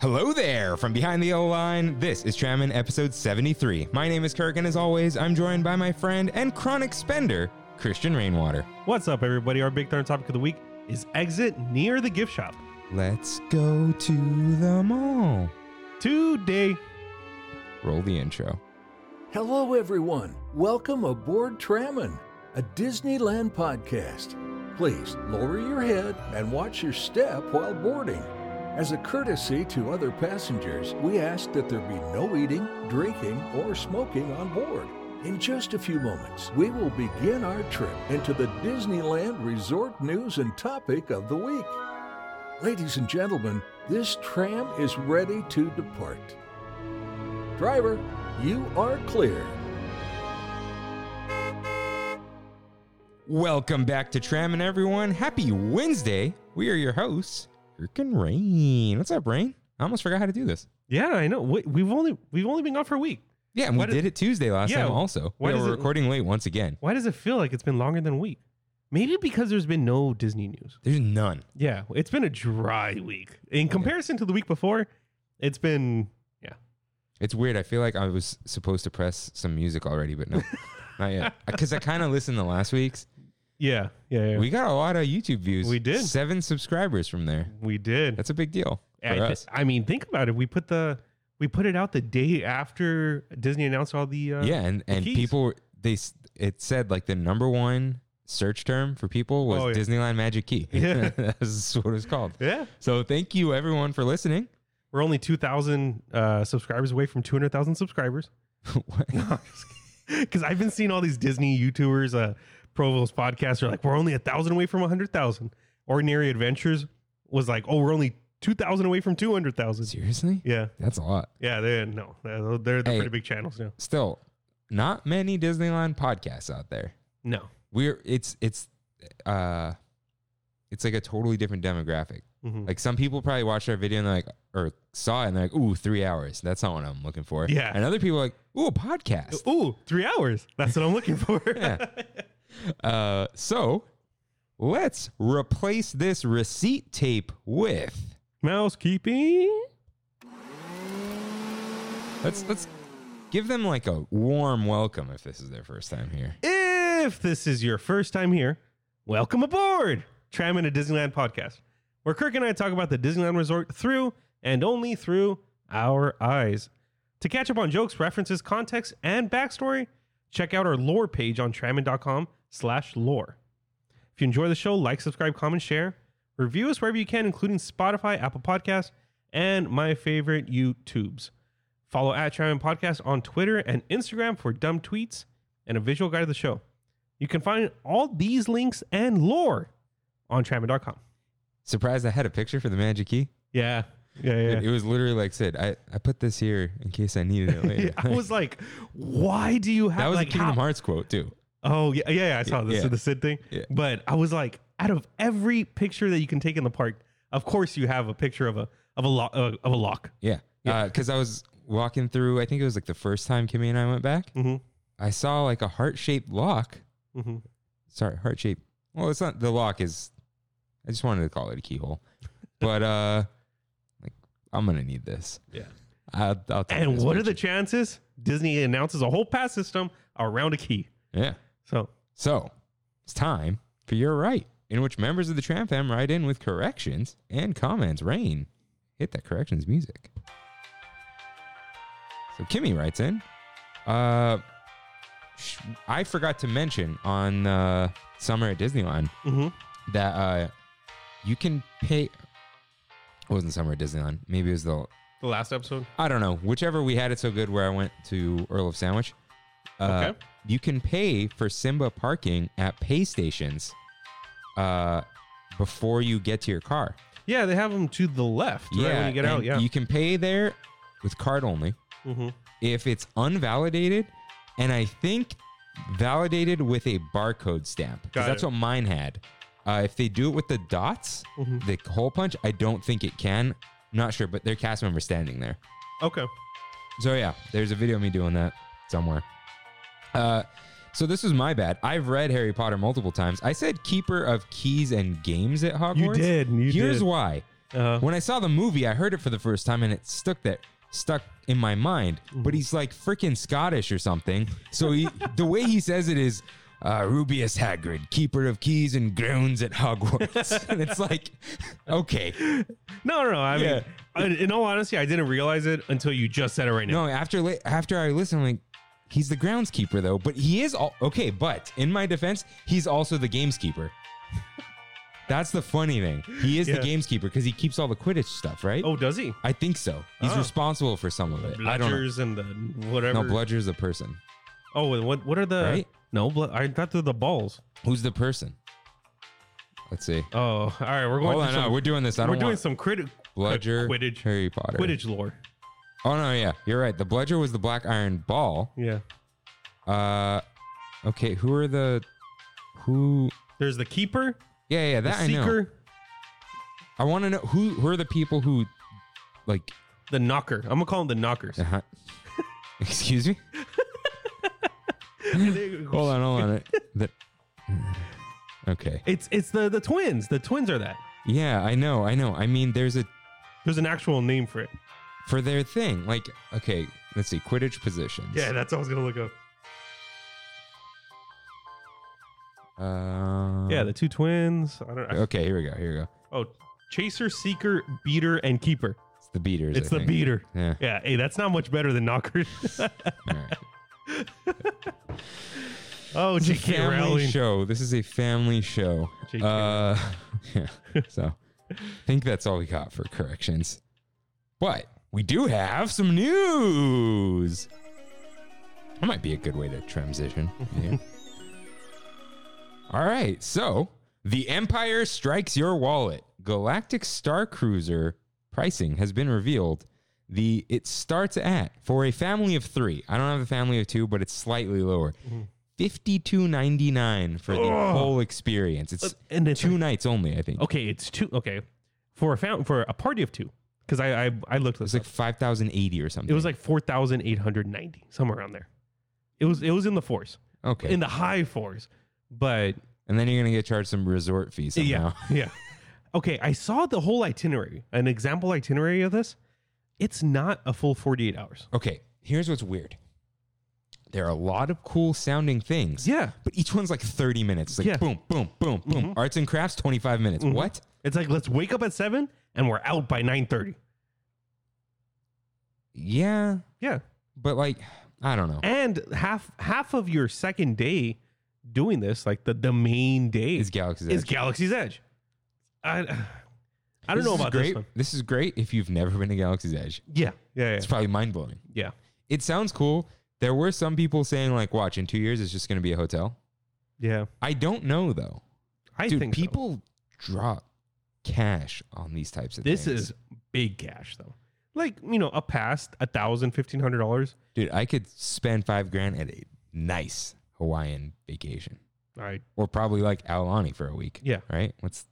Hello there from behind the O line. This is Tramon episode 73. My name is Kirk, and as always, I'm joined by my friend and chronic spender, Christian Rainwater. What's up, everybody? Our big thorn topic of the week is exit near the gift shop Let's go to the mall. today. Roll the intro. Hello, everyone. Welcome aboard Tramon, a Disneyland podcast. Please lower your head and watch your step while boarding. As a courtesy to other passengers, we ask that there be no eating, drinking, or smoking on board. In just a few moments, we will begin our trip into the Disneyland Resort News and Topic of the Week. Ladies and gentlemen, this tram is ready to depart. Driver, you are clear. Welcome back to Tram and everyone. Happy Wednesday. We are your hosts, Kirk and Rain. What's up, Rain? I almost forgot how to do this. Yeah, I know. Wait, We've only we've only been gone for a week. Yeah, and we Why do- did it Tuesday last Yeah, time also. why Yeah, does we're it- recording late once again. Why does it feel like it's been longer than a week? Maybe because there's been no Disney news. There's none. Yeah, it's been a dry week in comparison to the week before. It's been yeah. It's weird. I feel like I was supposed to press some music already, but no, not yet. Because I kind of listened to last week's. yeah, yeah, yeah. We got a lot of YouTube views. We did. seven subscribers from there. we did. That's a big deal for I, thi- us. I mean, think about it. We put the we put it out the day after Disney announced all the uh, yeah, and and keys. people were- they s- it said like the number one search term for people was Oh, yeah. Disneyland Magic Key. Yeah. that's what it's called. yeah. So thank you everyone for listening. We're only two thousand uh, subscribers away from two hundred thousand subscribers. What? Because I've been seeing all these Disney YouTubers, uh, Provost podcasts are like, we're only a thousand away from a hundred thousand. Ordinary Adventures was like, oh, we're only two thousand away from two hundred thousand. Seriously, Yeah, that's a lot. yeah, they're no, they're, they're the Hey. pretty big channels now. Still, not many Disneyland podcasts out there. No, we're it's it's uh it's like a totally different demographic. Mhm. Like some people probably watched our video and they're like or saw it and they're like, ooh, three hours. That's not what I'm looking for. Yeah. And other people are like, ooh, a podcast. ooh, three hours. That's what I'm looking for. Yeah. Uh so let's replace this receipt tape with Mousekeeping. let's let's give them like a warm welcome if this is their first time here. If this is your first time here, welcome aboard Tram and a Disneyland podcast, where Kirk and I talk about the Disneyland Resort through and only through our eyes. To catch up on jokes, references, context, and backstory, check out our lore page on tramon.com slash lore. If you enjoy the show, like, subscribe, comment, share, review us wherever you can, including Spotify, Apple Podcasts, and my favorite YouTubes. Follow at Tramon Podcast on Twitter and Instagram for dumb tweets and a visual guide of the show. You can find all these links and lore on Tramon.com. Surprised I had a picture for the magic key. Yeah. Yeah, yeah. It, it was literally like Sid, I, I put this here in case I needed it later. Yeah, I was like, why do you have that was like a Kingdom how- Hearts quote too. Oh yeah, yeah, yeah, I saw this Yeah. the Sid thing. Yeah. But I was like, out of every picture that you can take in the park, of course you have a picture of a of a lock uh, of a lock. Yeah. Because Uh, I was walking through, I think it was like the first time Kimmy and I went back. Mhm. I saw like a heart shaped lock. Mhm. Sorry, heart shaped. Well, it's not the lock is. I just wanted to call it a keyhole, but uh, like I'm gonna need this. Yeah. I'll, I'll take And this what are the picture. chances Disney announces a whole pass system around a key? yeah? So So it's time for your right, in which members of the Tram Fam write in with corrections and comments. Rain, hit that corrections music. So Kimmy writes in. Uh, sh- I forgot to mention on uh, Summer at Disneyland mhm. that uh, you can pay. It wasn't Summer at Disneyland. Maybe it was the the last episode. I don't know. Whichever we had it so good where I went to Earl of Sandwich. Uh, Okay. You can pay for Simba parking at pay stations uh, before you get to your car. Yeah, they have them to the left. right when you get out. and Yeah. You can pay there with card only Mhm. if it's unvalidated and I think validated with a barcode stamp. 'cause Got that's it. what mine had. Uh, if they do it with the dots, Mhm. the hole punch, I don't think it can. Not sure, but their cast member standing there. Okay. So yeah, there's a video of me doing that somewhere. Uh, so this is my bad. I've read Harry Potter multiple times. I said keeper of keys and games at Hogwarts. did, you Here's did. why. Uh, When I saw the movie, I heard it for the first time and it stuck that stuck in my mind. But he's like freaking Scottish or something. So he, the way he says it is uh, Rubius Hagrid, keeper of keys and groans at Hogwarts. and it's like, okay. no, no, no. I Yeah. mean, in- in all honesty, I didn't realize it until you just said it right now. No, after la- after I listen, I'm like, he's the groundskeeper though. But he is all okay. But in my defense, he's also the gameskeeper. That's the funny thing. He is Yeah. the gameskeeper because he keeps all the Quidditch stuff, right? Oh, does he? I think so. He's Ah. responsible for some of it. I don't know. Bludgers and the whatever. No, Bludger's a person. Oh, and what what are the? Right? No, blood. I thought they're the balls. Who's the person? Let's see. Oh, all right. We're going. Hold through on, no, some- we're doing this. I we're don't doing want some criti- Bludger, Quidditch, Harry Potter. Quidditch lore. Oh no, yeah, you're right. The Bludger was the Black Iron Ball. Yeah. Uh, okay, who are the who? There's the keeper, Yeah, yeah, the that I know. seeker, I want to know who who are the people who like. the knocker. I'm gonna call them the knockers. uh-huh. Excuse me. Hold it's on, hold on. The- okay. it's the the twins. The twins are that. Yeah, I know, I know. I mean, there's a There's an actual name for it. for their thing. Like, okay, let's see, Quidditch positions. Yeah, that's what I was gonna look up. Uh-huh. Um, Yeah, the two twins. I don't know. Okay, here we go. Here we go. Oh, chaser, seeker, beater, and keeper. It's the beaters. It's I the think. beater. Yeah. Yeah. Hey, that's not much better than knockers. All right. oh, This is a J.K. family Rowling. show. This is a family show. J.K. Uh, yeah. So, I think that's all we got for corrections. But we do have some news. That might be a good way to transition. Yeah. all right. So, the Empire strikes your wallet. Galactic Star Cruiser pricing has been revealed. The it starts at for a family of three. I don't have a family of two, but it's slightly lower. Fifty-two ninety-nine for the Mm-hmm. Ugh. Oh. whole experience. It's And it's two nights only, I think. okay. It's two. Okay, for a fountain for a party of two. Because I, I I looked It's this like up. five thousand eighty or something. It was like four thousand eight hundred ninety somewhere around there. It was it was in the fours, okay, in the high fours, but and then you're gonna get charged some resort fees. Yeah, Somehow. yeah. Okay, I saw the whole itinerary, an example itinerary of this. It's not a full 48 hours. Okay, here's what's weird. There are a lot of cool sounding things. Yeah. But each one's like 30 minutes. Like Yeah. Mm-hmm. boom, boom, boom, boom. Arts and crafts, 25 minutes. What? It's like let's wake up at 7 and we're out by 9:30. Yeah. Yeah. But like, I don't know. And half half of your second day doing this, like the the main day Is Galaxy's is Edge. Galaxy's Edge. I I don't know is about great. this one. This is great if you've never been to Galaxy's Edge. Yeah. Yeah. It's probably mind blowing. Yeah. It sounds cool. There were some people saying, like, watch, in two years it's just gonna be a hotel. Yeah. yeah. I don't know though. I Dude, think so. people drop cash on these types of This things. is big cash though. Like, you know, a past a thousand, fifteen hundred dollars. Dude, I could spend five grand at a nice Hawaiian vacation. I Or probably like Alani for a week. Yeah. Right? What's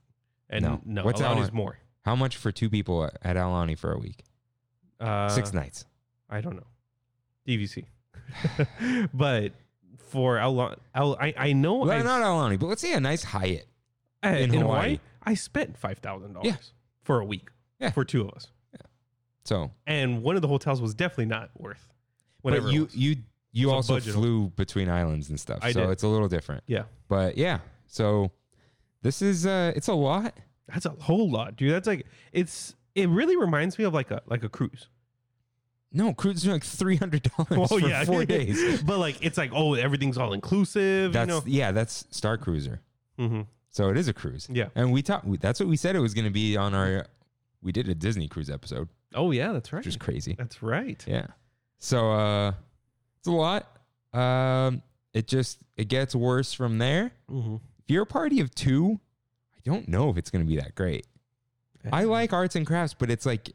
and no, No. no What's allowed our- is more. how much for two people at Alani for a week? Uh, Six nights. I don't know. DVC. but for how long? How, I I know Well, I, not Alani, but let's say a nice Hyatt. I- in in, Hawaii, Hawaii. I spent five thousand Yeah. dollars for a week Yeah. for two of us, So and one of the hotels was definitely not worth but whatever. it you was. you you It's also a budget. flew between islands and stuff. I so did. it's a little different. yeah, But yeah. So this is uh it's a lot. that's a whole lot, dude. That's like it's. It really reminds me of like a like a cruise. No, cruises are like three hundred dollars Oh for yeah, four days. but like it's like oh everything's all inclusive. That's you know? yeah, that's Star Cruiser. hmm So it is a cruise. Yeah. And we talked that's what we said it was gonna be on our we did a Disney cruise episode, Oh yeah, that's right. which is crazy. That's right. Yeah. So uh it's a lot. Um it just it gets worse from there. Mhm. If you're a party of two, I don't know if it's gonna be that great. I like arts and crafts, but it's like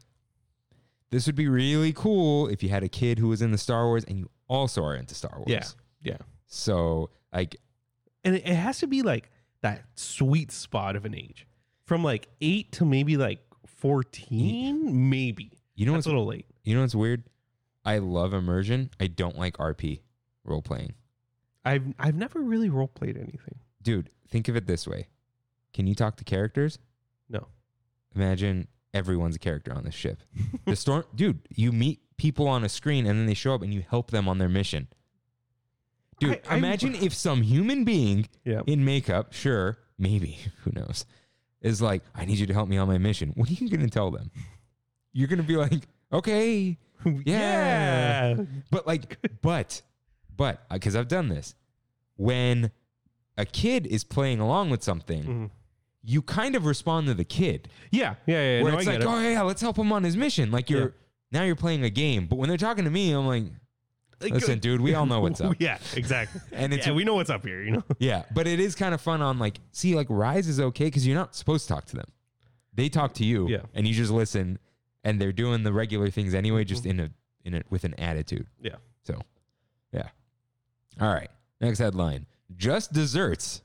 this would be really cool if you had a kid who was into Star Wars and you also are into Star Wars. Yeah. Yeah. So like and it, it has to be like that sweet spot of an age from like 8 to maybe like 14 maybe you know that's what's a little late you know what's weird? I love immersion. I don't like RP role playing. i've i've never really role played anything Dude, think of it this way. Can you talk to characters? no Imagine everyone's a character on this ship. The storm, dude, you meet people on a screen and then they show up and you help them on their mission. Dude, I- I- imagine if some human being Yeah. in makeup, sure, maybe, who knows, is like, I need you to help me on my mission. What are you going to tell them? You're going to be like, okay, yeah. Yeah. But like, but, but, because I've done this. When a kid is playing along with something, Mm-hmm. you kind of respond to the kid. Yeah. Yeah. yeah. Where No, I it's get like, it. oh yeah, let's help him on his mission. Like you're now you're playing a game, but when they're talking to me, I'm like, Like, listen, uh, dude, we all know what's up. Yeah, exactly. And it's- yeah, we know what's up here, you know? Yeah, but it is kind of fun on like, see, like Rise is okay because you're not supposed to talk to them. They talk to you, Yeah. and you just listen, and they're doing the regular things anyway, just Mm-hmm. in a in it with an attitude. Yeah. So, yeah. All right. Next headline: Just desserts,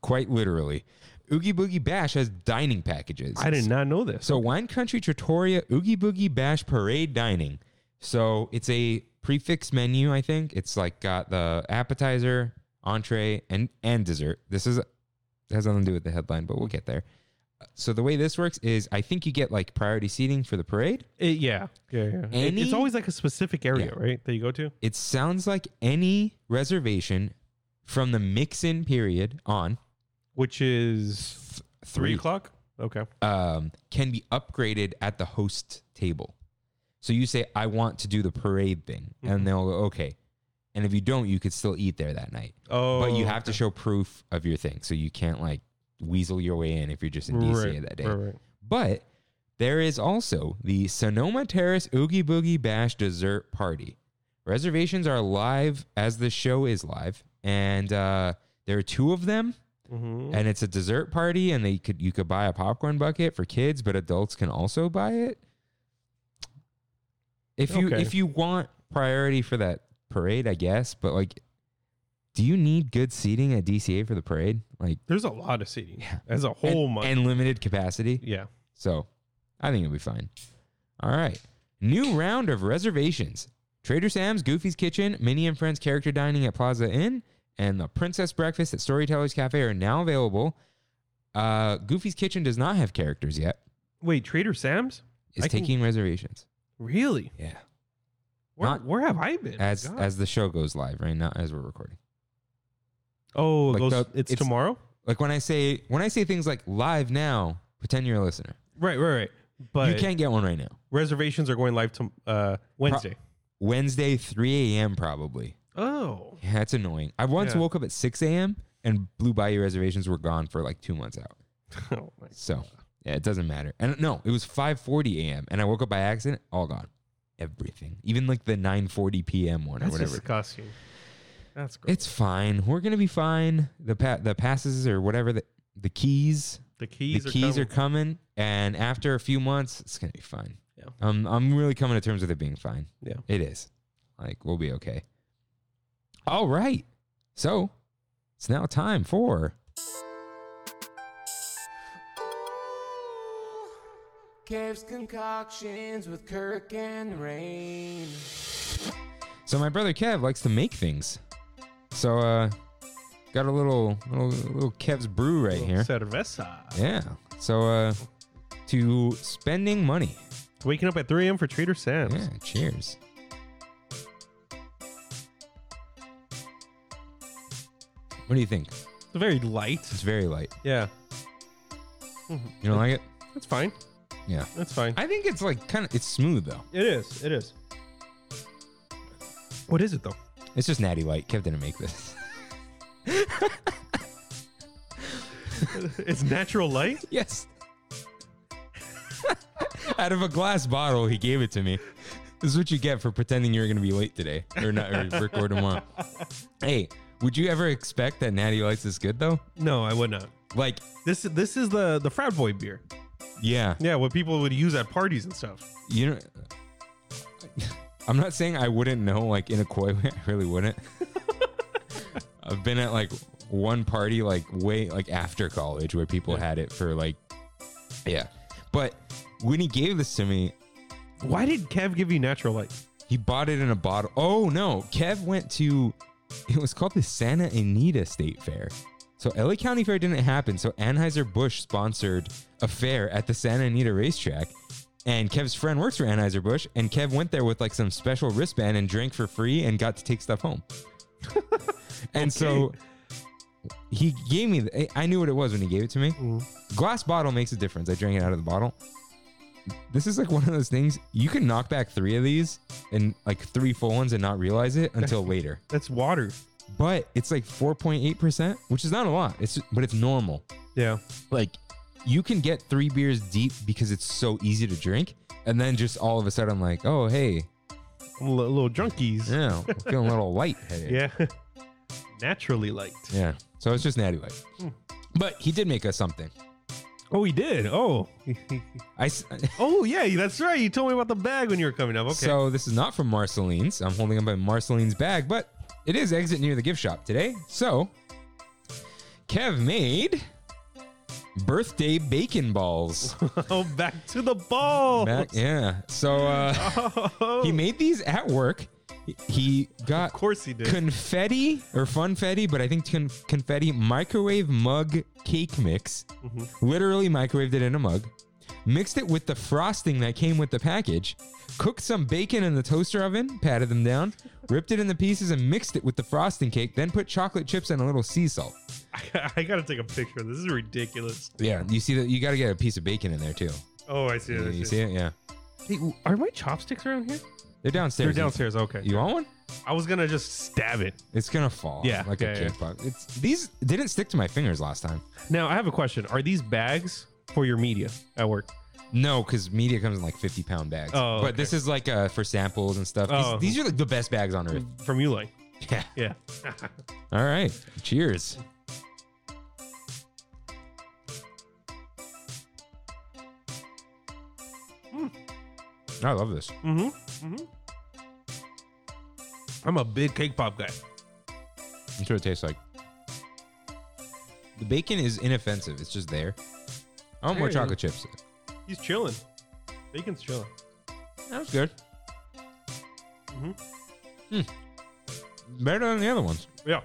quite literally. Oogie Boogie Bash has dining packages. I did not know this. So Wine Country Trattoria Oogie Boogie Bash Parade Dining. So it's a prefix menu, I think. It's like got the appetizer, entree, and and dessert. This is has nothing to do with the headline, but we'll get there. So the way this works is I think you get like priority seating for the parade. It- yeah. Yeah. yeah. It- Any- it's always like a specific area, Yeah. right? That you go to? It sounds like any reservation from the mix-in period on Which is th- three o'clock? Okay. um, can be upgraded at the host table. So you say, I want to do the parade thing. Mm-hmm. And they'll go, okay. And if you don't, you could still eat there that night. Oh. but you have to show proof of your thing. So you can't like weasel your way in if you're just in DCA that day. Right, right. But there is also the Sonoma Terrace Oogie Boogie Bash dessert party. Reservations are live as the show is live. And uh, there are two of them Mhm. and it's a dessert party and they could you could buy a popcorn bucket for kids but adults can also buy it if you Okay. if you want priority for that parade i guess but like do you need good seating at dca for the parade like There's a lot of seating. Yeah. There's a whole and- month. and limited capacity yeah. so I think it'll be fine. All right. New round of reservations. Trader Sam's, Goofy's Kitchen, Minnie and Friends Character Dining at Plaza Inn, and the Princess Breakfast at Storytellers Cafe are now available. Uh, Goofy's Kitchen does not have characters yet. Wait, Trader Sam's? It's I can- taking reservations. Really? Yeah. Where, Not- where have I been? As Oh God. as the show goes live, right? Not as we're recording. oh, it like goes, the- it's, it's- tomorrow. Like when I say when I say things like live now, pretend you're a listener. Right, right, right. But you can't get one right now. reservations are going live to uh, Wednesday. Wednesday, 3 a.m. probably. oh, Yeah, that's annoying. I once Yeah. woke up at 6 a.m. and Blue Bayou reservations were gone for like two months out. oh my So yeah, it doesn't matter. And no, it was 5:40 a.m. and I woke up by accident. All gone, everything. Even like the 9:40 p.m. one or That's whatever. disgusting. That's gross. It's fine. We're gonna be fine. The pa- the passes or whatever the the keys. the keys. the keys are, are coming, and after a few months, it's gonna be fine. Yeah. Um, I'm really coming to terms with it being fine. Yeah. It is. Like, we'll be okay. All right. So it's now time for Caves concoctions with Kirk and Rain. So my brother Kev likes to make things. So uh got a little little, little Kev's brew right here. Cerveza. Yeah. So uh to spending money. Waking up at 3 a.m. for Trader Sam's. Yeah, cheers. What do you think? It's very light. It's very light. Yeah, You don't like it? that's fine. Yeah. That's fine. I think it's like kind of it's smooth though. it is. It is. What is it though? It's just natty light. Kev didn't make this. it's natural light. Yes. Out of a glass bottle, he gave it to me. This is what you get for pretending you're going to be late today or not or record tomorrow. Hey, would you ever expect that Natty Lights is good though? No, I would not. Like, This this is the the frat boy beer. yeah, Yeah, what people would use at parties and stuff. you know. I'm not saying I wouldn't know, like in a coy way, I really wouldn't. I've been at like one party, like way like after college, where people had it for like, yeah. But when he gave this to me, Why did Kev give you natural light? He bought it in a bottle. Oh no, Kev went to it was called the Santa Anita State Fair. So LA County Fair didn't happen, so Anheuser-Busch sponsored a fair at the Santa Anita racetrack And Kev's friend works for Anheuser-Busch, and Kev went there with like some special wristband and drank for free and got to take stuff home. and so he gave me, the, I knew what it was when he gave it to me. Glass bottle makes a difference. I drank it out of the bottle. This is like one of those things you can knock back three of these and like three full ones and not realize it until later. That's water. But it's like 4.8%, which is not a lot. It's but it's normal Yeah. like you can get three beers deep because it's so easy to drink and then just all of a sudden like oh hey L- little junkies. yeah I'm feeling a little light headed Yeah. Naturally liked. yeah so it's just natty light but he did make us something Oh, he did. Oh. i s- oh, yeah. That's right. You told me about the bag when you were coming up. Okay. so this is not from marceline's i'm holding up my marceline's bag but it is exit near the gift shop today so kev made birthday bacon balls oh, back to the ball. Back- yeah so uh Oh, he made these at work He- he got of course he did. confetti or funfetti, but I think con- confetti microwave mug cake mix. Mm-hmm. Literally microwaved it in a mug, mixed it with the frosting that came with the package, cooked some bacon in the toaster oven, patted them down, ripped it into pieces, and mixed it with the frosting cake. Then put chocolate chips and a little sea salt. I, got to take a picture. This is ridiculous. Yeah, you see that? You got to get a piece of bacon in there too. Oh, I see it. I you see see it. it? Yeah, Hey, are my chopsticks around here? they're downstairs. They're downstairs. Okay. You want one? I was going to just stab it. It's gonna fall. Yeah, like yeah, a yeah. cake pop. It's these didn't stick to my fingers last time. Now, I have a question. Are these bags for your media at work? No, because media comes in like 50 pound bags. Oh, but this is like uh, for samples and stuff. These, Oh. these are like the best bags on earth. From you, like. Yeah. Yeah. All right. Cheers. Mm. I love this. Mm-hmm. Mm-hmm. I'm a big cake pop guy. That's what it tastes like. The bacon is inoffensive. It's just there. I want more There you go. chocolate chips. He's chilling. Bacon's chilling. That was good. Mhm. Hmm. Better than the other ones. Yeah.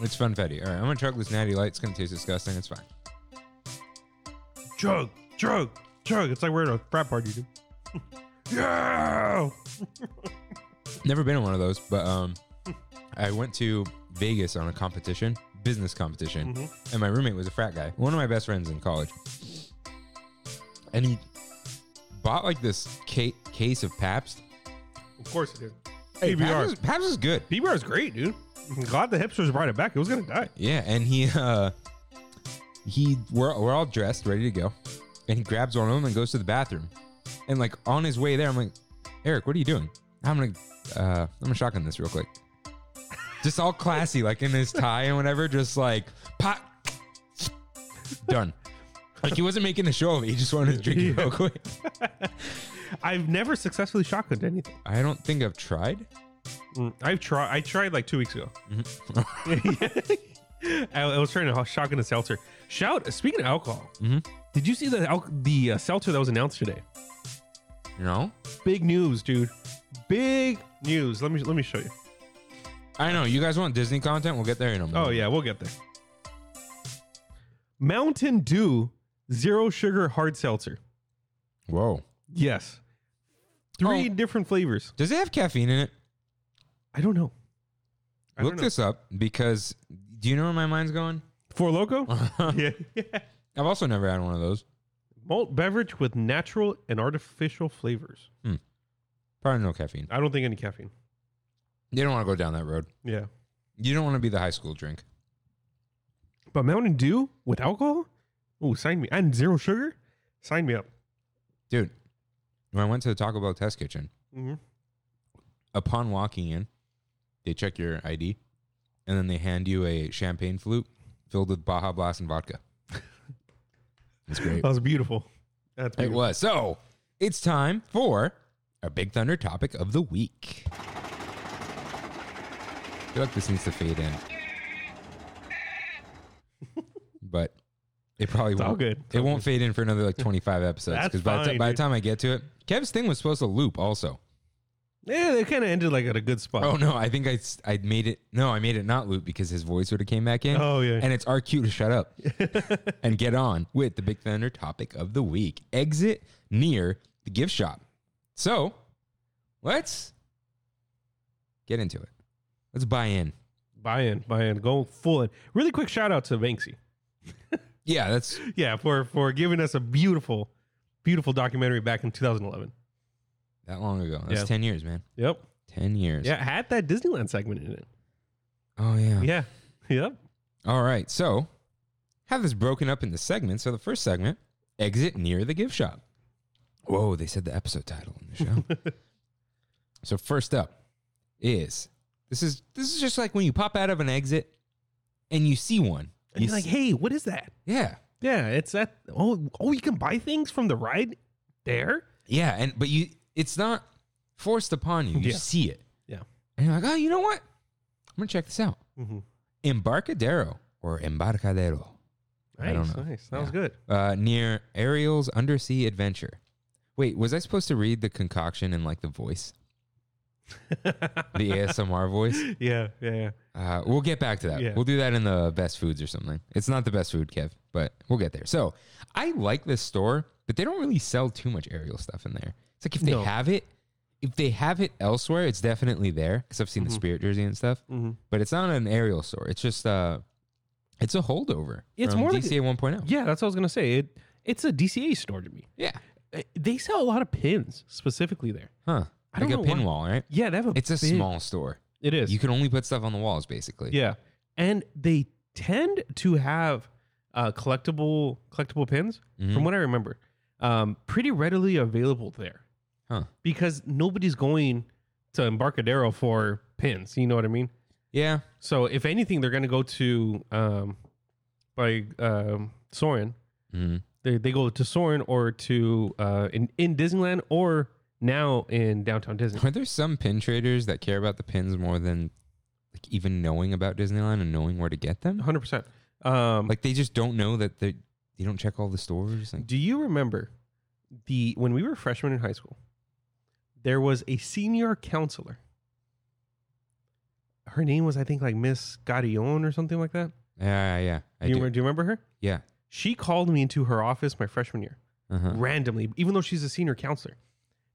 It's funfetti. All right, I'm gonna chug this natty light. It's gonna taste disgusting. It's fine. Chug, chug, chug. It's like we're at a frat party, dude. yeah. Never been in one of those, but um, I went to Vegas on a competition, business competition, Mhm. and my roommate was a frat guy, one of my best friends in college, and he bought like this ca- case of Pabst. Of course it did. Hey, PBR. Pabst, is, Pabst is good. PBR is great, dude. I'm glad the hipsters brought it back. It was gonna die. Yeah, and he uh he we're we're all dressed, ready to go. And he grabs one of them and goes to the bathroom. And like on his way there, I'm like, Eric, what are you doing? I'm gonna uh I'm gonna shotgun this real quick. Just all classy, like in his tie and whatever, just like pot done. Like he wasn't making a show of it, he just wanted to drink it real quick. I've never successfully shotgunned anything. I don't think I've tried. Mm, I've tried. I tried like two weeks ago. I, I was trying to ho- shotgun a seltzer. Shout. Speaking of alcohol, Mhm. did you see the al- the uh, seltzer that was announced today? No? Big news, dude. Big news. Let me let me show you. I know. You guys want Disney content? We'll get there in a minute. Oh yeah, we'll get there. Mountain Dew zero sugar hard seltzer. Whoa. Yes. three Oh. different flavors. Does it have caffeine in it? I don't know. I Look don't know. this up because do you know where my mind's going? Four Loco? I've yeah. also never had one of those. Malt beverage with natural and artificial flavors. Probably no caffeine. I don't think any caffeine. You don't want to go down that road. Yeah. You don't want to be the high school drink. But Mountain Dew with alcohol? Oh, sign me. And zero sugar? Sign me up. Dude, when I went to the Taco Bell test kitchen, Mhm. upon walking in, they check your ID and then they hand you a champagne flute filled with Baja Blast and vodka. It's great. That was beautiful. That's It beautiful. was. So it's time for our Big Thunder topic of the week. I feel like this needs to fade in. But it probably It's all won't. good. It's It all won't fade in for another like 25 episodes. That's by, the ti- fine, by the dude. time I get to it, Kev's thing was supposed to loop also. Yeah, they kind of ended like at a good spot. Oh no, I think I s- I made it. No, I made it not loop because his voice would have came back in. Oh, yeah. and it's RQ to shut up and get on with the Big Thunder topic of the week: exit near the gift shop. So, let's get into it. Let's buy in. Buy in, buy in, go full in. Really quick shout out to Banksy. Yeah, that's Yeah, for for giving us a beautiful, beautiful documentary back in 2011. that long ago. That's Yeah. ten years, man. Yep. Ten years. Yeah, it had that Disneyland segment in it. Oh yeah. Yeah. Yep. All right. So, have this broken up into segments. So the first segment, exit near the gift shop. Whoa, they said the episode title in the show. so first up is this is this is just like when you pop out of an exit and you see one. And You you're like, s- hey, what is that? yeah, Yeah, it's that. Oh, oh, you can buy things from the ride there. yeah, and but you it's not forced upon you. You Yeah. see it. Yeah. And you're like, oh, you know what? I'm gonna check this out. Mm-hmm. Embarcadero or Embarcadero. Nice, I don't know. nice. That was Yeah. good. uh, near Ariel's Undersea Adventure. Wait, was I supposed to read the concoction in like the voice, the ASMR voice? yeah, yeah, yeah. Uh, we'll get back to that. Yeah. We'll do that in the best foods or something. It's not the best food, Kev, but we'll get there. So I like this store, but they don't really sell too much Ariel stuff in there. It's like if they No. have it, if they have it elsewhere, it's definitely there because I've seen Mm-hmm. the spirit jersey and stuff. Mhm. But it's not an Ariel store. It's just uh, it's a holdover. It's from more like- DCA 1.0. Yeah, that's what I was gonna say. It it's a DCA store to me. yeah, Uh, They sell a lot of pins specifically there. huh? I like don't a know why. pinwall, right? Yeah, they have a. It's a big- small store. It is. You can only put stuff on the walls, basically. yeah, and they tend to have uh, collectible collectible pins, Mhm. from what I remember, um, pretty readily available there. Huh. Because nobody's going to Embarcadero for pins. You know what I mean? Yeah. So if anything, they're going to go to um, like um, Soren. Mhm. They, they go to Soren or to uh, in in Disneyland or now in downtown Disney. Are there some pin traders that care about the pins more than like even knowing about Disneyland and knowing where to get them? Hundred percent. Um, Like they just don't know that they they don't check all the stores. Like, do you remember the when we were freshmen in high school? There was a senior counselor. Her name was I think like Miss Gadillon or something like that. yeah, yeah, yeah. I Do you, do. remember, do you remember her? Yeah. She called me into her office my freshman year. Uh-huh. randomly, even though she's a senior counselor.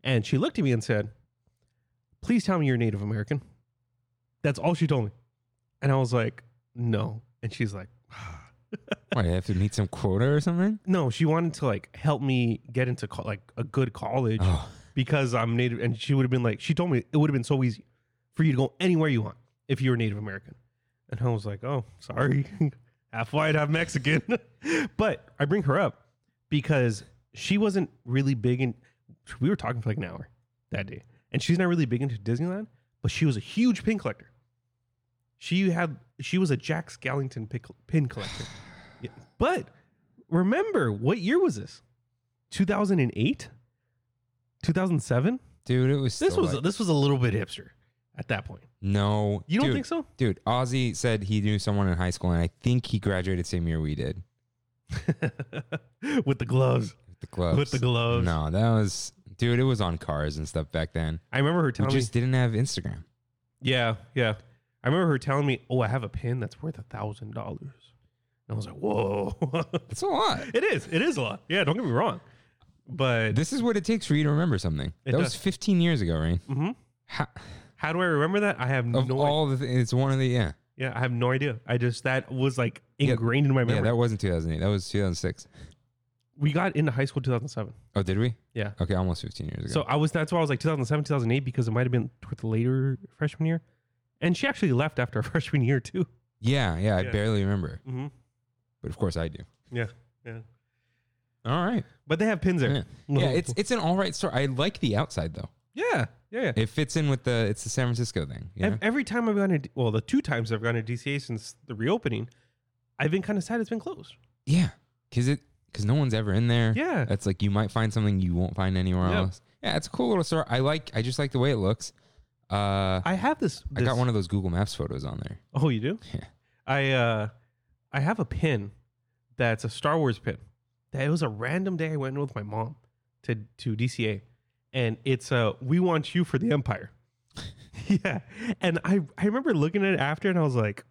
And she looked at me and said, Please tell me you're Native American. That's all she told me. And I was like, No. And she's like, Why do they have to meet some quota or something? No, she wanted to like help me get into co- like a good college Oh, because I'm Native. And she would have been like, She told me it would have been so easy for you to go anywhere you want if you were Native American. And I was like, Oh, sorry. half white, half Mexican. but I bring her up because she wasn't really big in. We were talking for like an hour that day, and she's not really big into Disneyland, but she was a huge pin collector. She had she was a Jack Skellington pic- pin collector. Yeah. But remember, what year was this? Two thousand and eight, two thousand seven. dude, it was. This still was like- this was a little bit hipster at that point. no. You don't dude, think so? Dude, Ozzy said he knew someone in high school, and I think he graduated same year we did. With the gloves, With the gloves. With the gloves. No, that was dude. It was on cars and stuff back then. I remember her We telling me. just didn't have Instagram. Yeah, yeah. I remember her telling me, "Oh, I have a pin that's worth a thousand dollars," and I was like, "Whoa!" That's a lot. it is. It is a lot. Yeah, don't get me wrong, but This is what it takes for you to remember something. It that was does. 15 years ago, right? Mhm. Ha- how do I remember that? I have no. of all the, th- it's one of the yeah, yeah, I have no idea. I just that was like Yeah. ingrained in my memory. yeah. That wasn't 2008. That was 2006. we got into high school 2007. Oh, did we? Yeah. Okay, almost 15 years ago. So I was that's why I was like 2007, 2008 because it might have been toward the later freshman year, and she actually left after our freshman year too. yeah, yeah. I Yeah. barely remember, Mm-hmm. but of course I do. Yeah, yeah. All right. But they have pins there. Yeah. yeah, it's it's an all right store. I like the outside though. yeah, yeah, yeah. It fits in with the it's the San Francisco thing. You Ev- know? Every time I've gone to, D- well, the two times I've gone to DCA since the reopening, I've been kind of sad it's been closed. Yeah, because it because no one's ever in there. Yeah. that's like you might find something you won't find anywhere Yep. else. Yeah, it's a cool little store. I like. I just like the way it looks. Uh, I have this. I got this- one of those Google Maps photos on there. Oh, you do? Yeah. I uh, I have a pin that's a Star Wars pin. That it was a random day I went with my mom to to DCA, and it's uh, we want you for the Empire. yeah. And I, I remember looking at it after and I was like,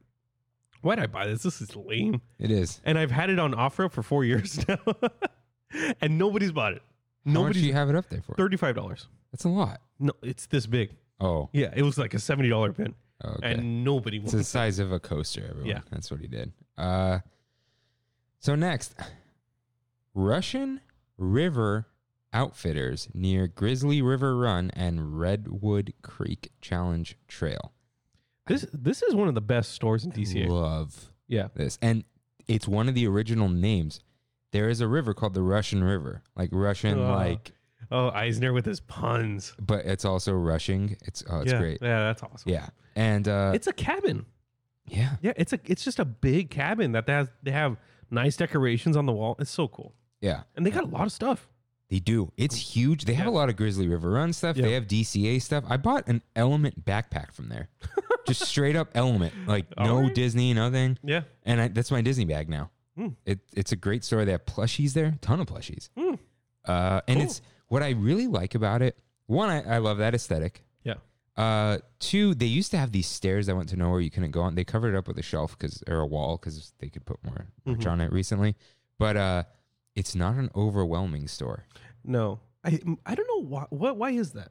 why'd I buy this? This is lame. It is. And I've had it on off road for four years now. and nobody's bought it. How much do Nobody's you have it up there for? $35. That's a lot. No, it's this big. Oh, Yeah, it was like a $70 pin. okay. And nobody It's wants the size of a coaster, everyone. Yeah. That's what he did. Uh, so next, Russian River Outfitters near Grizzly River Run and Redwood Creek Challenge Trail. This this is one of the best stores in DCA. Love yeah. this. And it's one of the original names. There is a river called the Russian River, like Russian, Oh. like, Oh, Eisner with his puns. but it's also rushing. It's oh, it's yeah. great. Yeah, that's awesome. Yeah, and uh, It's a cabin. yeah, Yeah, it's a it's just a big cabin that they have, they have nice decorations on the wall. It's so cool. yeah. And they got a lot of stuff. They do. It's huge. They have a Yeah. lot of Grizzly River Run stuff. Yeah. They have DCA stuff. I bought an Element backpack from there, just straight up Element, like no Alright. Disney, nothing. Yeah. And I, that's my Disney bag now. Hmm. It, it's a great store. They have plushies there, ton of plushies. Hmm. Uh, and Cool. it's what I really like about it. One, I, I love that aesthetic. Yeah. Uh, two, they used to have these stairs that went to nowhere you couldn't go on. They covered it up with a shelf because or a wall because they could put more merch Mhm. on it recently. But uh, it's not an overwhelming store. No. I I don't know why what why is that?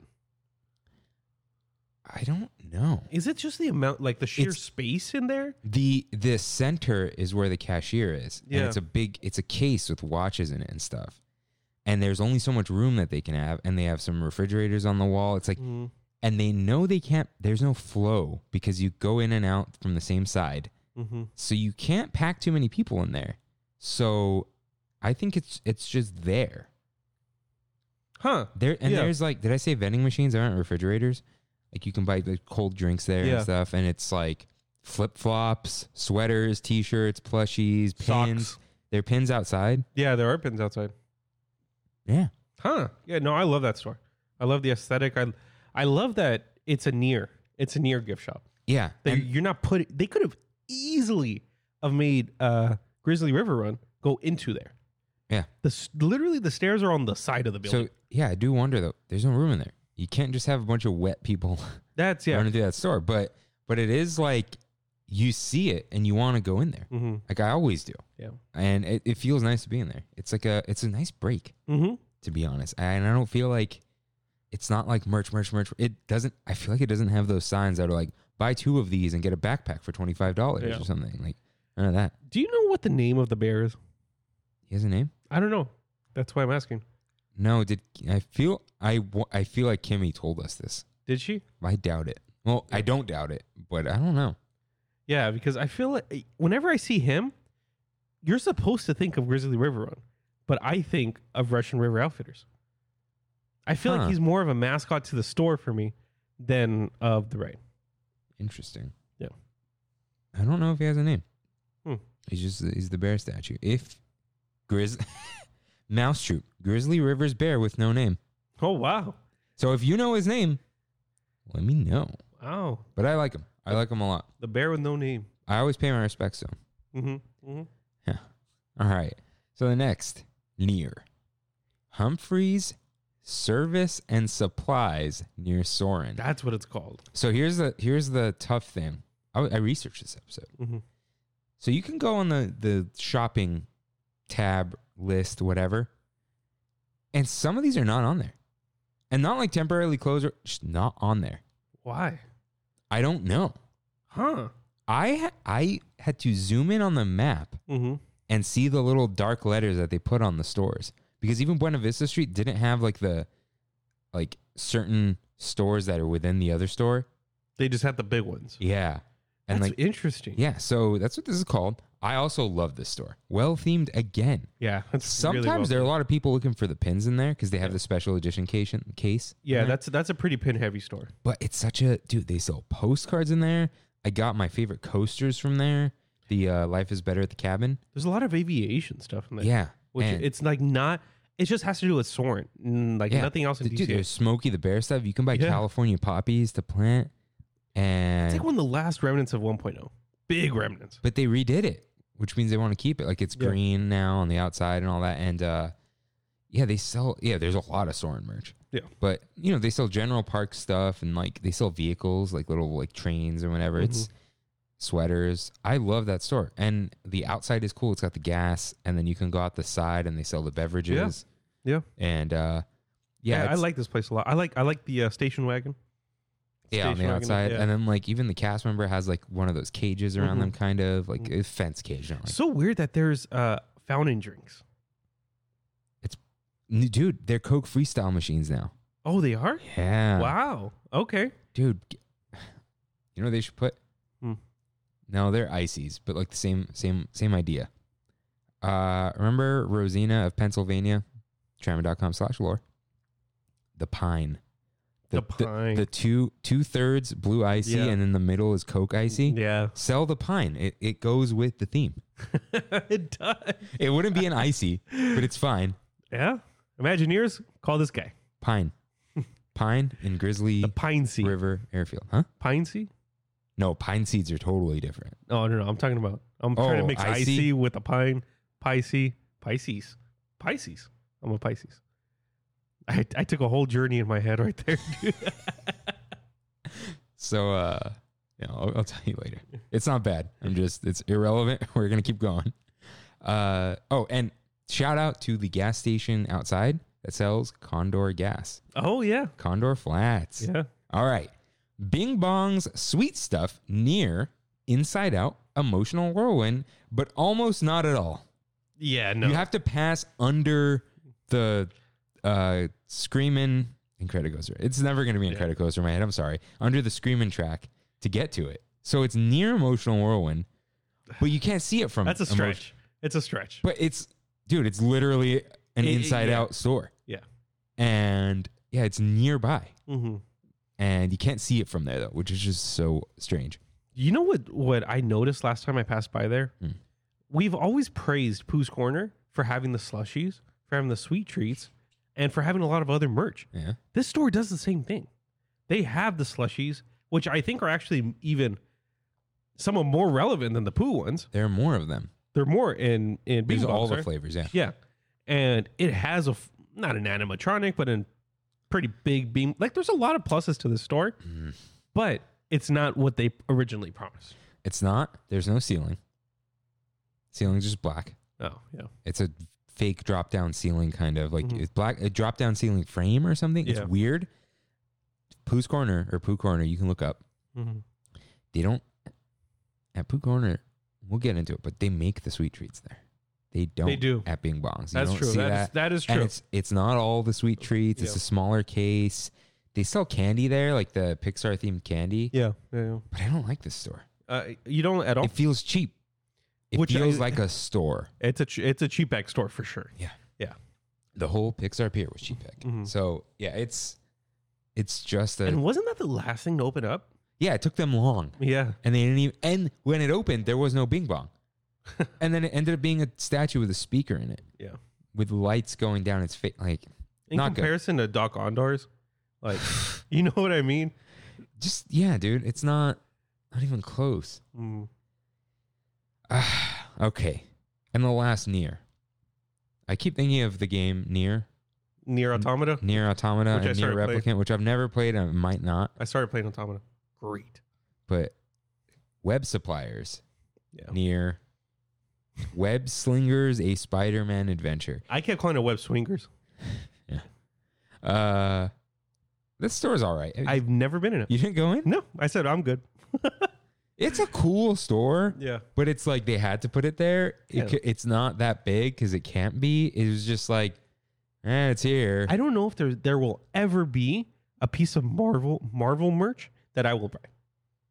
I don't know. Is it just the amount like the sheer It's- space in there? The the center is where the cashier is. And Yeah. it's a big it's a case with watches in it and stuff. And there's only so much room that they can have and they have some refrigerators on the wall. It's like Mm. and they know they can't there's no flow because you go in and out from the same side. Mhm. So you can't pack too many people in there. So I think it's it's just there. Huh. There and Yeah. there's like, did I say vending machines aren't refrigerators? Like you can buy like cold drinks there Yeah. and stuff, and it's like flip flops, sweaters, t-shirts, plushies, pins. Socks. They're pins outside. Yeah, there are pins outside. Yeah, Huh. Yeah, no, I love that store. I love the aesthetic. I I love that it's a near. It's a near gift shop. yeah. That and you're not putting they could have easily have made uh Grizzly River Run go into there. Yeah. The s- literally the stairs are on the side of the building. so yeah, I do wonder though. There's no room in there. You can't just have a bunch of wet people That's yeah. running through that store. But but it is like you see it and you want to go in there. Mm-hmm. Like I always do. Yeah. and it, it feels nice to be in there. It's like a it's a nice break. Mm-hmm. to be honest. And I don't feel like it's not like merch, merch, merch. It doesn't. I feel like it doesn't have those signs that are like buy two of these and get a backpack for twenty five dollars Yeah. or something. Like none of that. Do you know what the name of the bear is? He has a name. I don't know. That's why I'm asking. No, did I feel I wa- I feel like Kimmy told us this. Did she? I doubt it. Well, I don't doubt it, but I don't know. Yeah, because I feel like whenever I see him, you're supposed to think of Grizzly River Run, but I think of Russian River Outfitters. I feel Huh. like he's more of a mascot to the store for me than of the raid. Interesting. Yeah. I don't know if he has a name. Hmm. He's just he's the bear statue. If Grizz Mouse Troop Grizzly Rivers Bear with no name. Oh wow, So if you know his name, let me know. wow, But I like him. I like him a lot. the bear with no name. I always pay my respects to him. Mm-hmm. mm-hmm. All right. So the next, near Humphreys Service and Supplies near Soren. That's what it's called. So here's the here's the tough thing. I, I researched this episode. Mm-hmm. So you can go on the the shopping tab list, whatever, and some of these are not on there, and not like temporarily closed, or just not on there. Why? I don't know. Huh? I ha- I had to zoom in on the map Mm-hmm. and see the little dark letters that they put on the stores because even Buena Vista Street didn't have like the like certain stores that are within the other store. They just had the big ones. Yeah. And That's like interesting. yeah, so that's what this is called. I also love this store. Well themed again. yeah. That's Sometimes really well there are a done. lot of people looking for the pins in there because they have Yeah. the special edition case, case. in Yeah, there. that's that's a pretty pin heavy store. but it's such a dude. They sell postcards in there. I got my favorite coasters from there. The uh, Life is Better at the Cabin. There's a lot of aviation stuff in there. Yeah, which and- it's like not. It just has to do with Soren, Mm, like Yeah. nothing else in Dude, DC. there's Smokey the Bear stuff. You can buy Yeah. California poppies to plant, and It's like one of the last remnants of 1.0. Big remnants. but they redid it, which means they want to keep it. Like it's Yeah. green now on the outside and all that. And uh, yeah, they sell. Yeah, there's a lot of Soren merch. Yeah. But you know, they sell general park stuff and like they sell vehicles, like little like trains or whatever. Mm-hmm. It's sweaters. I love that store. And the outside is cool. It's got the gas, and then you can go out the side and they sell the beverages. Yeah. And uh yeah, I, I it's- like this place a lot. I like I like the uh, station wagon. yeah on the station wagon, outside. yeah. And then like even the cast member has like one of those cages around Mhm. them, kind of like a fence cage. Not like so weird that there's uh fountain drinks. N- dude, they're Coke freestyle machines now. Oh, they are. Yeah. Wow. Okay. Dude, g- you know what they should put? Hmm. No, they're ices, but like the same same same idea. Uh remember Rosina of Pennsylvania? Trammer.com slash lore. The pine. The pine. The, two two thirds blue icy Yeah. and in the middle is Coke icy. Yeah. Sell the pine. It it goes with the theme. it does. It wouldn't be an icy, but it's fine. Yeah. Imagineers, call this guy. Pine. Pine and Grizzly The pine seed. River Airfield. Huh? Pine seed? No, pine seeds are totally different. No, no, no. I'm talking about. I'm trying to Oh, mix I icy see. with a pine. Pisces. Pisces. Pisces. I'm a Pisces. I, I took a whole journey in my head right there. dude. So, uh, you know, I'll, I'll tell you later. It's not bad. I'm just, it's irrelevant. We're going to keep going. Uh, oh, and shout out to the gas station outside that sells Condor gas, oh yeah. Condor Flats. Yeah. All right. Bing Bong's sweet stuff near Inside Out Emotional Whirlwind, but almost not at all. Yeah. No. You have to pass under the uh, screaming Incredicoaster. It's never going to be Incredicoaster in my head. I'm sorry. Under the screaming track to get to it. So it's near Emotional Whirlwind, but you can't see it from. That's a Emotion- stretch. It's a stretch. But it's, dude, it's literally an It- it- inside yeah. out store. Yeah. And yeah, it's nearby. Mm-hmm. And you can't see it from there, though, which is just so strange. You know what? What I noticed last time I passed by there, Hmm. we've always praised Pooh's Corner for having the slushies, for having the sweet treats, and for having a lot of other merch. Yeah. This store does the same thing. They have the slushies, which I think are actually even somewhat more relevant than the Pooh ones. There are more of them. They're more in in Bing There's Bong, all the sorry. flavors. Yeah. Yeah, and it has a f- not an animatronic, but a pretty big beam. Like there's a lot of pluses to this store, Mm-hmm. but it's not what they originally promised. It's not, there's no ceiling. Ceiling's just black. Oh yeah. it's a fake drop down ceiling kind of like Mhm. it's black a drop down ceiling frame or something. Yeah. It's weird. Pooh's Corner or Pooh Corner, you can look up. Mm-hmm. They don't at Pooh Corner. We'll get into it, but they make the sweet treats there. They don't. do. at Bing Bongs. You That's don't true. See That is- that. that is And true. it's it's not all the sweet treats. It's Yeah. a smaller case. They sell candy there, like the Pixar themed candy. Yeah. yeah. But I don't like this store. Uh, you don't at all. It feels cheap. It Which feels I- like a store. it's a ch- it's a cheap bag store for sure. Yeah. Yeah. The whole Pixar Pier was cheap pick. Mhm. So yeah, it's it's just a And wasn't that the last thing to open up? yeah. It took them long, Yeah. and they didn't even. And when it opened, there was no Bing Bong, and then it ended up being a statue with a speaker in it, Yeah. with lights going down its face. Like In Not good. comparison to Doc Ondar's, like, you know what I mean? just yeah, dude. It's not not even close. Mm. Ah, okay, and the last near. I keep thinking of the game near Near Mm. Automata. near automata Which I and near started replicant, playing. which I've never played and might not, I started playing Automata. Great. but web suppliers. Yeah. near Web Slingers, a Spider Man adventure. I kept calling it Web Swingers. Uh, this store's all right. I've never been in it. you didn't go in? No, I said I'm good. It's a cool store, Yeah. but it's like they had to put it there. It Yeah. ca- it's not that big because it can't be. It was just like, eh, it's here. I don't know if there there will ever be a piece of Marvel Marvel merch that I will buy.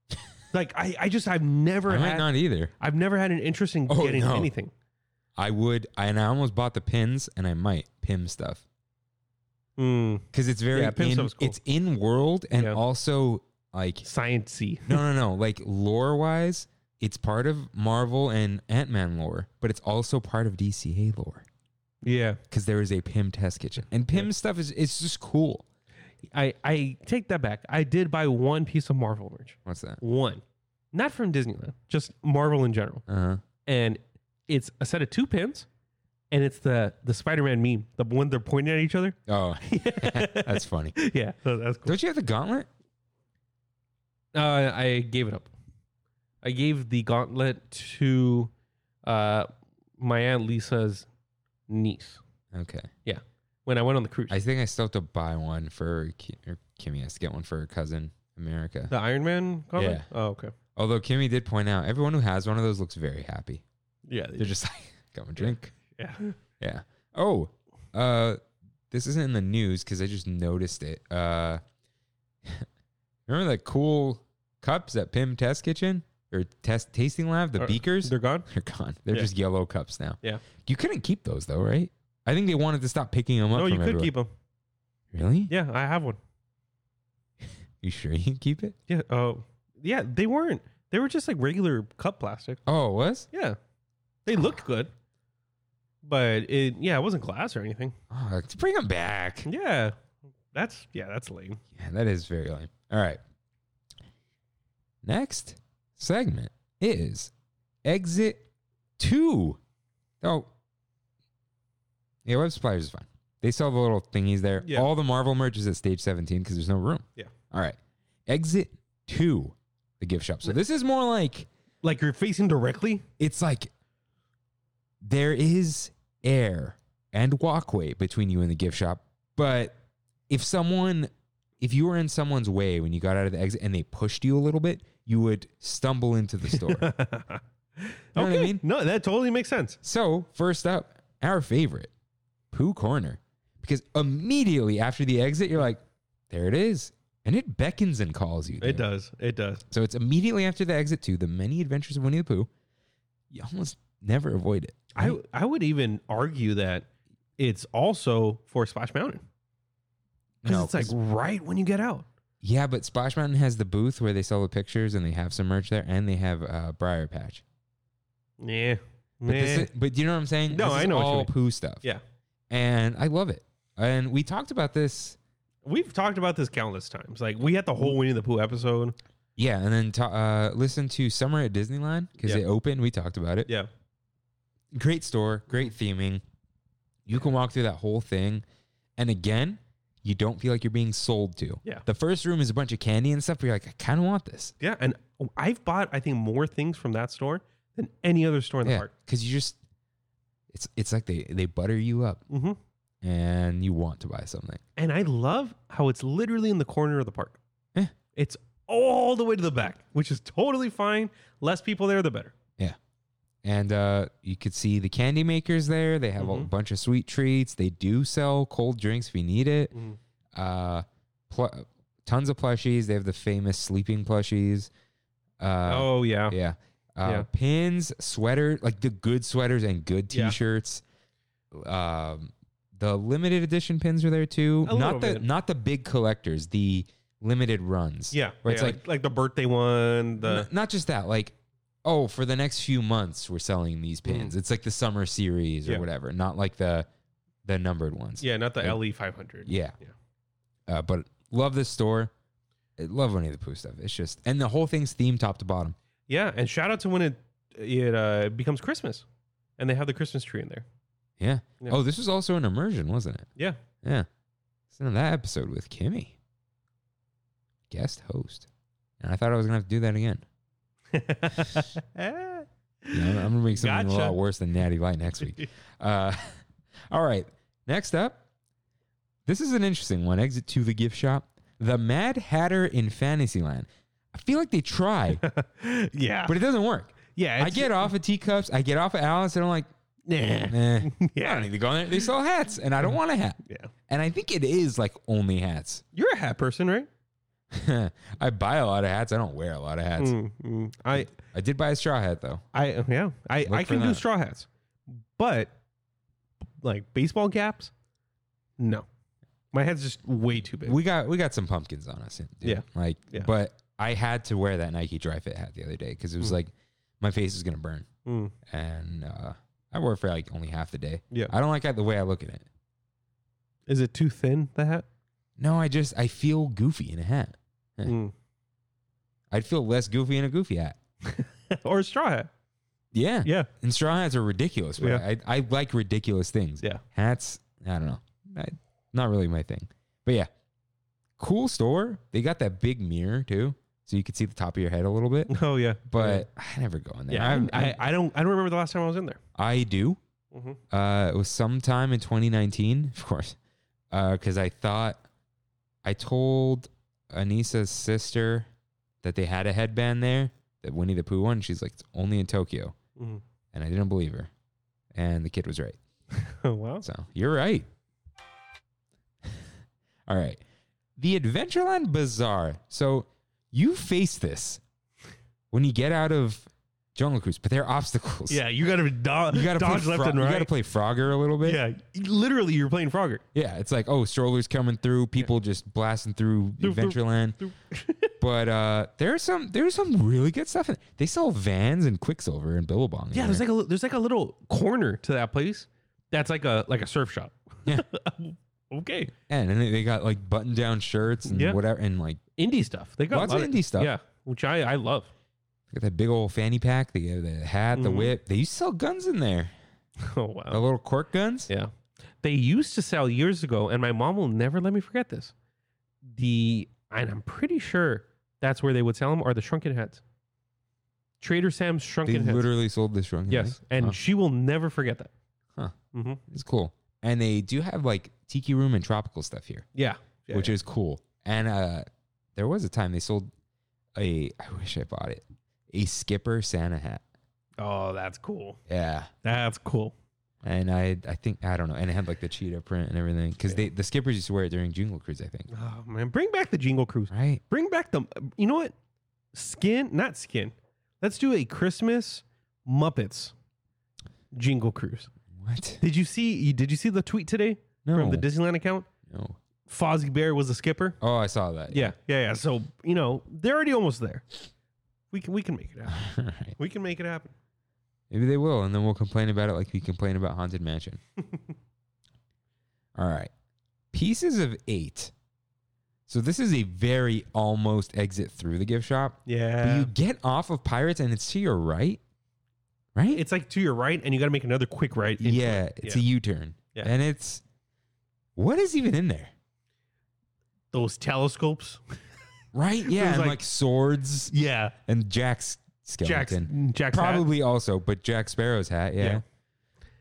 like I, I just I've never I might had not either. I've never had an interest in Oh, getting no. anything. I would, I, and I almost bought the pins, and I might pim stuff Mm, because it's very Yeah, pin in, stuff's cool. it's in world and Yeah. also like sciencey. No, no, no. Like lore wise, it's part of Marvel and Ant Man lore, but it's also part of DCA lore Yeah. because there is a Pym test kitchen, and Pym stuff is it's just cool. I, I take that back. I did buy one piece of Marvel merch. What's that? One. Not Uh-huh. from Disneyland, just Marvel in general. Uh huh. And it's a set of two pins and it's the the Spider-Man meme, the one they're pointing at each other. Oh, that's funny. Yeah, that- that's cool. Don't you have the gauntlet? Uh, I gave it up. I gave the gauntlet to uh, my aunt Lisa's niece Okay. when I went on the cruise. I think I still have to buy one for Ki- or Kimmy has to get one for her cousin America. the Iron Man gauntlet. Yeah. Oh, okay. Although Kimmy did point out, everyone who has one of those looks very happy. Yeah, They're just like, "Come and drink." yeah. Yeah. Oh, uh, this isn't in the news because I just noticed it. Uh, remember the cool cups at Pim Test Kitchen or Test Tasting Lab? The Are- beakers? They're, Uh, They're gone. gone. They're Yeah. just yellow cups now. Yeah. You couldn't keep those though, right? I think they wanted to stop picking them up. No, from you could everyone. keep them. Really? Yeah, I have one. You sure you can keep it? Yeah. Oh, yeah. They weren't. They were just like regular cup plastic. Oh, it was. Yeah, they looked good, but it yeah, it wasn't glass or anything. Oh, let's bring them back. Yeah, that's yeah, that's lame. Yeah, that is very lame. All right. Next segment is exit two. Oh, yeah, web suppliers is fine. They sell the little thingies there. Yeah. All the Marvel merch is at stage 17 because there's no room. Yeah. All right. Exit two, the gift shop. So this is more like Like you're facing directly. it's like there is air and walkway between you and the gift shop, but if someone if you were in someone's way when you got out of the exit and they pushed you a little bit, you would stumble into the store. okay. know what I mean? No, that totally makes sense. so, first up, our favorite, Pooh Corner. Because immediately after the exit, you're like, there it is. And it beckons and calls you. there. It does. It does. So it's immediately after the exit to the many adventures of Winnie the Pooh. You almost never avoid it. I right? I would even argue that it's also for Splash Mountain because No, it's like 'cause- right when you get out. Yeah, but Splash Mountain has the booth where they sell the pictures and they have some merch there and they have uh, Briar Patch. Yeah. But, this is- but you know what I'm saying? No, This is I know what you all mean. poo stuff. yeah. And I love it. And we talked about this. We've talked about this countless times. Like we had the whole Winnie the Pooh episode. Yeah, and then ta- uh, listen to Summer at Disneyland because Yeah. they opened. We talked about it. Yeah. Great store, great theming. You can walk through that whole thing. And again, you don't feel like you're being sold to. Yeah. The first room is a bunch of candy and stuff, but you're like, I kind of want this. Yeah, and I've bought I think more things from that store than any other store in the park. Because you just, it's it's like they, they butter you up. Mm-hmm. and you want to buy something. And I love how it's literally in the corner of the park. Yeah. It's all the way to the back, which is totally fine. Less people there, the better. And uh, you could see the candy makers there. They have a Mhm. bunch of sweet treats. They do sell cold drinks if you need it. Mhm. Uh, pl- tons of plushies. They have the famous sleeping plushies. Uh, oh yeah. yeah. Uh, Yeah. Pins, sweater, like the good sweaters and good Yeah. t-shirts. Um, the limited edition pins are there too. A little not the bit. not the big collectors. The limited runs. Yeah. where yeah, it's like like the birthday one, N- the not just that, like, oh, for the next few months we're selling these pins. It's like the summer series or Mm-hmm. Yeah. whatever, not like the the numbered ones. yeah, not the Yeah. LE five hundred. Yeah. Yeah. Uh, but love this store. I love Winnie the Pooh stuff. It's just and the whole thing's themed top to bottom. Yeah, and shout out to when it it uh, becomes Christmas, and they have the Christmas tree in there. Yeah. Yeah. Oh, this was also an immersion, wasn't it? Yeah. Yeah. Listen to that episode with Kimmy, guest host. And I thought I was gonna have to do that again. Yeah, I'm, I'm gonna make something a Gotcha. lot worse than Natty Light next week. Uh, all right. Next up, this is an interesting one. Exit to the gift shop. The Mad Hatter in Fantasyland. I feel like they try, yeah. but it doesn't work. yeah. I it's- get off of teacups. I get off of Alice, and I'm like, Nah. eh, I Yeah. don't need to go in there. They sell hats, and I don't want a hat. Yeah. And I think it is like only hats. You're a hat person, right? I buy a lot of hats. I don't wear a lot of hats. Mm, mm. I, I did buy a straw hat though. I, yeah, I, Look I for can do that. straw hats, but like baseball caps, no, my head's just way too big. we got we got some pumpkins on us. dude. Yeah. like Yeah. but I had to wear that Nike Dry Fit hat the other day because it was Mm. like my face is gonna burn, Mm, and uh, I wore it for like only half the day. yeah, I don't like the way I look in it. is it too thin the hat? No, I just I feel goofy in a hat. Mm. I'd feel less goofy in a goofy hat. or a straw hat? Yeah. Yeah. And straw hats are ridiculous, but Yeah. I, I like ridiculous things. Yeah. Hats, I don't know. I, not really my thing. But yeah. Cool store. They got that big mirror too. So you could see the top of your head a little bit. Oh yeah. But I never go in there. yeah, I'm- I, I, I don't I don't remember the last time I was in there. I do. Mhm. Uh, it was sometime in 2019, of course, because I thought I told Anissa's sister that they had a headband there, that Winnie the Pooh one. She's like, it's only in Tokyo, Mhm. and I didn't believe her, and the kid was right. Oh wow. So you're right. All right, the Adventureland Bazaar. So you face this when you get out of Jungle Cruise, but there are obstacles. Yeah, you gotta do- You gotta dodge play left Fro- and You gotta right. play Frogger a little bit. yeah, literally, you're playing Frogger. Yeah, it's like, oh, strollers coming through, people just blasting through Doop, doop, Adventureland. But uh, there's some there's some really good stuff in it. They sell vans and Quicksilver and Billabong. in Yeah, there's like a li- there's like a little corner to that place that's like a like a surf shop. Yeah. okay, and, and they- they got like button down shirts and Yeah. whatever and like indie stuff. They got Lots a lot of indie stuff. Yeah, which I I love. they got that big old fanny pack, they got the hat, the Mhm. whip. They used to sell guns in there. The Oh wow. little cork guns. Yeah, they used to sell years ago, and my mom will never let me forget this. The and I'm pretty sure that's where they would sell them are the shrunken heads. Trader Sam's They shrunken heads. literally sold this wrong. Yes, and she will never forget that. Huh. hmm it's cool. And they do have like tiki room and tropical stuff here. Yeah. Yeah, which is cool. And uh, there was a time they sold a. I wish I bought it. A Skipper Santa hat. Oh, that's cool. Yeah, That's cool. and I I think I don't know. And it had like the cheetah print and everything because they the skippers used to wear it during Jungle Cruise. I think. Oh man, bring back the Jingle Cruise. Right. Bring back the. You know what? Skin, not skin. Let's do a Christmas Muppets Jingle Cruise. What? Did you see? you- Did you see the tweet today No. from the Disneyland account? no. Fozzie Bear was the skipper. Oh, I saw that. Yeah, yeah, yeah. So you know they're already almost there. We can we can make it happen. Alright. We can make it happen. Maybe they will, and then we'll complain about it like we complain about Haunted Mansion. All right. Pieces of eight. So this is a very almost exit through the gift shop. But Yeah, you get off of Pirates and it's to your right, right? it's like to your right, and you got to make another quick right. into yeah, it. it's Yeah. a U turn. Yeah. And it's what is even in there? those telescopes. Right? Yeah, was and like, like- swords Yeah, and Jack's Jack's skeleton. Jack's hat. Probably also, but Jack Sparrow's hat, yeah. Yeah.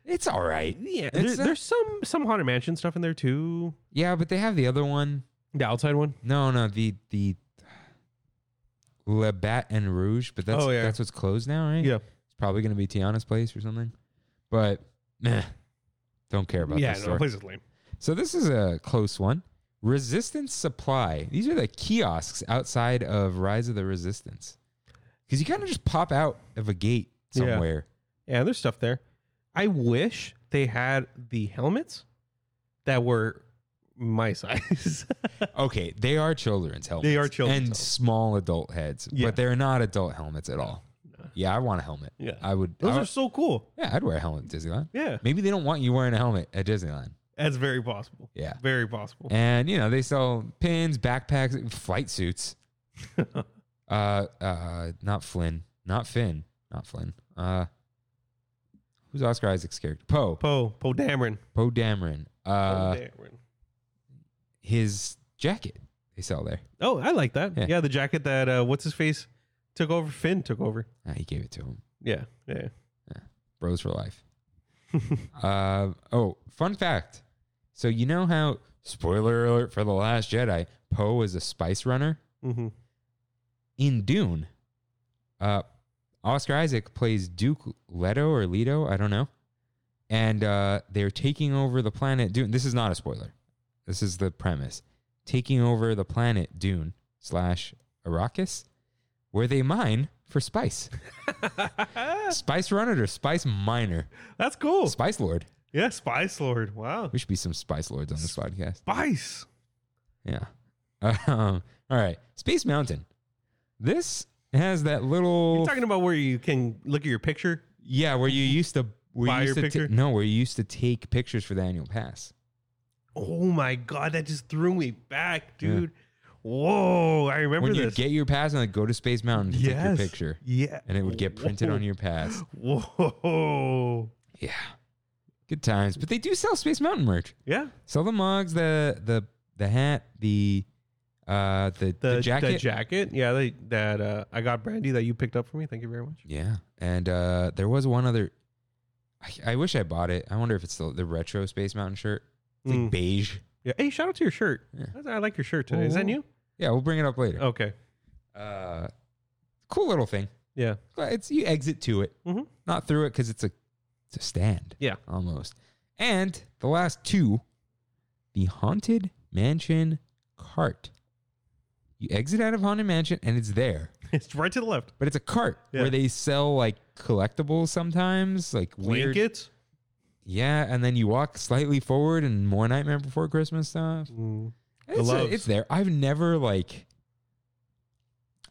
It's all right. Yeah, It's uh, there- not- there's some some haunted mansion stuff in there too. Yeah, but they have the other one. The outside one. No, no, the the Le Bat and Rouge, but that's Oh, yeah. that's what's closed now, right? Yeah. It's probably gonna be Tiana's place or something. But meh, don't care about yeah, this no, store. place is lame. So this is a close one. Resistance Supply. These are the kiosks outside of Rise of the Resistance. Because you kind of just pop out of a gate Yeah. somewhere. Yeah, there's stuff there. I wish they had the helmets that were my size. Okay, they are children's helmets. are children's and helmets. small adult heads, Yeah. but they're not adult helmets at all. Yeah, I want a helmet. Yeah. I would. I Those are would- so cool. yeah, I'd wear a helmet at Disneyland. Yeah, Maybe they don't want you wearing a helmet at Disneyland. that's very possible. Yeah. very possible. And you know they sell pins, backpacks, flight suits. uh, uh, not Flynn, not Finn, not Flynn. Uh, who's Oscar Isaac's character? Poe, Poe Poe Poe Dameron. Poe Dameron. Poe Uh, Dameron. his jacket they sell there. Oh, I like that. yeah. Yeah, the jacket that uh, what's his face took over. Finn took over. Ah, he gave it to him. Yeah, yeah. Bros for life. uh, oh, fun fact. So you know how spoiler alert for the Last Jedi, Poe is a spice runner. Mm-hmm. in Dune, uh, Oscar Isaac plays Duke Leto or Leto, I don't know, and uh, they're taking over the planet Dune. This is not a spoiler. This is the premise: taking over the planet Dune slash Arrakis, where they mine for spice, spice runner or spice miner, That's cool. spice lord. yeah, Spice Lord. Wow, We should be some spice lords on this podcast. Spice. Yeah. Um, all right, Space Mountain. This has that little You're talking about where you can look at your picture. Yeah, where you used to where Buy you used your to ta- picture? no, where you used to take pictures for the annual pass. Oh my god, that just threw me back, dude. Whoa, I remember when you this. get your pass and like go to Space Mountain to take your Yes. picture, yeah. and it would get printed on your pass. Whoa. Yeah, good times. But they do sell Space Mountain merch. Yeah. Sell the mugs, the the the hat, the uh the, the, The, jacket. The jacket. Yeah, they, that uh, I got brandy that you picked up for me. Thank you very much. yeah, and uh there was one other. I, I wish I bought it. I wonder if it's the, the retro Space Mountain shirt. It's like Mm. beige. Yeah. Hey, shout out to your shirt. Yeah. Oh. That's- I like your shirt today. Is that new? Yeah, we'll bring it up later. Okay. Oh. Uh, cool little thing. Yeah. But it's you exit to it, Mhm. not through it because it's a it's a stand. Yeah. almost. And the last two, the haunted mansion cart. You exit out of haunted mansion and it's there, It's right to the left. but it's a cart Yeah. where they sell like collectibles sometimes, like weird. Blankets. Yeah, and then you walk slightly forward and more Nightmare Before Christmas stuff. Mm. The It's, loves. it's there. I've never like.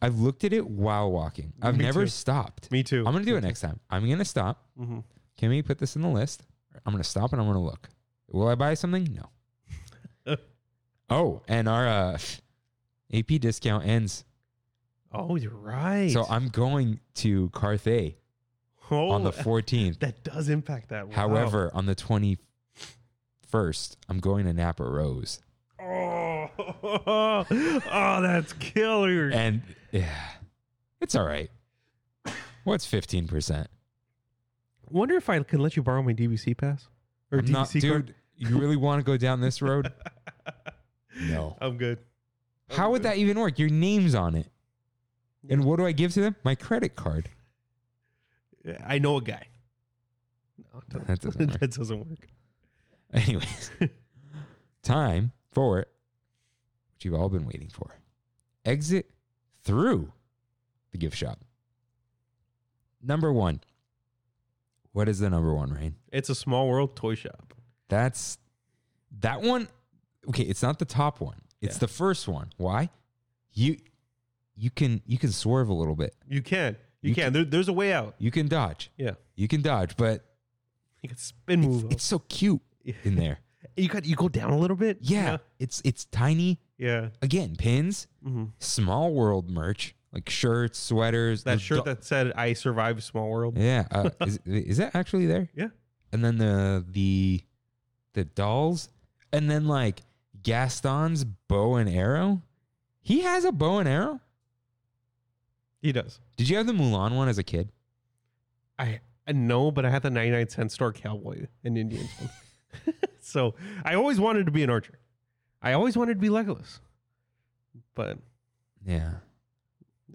I've looked at it while walking. I've Me never too. stopped. Me too. I'm gonna do it next time. I'm gonna stop. Mhm. Kimmy, put this in the list. I'm gonna stop and I'm gonna look. Will I buy something? No. oh, and our uh, AP discount ends, Oh, you're right. so I'm going to Carthay oh, on the 14th. that does impact that. Wow. However, on the 21st, I'm going to Napa Rose, oh, oh, that's killer. and yeah, it's all right. What's 15 percent? Wonder if I can let you borrow my DVC pass or DVC Not, card. dude. You really want to go down this road? No. I'm good. How would that even work? Your name's on it. And what do I give to them? My credit card. I know a guy. No, That it doesn't work. that doesn't work. Anyways, time for it, which you've all been waiting for. Exit through the gift shop. Number one. What is the number one, Rain? It's a small world toy shop. That's that one. Okay, it's not the top one. It's Yeah. the first one. Why? You you can you can swerve a little bit. You can. You, You can. can- There, there's a way out. You can dodge. Yeah. You can dodge, but You can spin it's, move. up. it's so cute in there. you got you go down a little bit. Yeah, it's it's tiny. Yeah. Again, pins, Mhm. small world merch like shirts, sweaters. That the shirt do- that said "I survived small world." yeah, uh, is, is that actually there? Yeah. And then the the the dolls, and then like Gaston's bow and arrow. He has a bow and arrow. He does. Did you have the Mulan one as a kid? I, I know, but I had the 99 cent store cowboy and Indians one. so I always wanted to be an archer. I always wanted to be Legolas. But Yeah.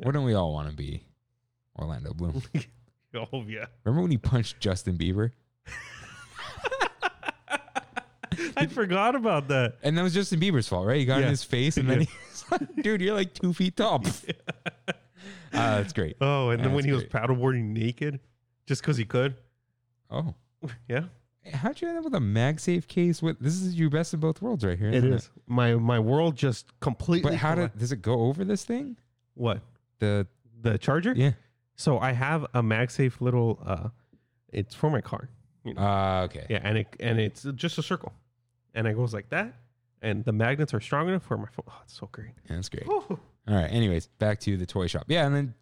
Wouldn't we all want to be Orlando Bloom? oh yeah. Remember when he punched Justin Bieber? I forgot about that. And that was Justin Bieber's fault, right? He got in Yeah. his face, and then Yeah. he's like, "Dude, you're like two feet tall." Pff. uh, that's great. Oh, and then Yeah, when that's he was great. paddleboarding naked, just because he could. Oh, Yeah, how'd you end up with a MagSafe case? With this is your best of both worlds, right here. it isn't is. My my world just completely. But how did colli- does it go over this thing? what The the charger? yeah. So I have a MagSafe little. uh It's for my car. You know? Uh, okay. Yeah, and it and it's just a circle, and it goes like that, and the magnets are strong enough for my phone. Oh, it's so great. That's great. Woo. All right. Anyways, back to the toy shop. Yeah, and then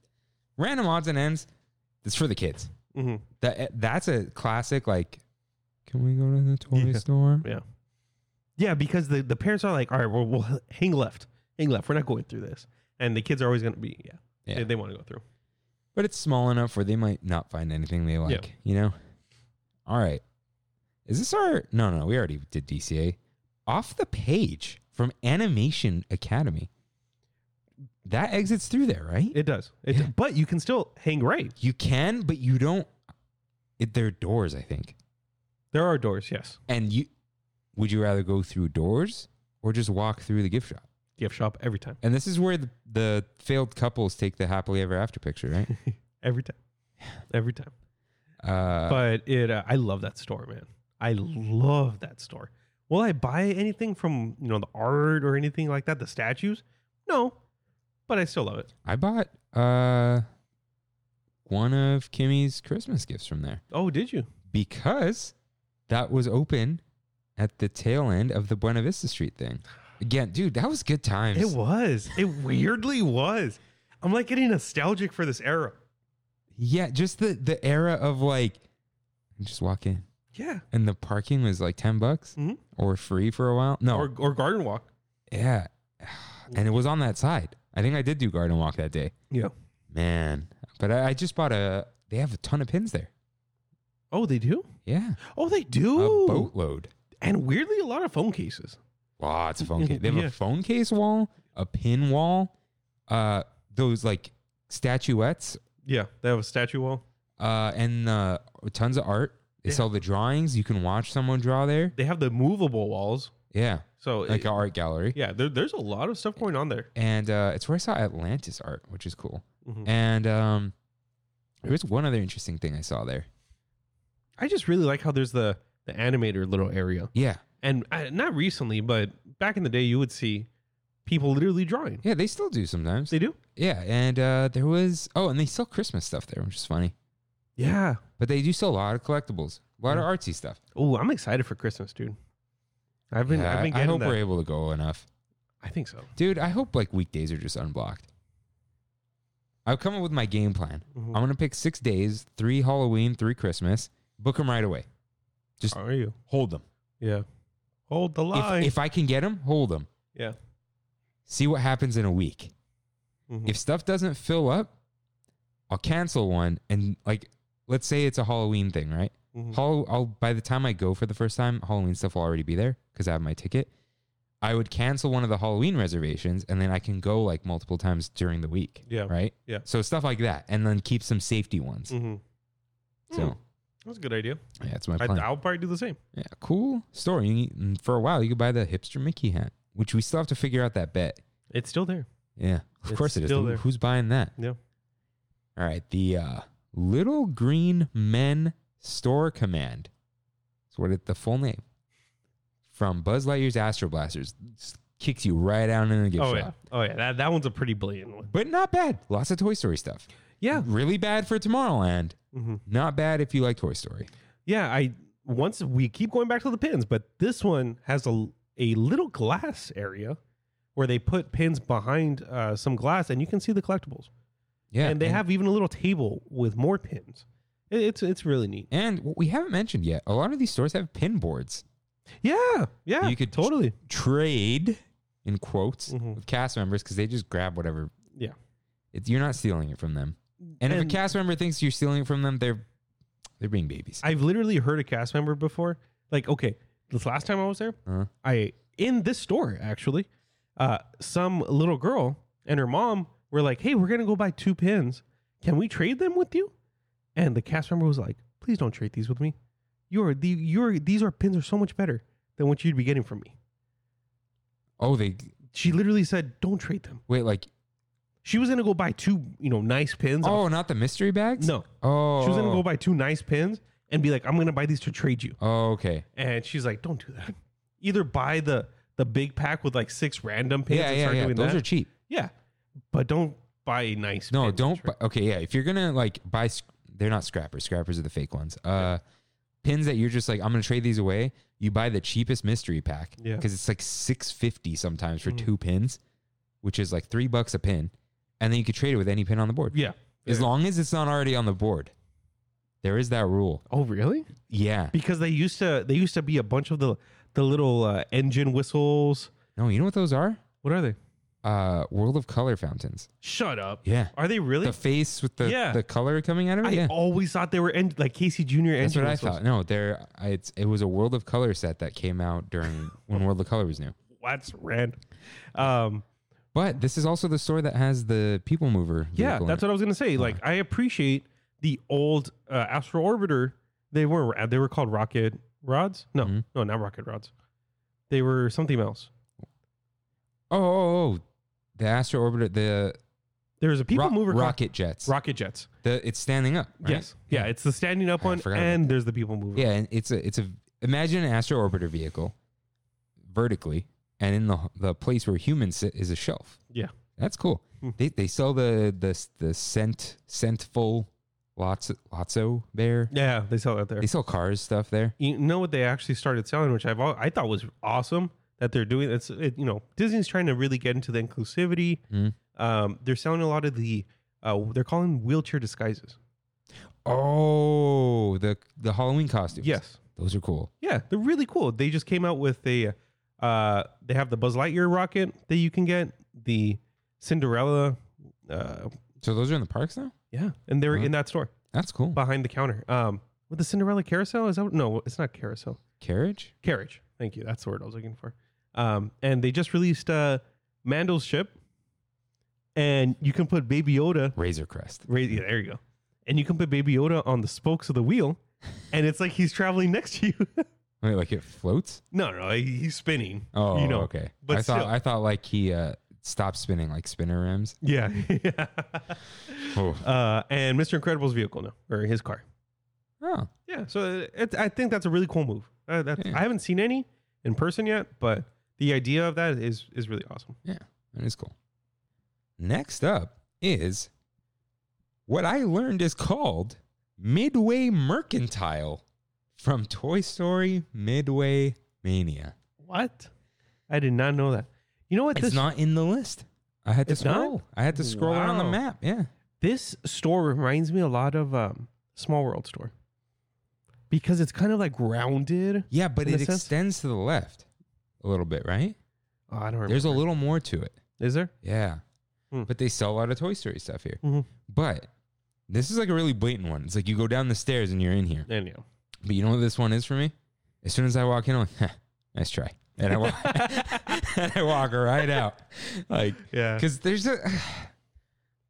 random odds and ends. It's for the kids. Mhm. That that's a classic. Like, can we go to the toy Yeah. store? Yeah, yeah, because the the parents are like, all right, well, we'll hang left, hang left. We're not going through this, and the kids are always going to be yeah. Yeah. They, they want to go through. But it's small enough where they might not find anything they like, you know? All right. Is this our no no, we already did DCA. Off the page from Animation Academy. That exits through there, right? It does. It Yeah. does. But you can still hang right. you can, but you don't it, there are doors, I think. There are doors, yes. And you would you rather go through doors or just walk through the gift shop? Gift shop every time. And this is where the, the failed couples take the happily ever after picture, right? Every time. Every time. Uh, but it uh, I love that store, man. I love that store. Will I buy anything from, you know, the art or anything like that, the statues? No. But I still love it. I bought uh one of Kimmy's Christmas gifts from there Oh, did you? because that was open at the tail end of the Buena Vista Street thing. Again, dude, that was good times. It was. It weirdly was. I'm like getting nostalgic for this era. Yeah, just the the era of like, just walk in, Yeah. and the parking was like ten bucks Mhm. or free for a while. No, Or or garden walk. yeah, and it was on that side. I think I did do garden walk that day, Yeah. man. But I, I just bought a. They have a ton of pins there. Oh, they do. Yeah, Oh, they a do. boatload. And weirdly, a lot of phone cases. Lots of phone case. They have Yeah. a phone case wall, a pin wall, uh, those like statuettes, Yeah, they have a statue wall. uh, and uh, tons of art. They Yeah. sell the drawings. You can watch someone draw there. They have the movable walls. Yeah, So like it- an art gallery. yeah, there, there's a lot of stuff going on there. and uh, it's where I saw Atlantis art, which is cool. Mhm. And um, there was one other interesting thing I saw there. I just really like how there's the the animator little area. Yeah, And I, not recently, but back in the day, you would see people literally drawing. yeah, they still do sometimes. They do. Yeah, and uh, there was oh, and they sell Christmas stuff there, which is funny. Yeah. But they do sell a lot of collectibles, a lot of artsy stuff. Oh, I'm excited for Christmas, dude. I've been Yeah, I've been I getting hope that. we're able to go enough, I think so. dude. I hope like weekdays are just unblocked. I've come up with my game plan. Mhm. I'm gonna pick six days: three Halloween, three Christmas. Book them right away. Just How are you? hold them. Yeah. Hold the line. If, if I can get them, hold them. yeah. See what happens in a week. Mhm. If stuff doesn't fill up, I'll cancel one and like let's say it's a Halloween thing, right? Mhm. Hall- I'll by the time I go for the first time, Halloween stuff will already be there because I have my ticket. I would cancel one of the Halloween reservations and then I can go like multiple times during the week. Yeah. Right? Yeah. So stuff like that. And then keep some safety ones. Mhm. So That's Mm. a good idea. yeah, that's my I, plan. I'll probably do the same. yeah, cool story. You- and For a while you could buy the hipster Mickey hat, which we still have to figure out that bet. It's still there. Yeah. Of It's course it is. still Who- there. Who's buying that? Yeah. All right, the uh, Little Green Men Store Command. That's what it, the full name from Buzz Lightyear's Astro Blasters Just kicks you right down in the gift Oh shop. yeah. Oh yeah. That that one's a pretty blatant one. But not bad. Lots of Toy Story stuff. Yeah. Really bad for Tomorrowland. Mm-hmm. Not bad if you like Toy Story. Yeah. I once we keep going back to the pins, but this one has a a little glass area where they put pins behind uh, some glass, and you can see the collectibles. Yeah, and they have even a little table with more pins. It, it's it's really neat. And what we haven't mentioned yet, a lot of these stores have pin boards. Yeah. Yeah. You could- totally. Trade in quotes Mhm. with cast members because they just grab whatever. Yeah. It's, you're not stealing it from them. And, if a And- cast member thinks you're stealing it from them, they're they're being babies. I've literally heard a cast member before. Like, okay, this last time I was there, Uh-huh. I in this store actually, uh, some little girl and her mom were like, "Hey, we're gonna go buy two pins. Can we trade them with you?" And the cast member was like, "Please don't trade these with me. You're the you're these are pins are so much better than what you'd be getting from me." Oh, they She literally said, "Don't trade them." wait like She was gonna go buy two, you know, nice pins. oh, not the mystery bags. no, Oh, she was gonna go buy two nice pins and be like, "I'm gonna buy these to trade you." Oh, okay. and she's like, "Don't do that. Either buy the the big pack with like six random pins yeah, and yeah, start yeah. doing Those that. are cheap. yeah, but don't buy a nice. No, pin, don't. Sure. Buy, okay, yeah. If you're gonna like buy, sc- they're not scrappers. Scrappers are the fake ones. Uh, pins that you're just like, I'm gonna trade these away. You buy the cheapest mystery pack Yeah. because it's like six fifty sometimes for Mhm. two pins, which is like three bucks a pin, and then you could trade it with any pin on the board. yeah. As Yeah. long as it's not already on the board. There is that rule. Oh, really? Yeah. Because they used to they used to be a bunch of the the little uh, engine whistles. No, you know what those are? What are they? Uh, World of Color fountains. Shut up. Yeah. Are they really? The face with the, Yeah. the color coming out of it. I yeah. always thought they were en- like Casey Junior engine That's what I whistles. thought. No, there I- it's it was a World of Color set that came out during when World of Color was new. That's random. Um, But this is also the store that has the People Mover. yeah, vehicle in that's it. what I was gonna say. Like, I appreciate the old uh, Astro Orbiter. They were not they were called rocket rods. No, Mhm. no, not rocket rods. They were something else. oh, oh, oh, the Astro Orbiter, the There was a people ro- mover called- rocket jets. rocket jets. the, it's standing up. right? Yes, yeah, it's the standing up I one, forgot about and there's the people mover. Yeah, and it's a it's a imagine an Astro Orbiter vehicle vertically, and in the the place where humans sit is a shelf. Yeah. That's cool. Hmm. They they sell the the the scent scentful lots lotso there. yeah, they sell that there. They sell cars stuff there. You know what they actually started selling, which I've al- I thought was awesome that they're doing. It's it, you know Disney's trying to really get into the inclusivity. Mhm. Um, they're selling a lot of the uh, they're calling wheelchair disguises. Oh, the the Halloween costumes. Yes, those are cool. yeah, they're really cool. They just came out with a uh, they have the Buzz Lightyear rocket that you can get the Cinderella. Uh, So those are in the parks now. yeah, and they're Wow. in that store That's cool. behind the counter. Um, with the Cinderella carousel is that? what- No, it's not carousel. Carriage. carriage. Thank you. That's the word I was looking for. Um, and they just released uh, Mandel's ship, and you can put Baby Yoda. Razor Crest. Right, yeah, there you go. And you can put Baby Yoda on the spokes of the wheel, and it's like he's traveling next to you. Wait, like it floats? no, no, he- he's spinning. Oh, you know, okay. but I thought still. I thought like he uh stopped spinning like spinner rims. Yeah. Oh, uh, and Mr. Incredible's vehicle now, or his car. oh, Yeah. So it, I think that's a really cool move. Uh, that's, Yeah. I haven't seen any in person yet, but the idea of that is is really awesome. that is cool. Next up is what I learned is called Midway Mercantile from Toy Story Midway Mania. What? I did not know that. You know what? It's this not in the list. I had to It's not? scroll. I had to scroll around the Wow. map. Yeah. this store reminds me a lot of um, Small World store because it's kind of like rounded. Yeah, but In it a sense? extends to the left a little bit, right? Oh, I don't remember. There's a little more to it. Is there? Yeah. Hmm. But they sell a lot of Toy Story stuff here. Mhm. But this is like a really blatant one. It's like you go down the stairs and you're in here. Anyhow, But you know what this one is for me? As soon as I walk in, I'm like, huh, nice try. And I walk, and I walk right out. Like, yeah. because there's a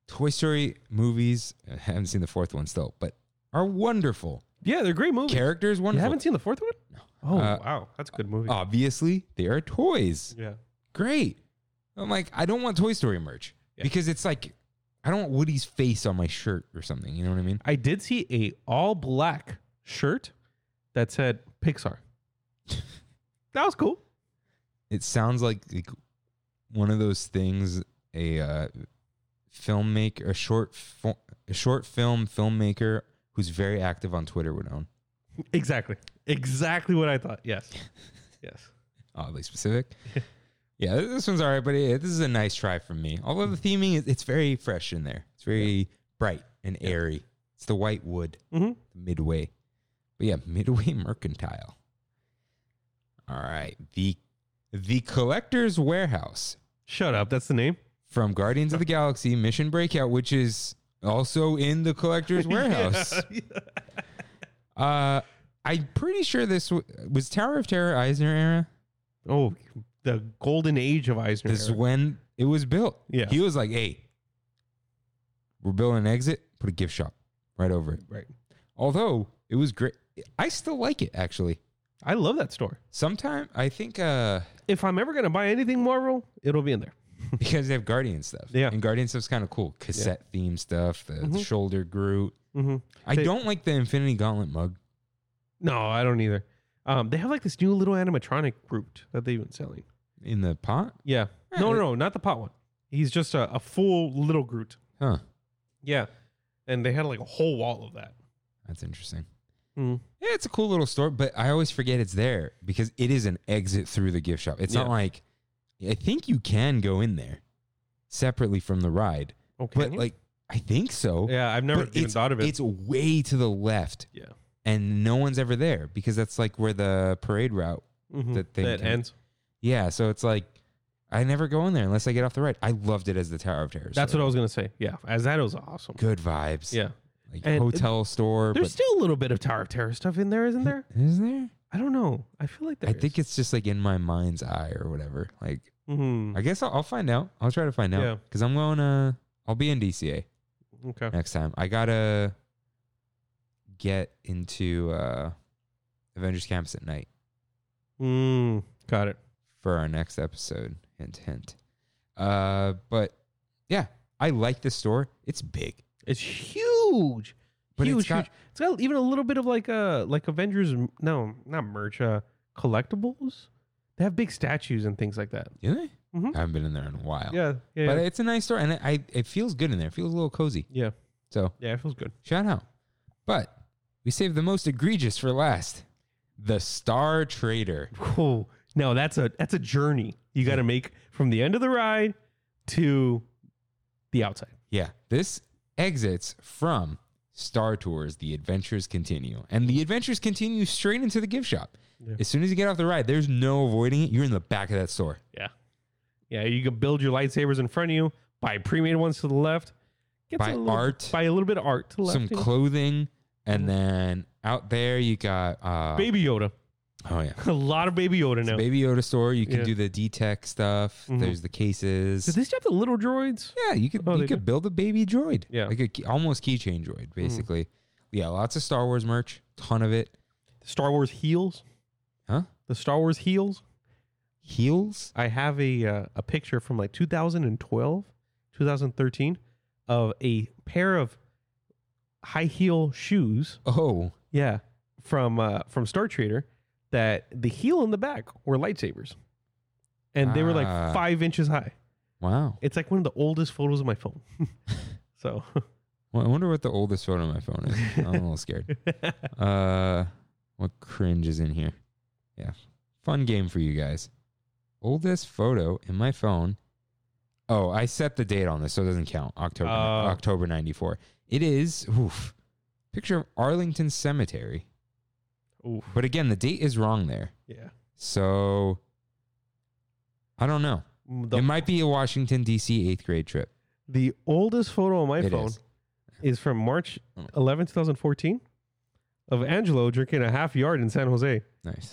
Toy Story movies. I haven't seen the fourth one still, but are wonderful. Yeah, they're great movies. Characters, you wonderful. haven't seen the fourth one? No. Oh Uh, wow, that's a good movie. Obviously, they are toys. yeah. Great. I'm like, I don't want Toy Story merch Yeah. because it's like, I don't want Woody's face on my shirt or something. You know what I mean? I did see a all black shirt that said Pixar. that was cool. It sounds like, like one of those things a uh, filmmaker, a short, fo- a short film filmmaker who's very active on Twitter would own. Exactly. Exactly what I thought. Yes. yes. oddly specific. yeah, th- this one's all right, but it, this is a nice try from me. Although the theming is, it's very fresh in there. It's very bright and airy. It's the white wood Mhm. midway, but yeah, midway mercantile. All right, the the collector's warehouse Shut up. That's the name. from Guardians of the Galaxy Mission Breakout, which is also in the collector's warehouse. Yeah. Uh, I'm pretty sure this w- was Tower of Terror Eisner era. Oh, the golden age of Eisner. This is era. when it was built. Yeah. He was like, hey, we're building an exit, put a gift shop right over it. right. Although it was great. I still like it actually. I love that store. Sometime I think uh If I'm ever gonna buy anything Marvel, it'll be in there. because they have Guardian stuff. Yeah. And Guardian stuff's kind of cool. Cassette theme stuff, the Mhm. shoulder Groot. Mm-hmm. I They- don't like the Infinity Gauntlet mug. No, I don't either. Um, they have like this new little animatronic brute that they've been selling. In the pot? Yeah. No, no, no, not the pot one. He's just a, a full little Groot. Huh. Yeah. And they had like a whole wall of that. That's interesting. Mm. Yeah, it's a cool little store, but I always forget it's there because it is an exit through the gift shop. It's not Yeah. like I think you can go in there separately from the ride, Okay. but like I think so. yeah, I've never but even it's, thought of it. It's way to the left, yeah. and no one's ever there because that's like where the parade route. Mhm. That thing that can- ends. Yeah, so it's like I never go in there unless I get off the ride. I loved it as the Tower of Terror. That's what I was gonna say. Yeah. As that was awesome. Good vibes. Yeah. like And hotel store. There's But still a little bit of Tower of Terror stuff in there, isn't there? is there? I don't know. I feel like there I think it's just like in my mind's eye or whatever. Like hmm I guess I'll, I'll find out. I'll try to find out Yeah. because I'm going to. I'll be in DCA Okay. next time. I gotta get into uh, Avengers Campus at night Mm, got it. for our next episode. Hint, hint. Uh, but yeah, I like this store. It's big, It's huge. but huge, it's got huge. It's got even a little bit of like uh like Avengers no, not merch, uh collectibles. They have big statues and things like that. do they? Mhm. I haven't been in there in a while. Yeah. Yeah. Oh. but yeah. it's a nice store, and I it feels good in there. It feels a little cozy. yeah. So Yeah, it feels good. shout out. But we saved the most egregious for last. The Star Trader. Oh, No, that's a that's a journey you got to make from the end of the ride to the outside. Yeah, this exits from Star Tours. The adventures continue, and the adventures continue straight into the gift shop. As soon as you get off the ride, there's no avoiding it. You're in the back of that store. Yeah, yeah. You can build your lightsabers in front of you. Buy pre-made ones to the left. Get Buy a little, art. Buy a little bit of art to the left. Some you know. clothing, and then out there you got uh, Baby Yoda. Oh yeah, A lot of Baby Yoda now. Baby Yoda store. You can Yeah. do the D Tech stuff. Mhm. There's the cases. Did they stop the little droids? yeah, you could Oh, you they could build a baby droid. Yeah. Mm. like a key, almost keychain droid, basically. Yeah, lots of Star Wars merch, ton of it. Star Wars heels. Huh? The Star Wars heels. Heels. I have a uh, a picture from like 2012, 2013 of a pair of high heel shoes. Oh, Yeah, from uh, from Star Trader that the heel and the back were lightsabers, and they were like Ah. five inches high. wow. It's like one of the oldest photos of my phone. so Well, I wonder what the oldest photo on my phone is. I'm a little scared. Uh, what cringe is in here? Yeah, fun game for you guys. Oldest photo in my phone. Oh, I set the date on this, so it doesn't count. October, Oh. October '94. It is. Oof. Picture of Arlington Cemetery. Oof. But again, the date is wrong there. yeah, So I don't know. Mm, the, it might be a Washington D.C. eighth grade trip. the oldest photo on my It phone is. Mm. is. from March 11, 2014, of Angelo drinking a half yard in San Jose. Nice.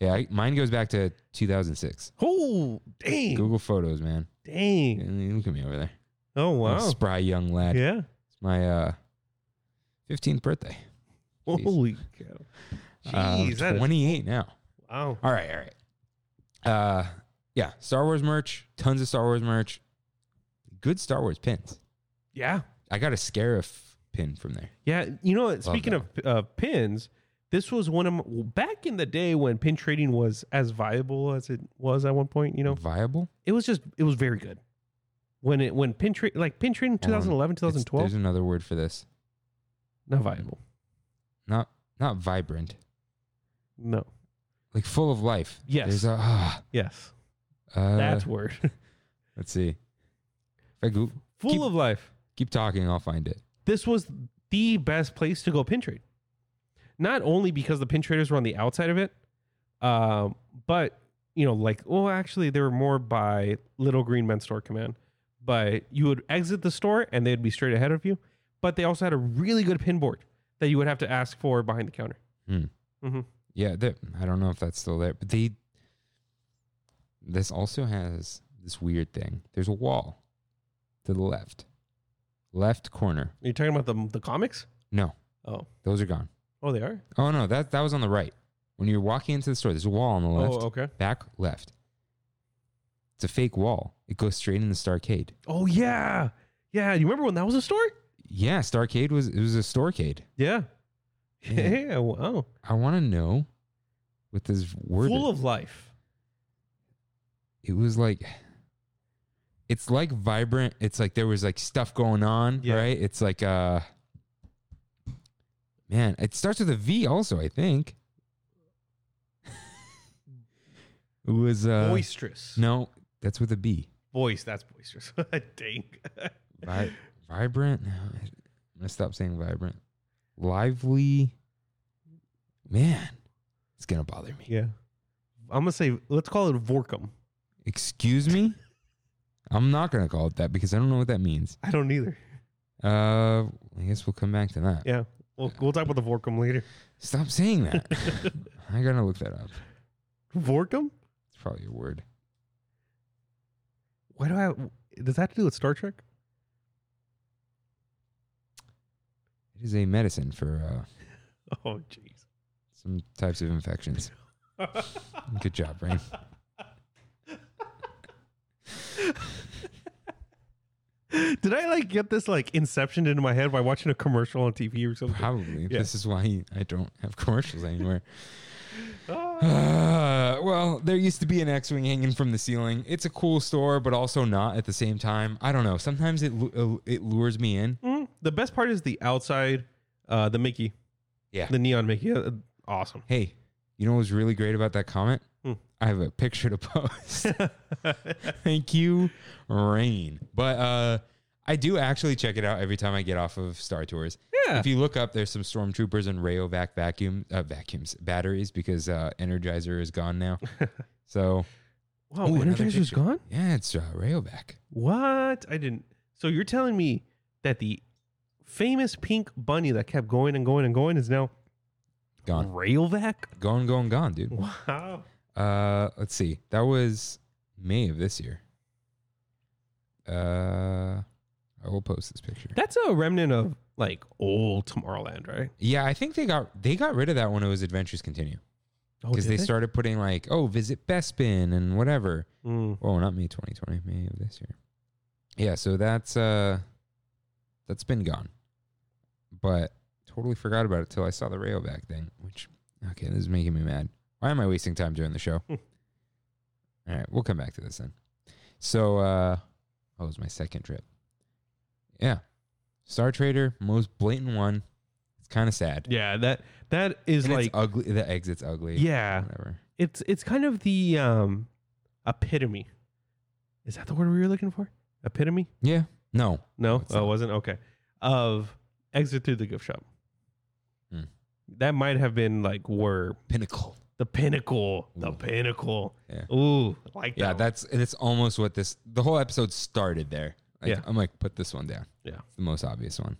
yeah, I, mine goes back to 2006. Oh, dang. Google Photos, man. Dang. And Look at me over there. Oh, I'm a wow. spry young lad. Yeah. It's my uh, 15th birthday. Jeez. Holy cow. Um, Jeez, that is- 28 now. wow. All right, all right. Uh, yeah, Star Wars merch. Tons of Star Wars merch. Good Star Wars pins. Yeah. I got a Scarif pin from there. Yeah. You know, what? speaking of uh, pins, this was one of my, well, back in the day when pin trading was as viable as it was at one point, you know, Viable? it was just, it was very good. When it, when pin trade, like pin trading Hold on. 2011, It's- There's 2012, another word for this. not viable. Not not vibrant. No. Like full of life. Yes. There's a, ah, Yes. uh, That's word. Let's see. If I go, Full keep- of life. keep talking, I'll find it. this was the best place to go pin trade. Not only because the pin traders were on the outside of it, um, but you know, like, well, actually, they were more by Little Green Men Store Command. But you would exit the store and they'd be straight ahead of you. But they also had a really good pin board that you would have to ask for behind the counter. Hmm. Mm-hmm. Yeah, that, I don't know if that's still there, but they. This also has this weird thing. There's a wall to the left, left corner. You're talking about the the comics? No, Oh, those are gone. oh, they are. Oh no, that that was on the right. When you're walking into the store, there's a wall on the left, Oh, okay. back left. It's a fake wall. It goes straight in the Starcade. Oh yeah, yeah. You remember when that was a store? Yeah, Starcade was it was a storecade. Yeah. Yeah. Yeah. wow. I want to know what this word. Full is. of life. it was like it's like vibrant it's like there was like stuff going on Yeah. right it's like uh man it starts with a v also i think it was uh Boisterous. no that's with a b Voice, that's boisterous. Dang. Vi- vibrant no, i'm gonna stop saying vibrant lively man it's gonna bother me yeah. I'm gonna say let's call it Vorkum. excuse me i'm not gonna call it that because i don't know what that means I don't either. Uh, I guess we'll come back to that. Yeah. We'll we'll talk about the Vorkum later. Stop saying that. I gotta look that up. Vorkum? It's probably a word. Why do I does that have to do with Star Trek? It is a medicine for uh, Oh jeez. some types of infections. Good job, Rain. Did I like get this like inception into my head by watching a commercial on TV or something? Probably. Yeah. This is why I don't have commercials anywhere. Ah. Uh, well, there used to be an X-wing hanging from the ceiling. It's a cool store, but also not at the same time. I don't know. Sometimes it lu- it lures me in. Mm, the best part is the outside, uh the Mickey. Yeah. The neon Mickey. Uh, awesome. Hey, you know what was really great about that comment? Hmm. I have a picture to post. Thank you, Rain. But uh, I do actually check it out every time I get off of Star Tours. Yeah. If you look up, there's some stormtroopers and Rayovac vacuum uh, vacuums batteries because uh, Energizer is gone now. so Wow, Ooh, another Energizer's picture. gone? yeah, it's uh, Rayovac. What? I didn't. So you're telling me that the famous pink bunny that kept going and going and going is now Gone, Railvac? gone, gone, gone, dude. Wow. Uh, let's see. That was May of this year. Uh, I will post this picture. That's a remnant of like old Tomorrowland, right? Yeah, I think they got they got rid of that when it was Adventures Continue Oh, because did they, started putting like, oh, visit Bespin and whatever. Mm. Oh, not May 2020, May of this year. Yeah, so that's uh that's been gone, but totally forgot about it till I saw the Railback thing. Which okay, this is making me mad. Why am I wasting time doing the show? All right, we'll come back to this then. So uh that was my second trip. Yeah, Star Trader, most blatant one. It's kind of sad. Yeah, that that is And like it's ugly. The exit's ugly. yeah, Whatever. it's it's kind of the um epitome. Is that the word we were looking for? Epitome? Yeah. No. No, It's oh, it not. wasn't okay. Of exit through the gift shop. Hmm. That might have been like where Pinnacle. the pinnacle, the Ooh. pinnacle. Yeah. Ooh, I like that. Yeah. one. That's that's almost what this. The whole episode started there. Like, Yeah. I'm like, put this one down. Yeah. It's the most obvious one.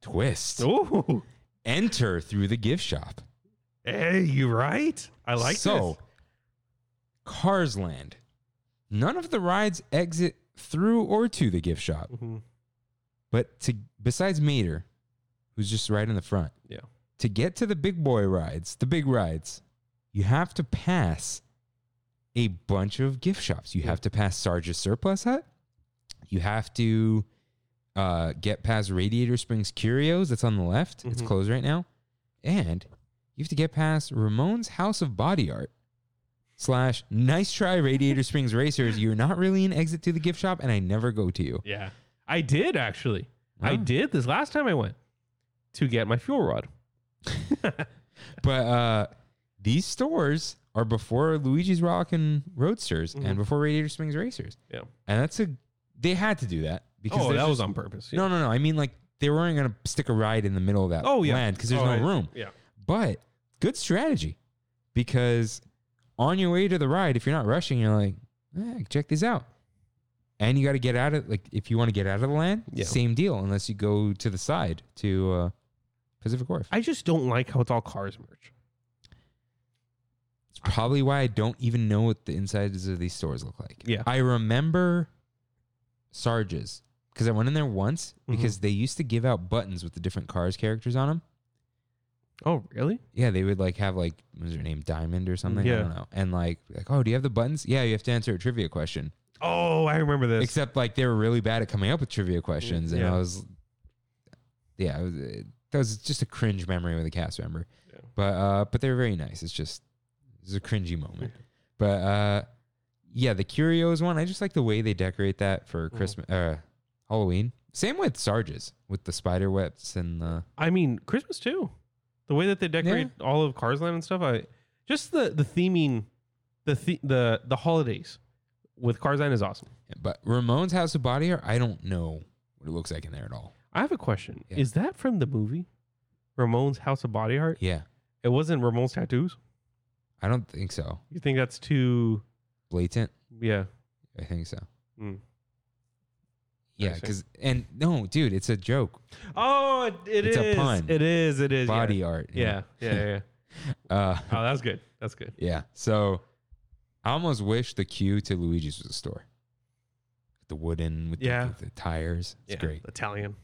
Twist. Ooh, Enter through the gift shop. hey, you right? I like so. this. Cars Land. None of the rides exit through or to the gift shop, Mhm. but to besides Mater, who's just right in the front. Yeah. to get to the big boy rides, the big rides, you have to pass a bunch of gift shops. You have to pass Sarge's Surplus Hut. You have to uh, get past Radiator Springs Curios. That's on the left. It's Mhm. closed right now. And you have to get past Ramon's House of Body Art slash Nice Try Radiator Springs Racers. You're not really an exit to the gift shop, and I never go to you. Yeah, I did actually. I Wow. did this last time I went to get my fuel rod. But uh, these stores are before Luigi's Rockin' Roadsters Mhm. and before Radiator Springs Racers. Yeah. And that's a they had to do that because oh, that there's was just- on purpose. No, no, no. I mean like they weren't going to stick a ride in the middle of that Oh yeah. land because there's Oh, no I- room. Yeah. But good strategy because on your way to the ride, if you're not rushing, you're like, eh, check these out. And you got to get out of like if you want to get out of the land, Yeah. same deal. Unless you go to the side to uh, Pacific Wharf. I just don't like how it's all cars merch. It's probably why I don't even know what the insides of these stores look like. Yeah. I remember Sarge's because I went in there once because they used to give out buttons with the different cars characters on them. Oh, really? Yeah, they would like have like what was her name Diamond or something. I Yeah. don't know. And like like oh, do you have the buttons? Yeah, you have to answer a trivia question. Oh, I remember this. Except like they were really bad at coming up with trivia questions, and yeah. I was yeah, it was, it, that was just a cringe memory with a cast member. Yeah. But uh, but they were very nice. It's just it's a cringy moment. But uh, yeah, the Curios one, I just like the way they decorate that for Mm-hmm. Christmas, uh, Halloween. Same with Sarge's with the spider webs and the I mean, Christmas too. The way that they decorate all of Carsland and stuff, I just the the theming, the the the, the holidays with Carsland is awesome. but Ramon's House of Body Art. I don't know what it looks like in there at all. I have a question. Yeah. Is that from the movie Ramon's House of Body Art? Yeah, It wasn't Ramon's tattoos. I don't think so. You think that's too? Blatant, Yeah. I think so. Mm. Yeah, see. because and no, dude, it's a joke. Oh, it, it It's a is. pun. It is. It is. Body Yeah. art. you Yeah. Yeah. Yeah. yeah. know. Uh, oh, that's good. That's good. yeah. So I almost wish the queue to Luigi's was a store. The wooden with the- Yeah. the, tires. It's yeah. great. Italian.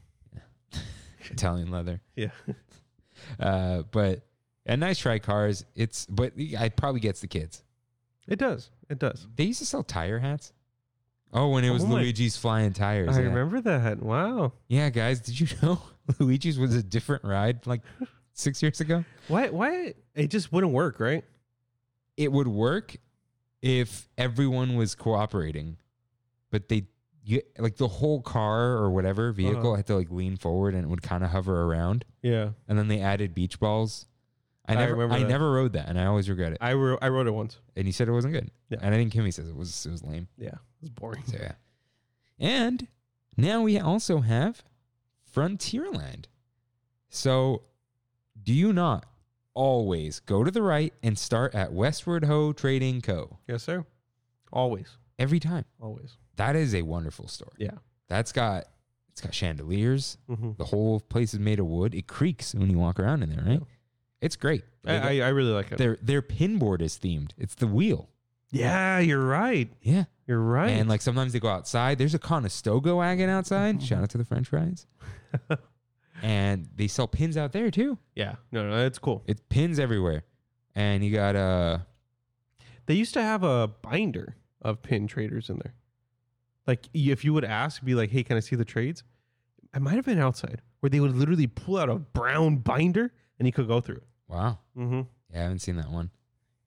Italian leather. Yeah. Uh, but and nice try cars. It's but it probably gets the kids. It does. It does. They used to sell tire hats. Oh, when it was Oh my- Luigi's flying tires. I yeah. remember that. Wow. Yeah, guys, did you know Luigi's was a different ride like six years ago? Why? Why? It just wouldn't work, right? it would work if everyone was cooperating, but they you, like the whole car or whatever vehicle Uh-huh. had to like lean forward and it would kind of hover around. Yeah. And then they added beach balls, I I never, remember I that. never rode that, and I always regret it. I, wrote I wrote it once. and you said it wasn't good. Yeah. And I think Kimmy says it was it was lame. Yeah, it's boring. So yeah. And now we also have Frontierland. So do you not always go to the right and start at Westward Ho Trading Co. Yes, sir. Always, every time? always. That is a wonderful store. Yeah. That's got it's got chandeliers. Mm-hmm. The whole place is made of wood. It creaks when you walk around in there, right? It's great. I, I, I really like it. their their pinboard is themed. It's the wheel. yeah, you're right. Yeah. You're right. And like sometimes they go outside. There's a Conestoga wagon outside. Shout out to the French fries. and they sell pins out there too. yeah, no, no, it's cool. It's pins everywhere. And you got uh They used to have a binder of pin traders in there. Like y- if you would ask, be like, "Hey, can I see the trades?" I might have been outside where they would literally pull out a brown binder and you could go through it. wow. Mm-hmm. Yeah, I haven't seen that one.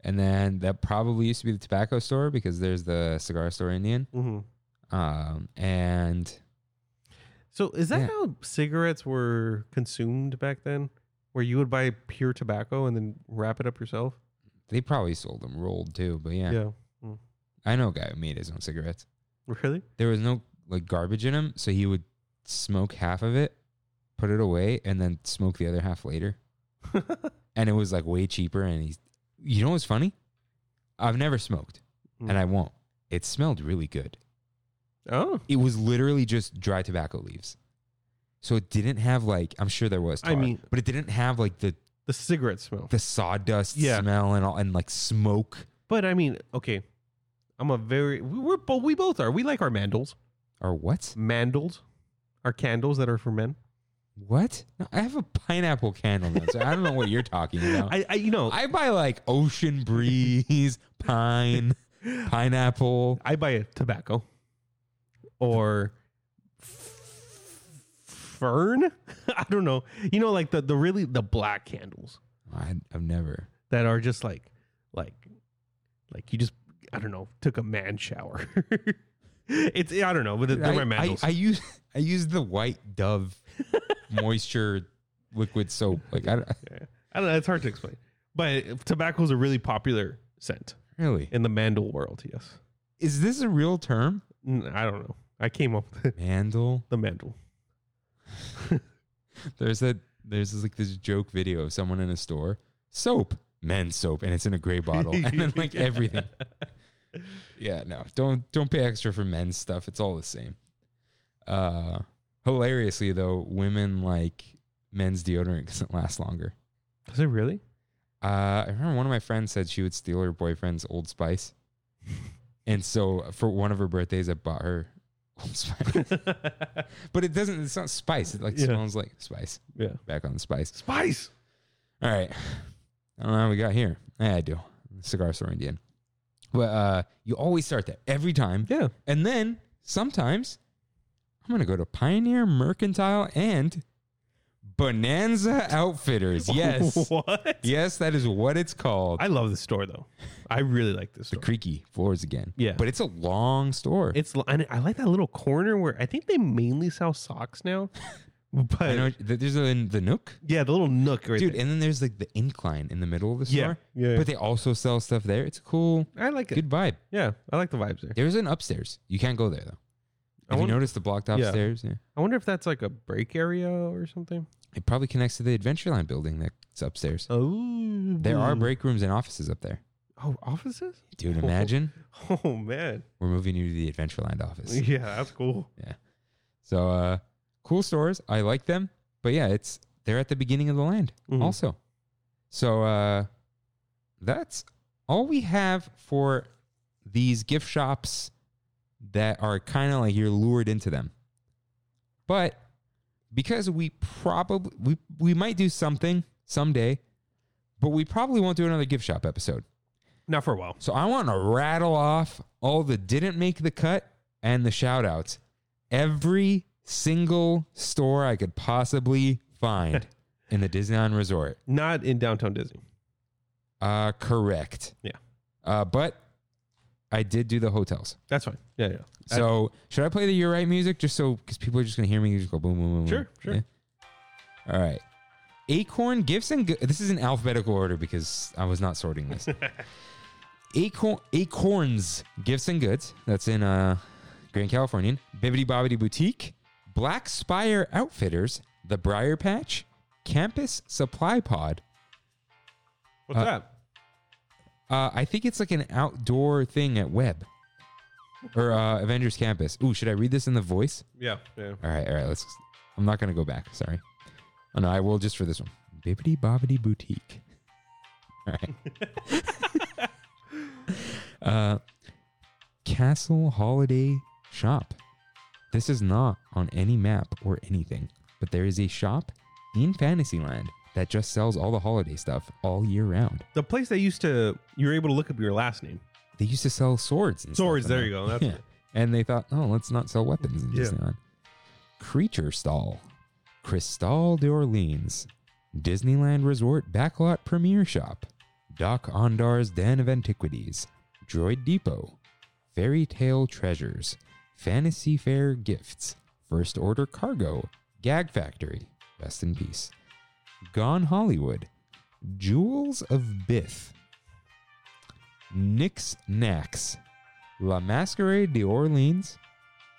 And then that probably used to be the tobacco store because there's the cigar store Indian. Mm-hmm. Um and So is that Yeah. how cigarettes were consumed back then? Where you would buy pure tobacco and then wrap it up yourself? they probably sold them rolled too, but yeah. I know a guy who made his own cigarettes. Really? There was no like garbage in them, so he would smoke half of it, put it away, and then smoke the other half later. and it was like way cheaper. And he's, you know what's funny? I've never smoked, Hmm. and I won't. It smelled really good. oh, It was literally just dry tobacco leaves, so it didn't have like I'm sure there was. Tar, I mean- but it didn't have like the the cigarette smell. the sawdust Yeah. smell and all and like smoke. But I mean, okay, I'm a very we- we're both we both are. We like our mandals, Or what? mandals, our candles that are for men. What? No, I have a pineapple candle now, so I don't know what you're talking about. I, I you know I, I buy like ocean breeze, pine, pineapple. buy a tobacco or f- fern. I don't know. You know, like the the really the black candles I, I've never. that are just like like like you just I don't know took a man shower. it's I don't know, but they're I, my mandals. I, I use I use the white Dove moisture liquid soap. Like I don't, I don't know. It's hard to explain, but tobacco is a really popular scent. really in the mandel world yes is this a real term? Mm, i don't know i came up with Mandel. the mandel There's that. There's this, like this joke video of someone in a store soap, men's soap, and it's in a gray bottle, and then like everything. Yeah, no, don't don't pay extra for men's stuff. It's all the same. Uh, hilariously though, women like men's deodorant because it lasts longer. is it really Uh, I remember one of my friends said she would steal her boyfriend's Old Spice, and so uh, for one of her birthdays, I bought her Old Spice. but it doesn't. It's not spice. It like Yeah. smells like spice. yeah Back on the spice. spice All right. I don't know how we got here. Yeah, I do. Cigar store Indian. But uh, you always start that every time. yeah And then sometimes I'm going to go to Pioneer Mercantile and Bonanza Outfitters. Yes. what yes, that is what it's called. i love this store though i really like this the store creaky floors again. Yeah. But it's a long store. it's li- and i like that little corner where i think they mainly sell socks now but I know th- there's a, the nook. yeah the little nook right Dude, there. and then there's like the incline in the middle of the Yeah, store. yeah, yeah. But they also sell stuff there. It's a cool, i like it good vibe. yeah i like the vibes there There's an upstairs. You can't go there though. I Have you wonder- noticed the blocked Yeah. upstairs? Yeah. i wonder if that's like a break area or something It probably connects to the Adventureline building that's upstairs. oh There are break rooms and offices up there. oh offices Dude, imagine oh man we're moving you to the Adventureland office. yeah that's cool So uh cool stores. I like them. But yeah, it's they're at the beginning of the land Mhm. also. So uh that's all we have for these gift shops that are kind of like you're lured into them. But because we probably we we might do something someday, but we probably won't do another gift shop episode. not for a while So I want to rattle off all the didn't make the cut and the shout outs. Every single store I could possibly find in the Disneyland Resort. Not in downtown Disney. Uh, correct. Yeah. Uh, but I did do the hotels. That's fine. Yeah, yeah. So should I play the You're Right music just so because people are just going to hear me just go boom, boom, boom. boom. Sure, sure. Yeah? All right. Acorn gifts and go- this is in alphabetical order because I was not sorting this. Acorn Acorns gifts and goods. That's in uh Grand Californian. Bibbidi Bobbidi Boutique, Black Spire Outfitters, The Briar Patch, Campus Supply Pod. What's Uh, that? Uh, I think it's like an outdoor thing at Web or uh, Avengers Campus. Ooh, should I read this in the voice? Yeah, yeah. All right, all right. Let's. I'm not gonna go back. Sorry. Oh no, I will just for this one. Bibbidi Bobbidi Boutique. All right. uh, Castle Holiday Shop. This is not on any map or anything, but there is a shop in Fantasyland that just sells all the holiday stuff all year round. The place they used to, you were able to look up your last name. They used to sell swords. And stuff Swords, in there you go, that's it. And they thought, oh, let's not sell weapons in Yeah. Disneyland. Creature Stall, Cristal d'Orleans, Disneyland Resort Backlot Premiere Shop, Doc Ondar's Den of Antiquities, Droid Depot, Fairy Tale Treasures, Fantasy Fair Gifts, First Order Cargo, Gag Factory, Rest in Peace, Gone Hollywood, Jewels of Bith, Nix Nax, La Masquerade d'Orleans,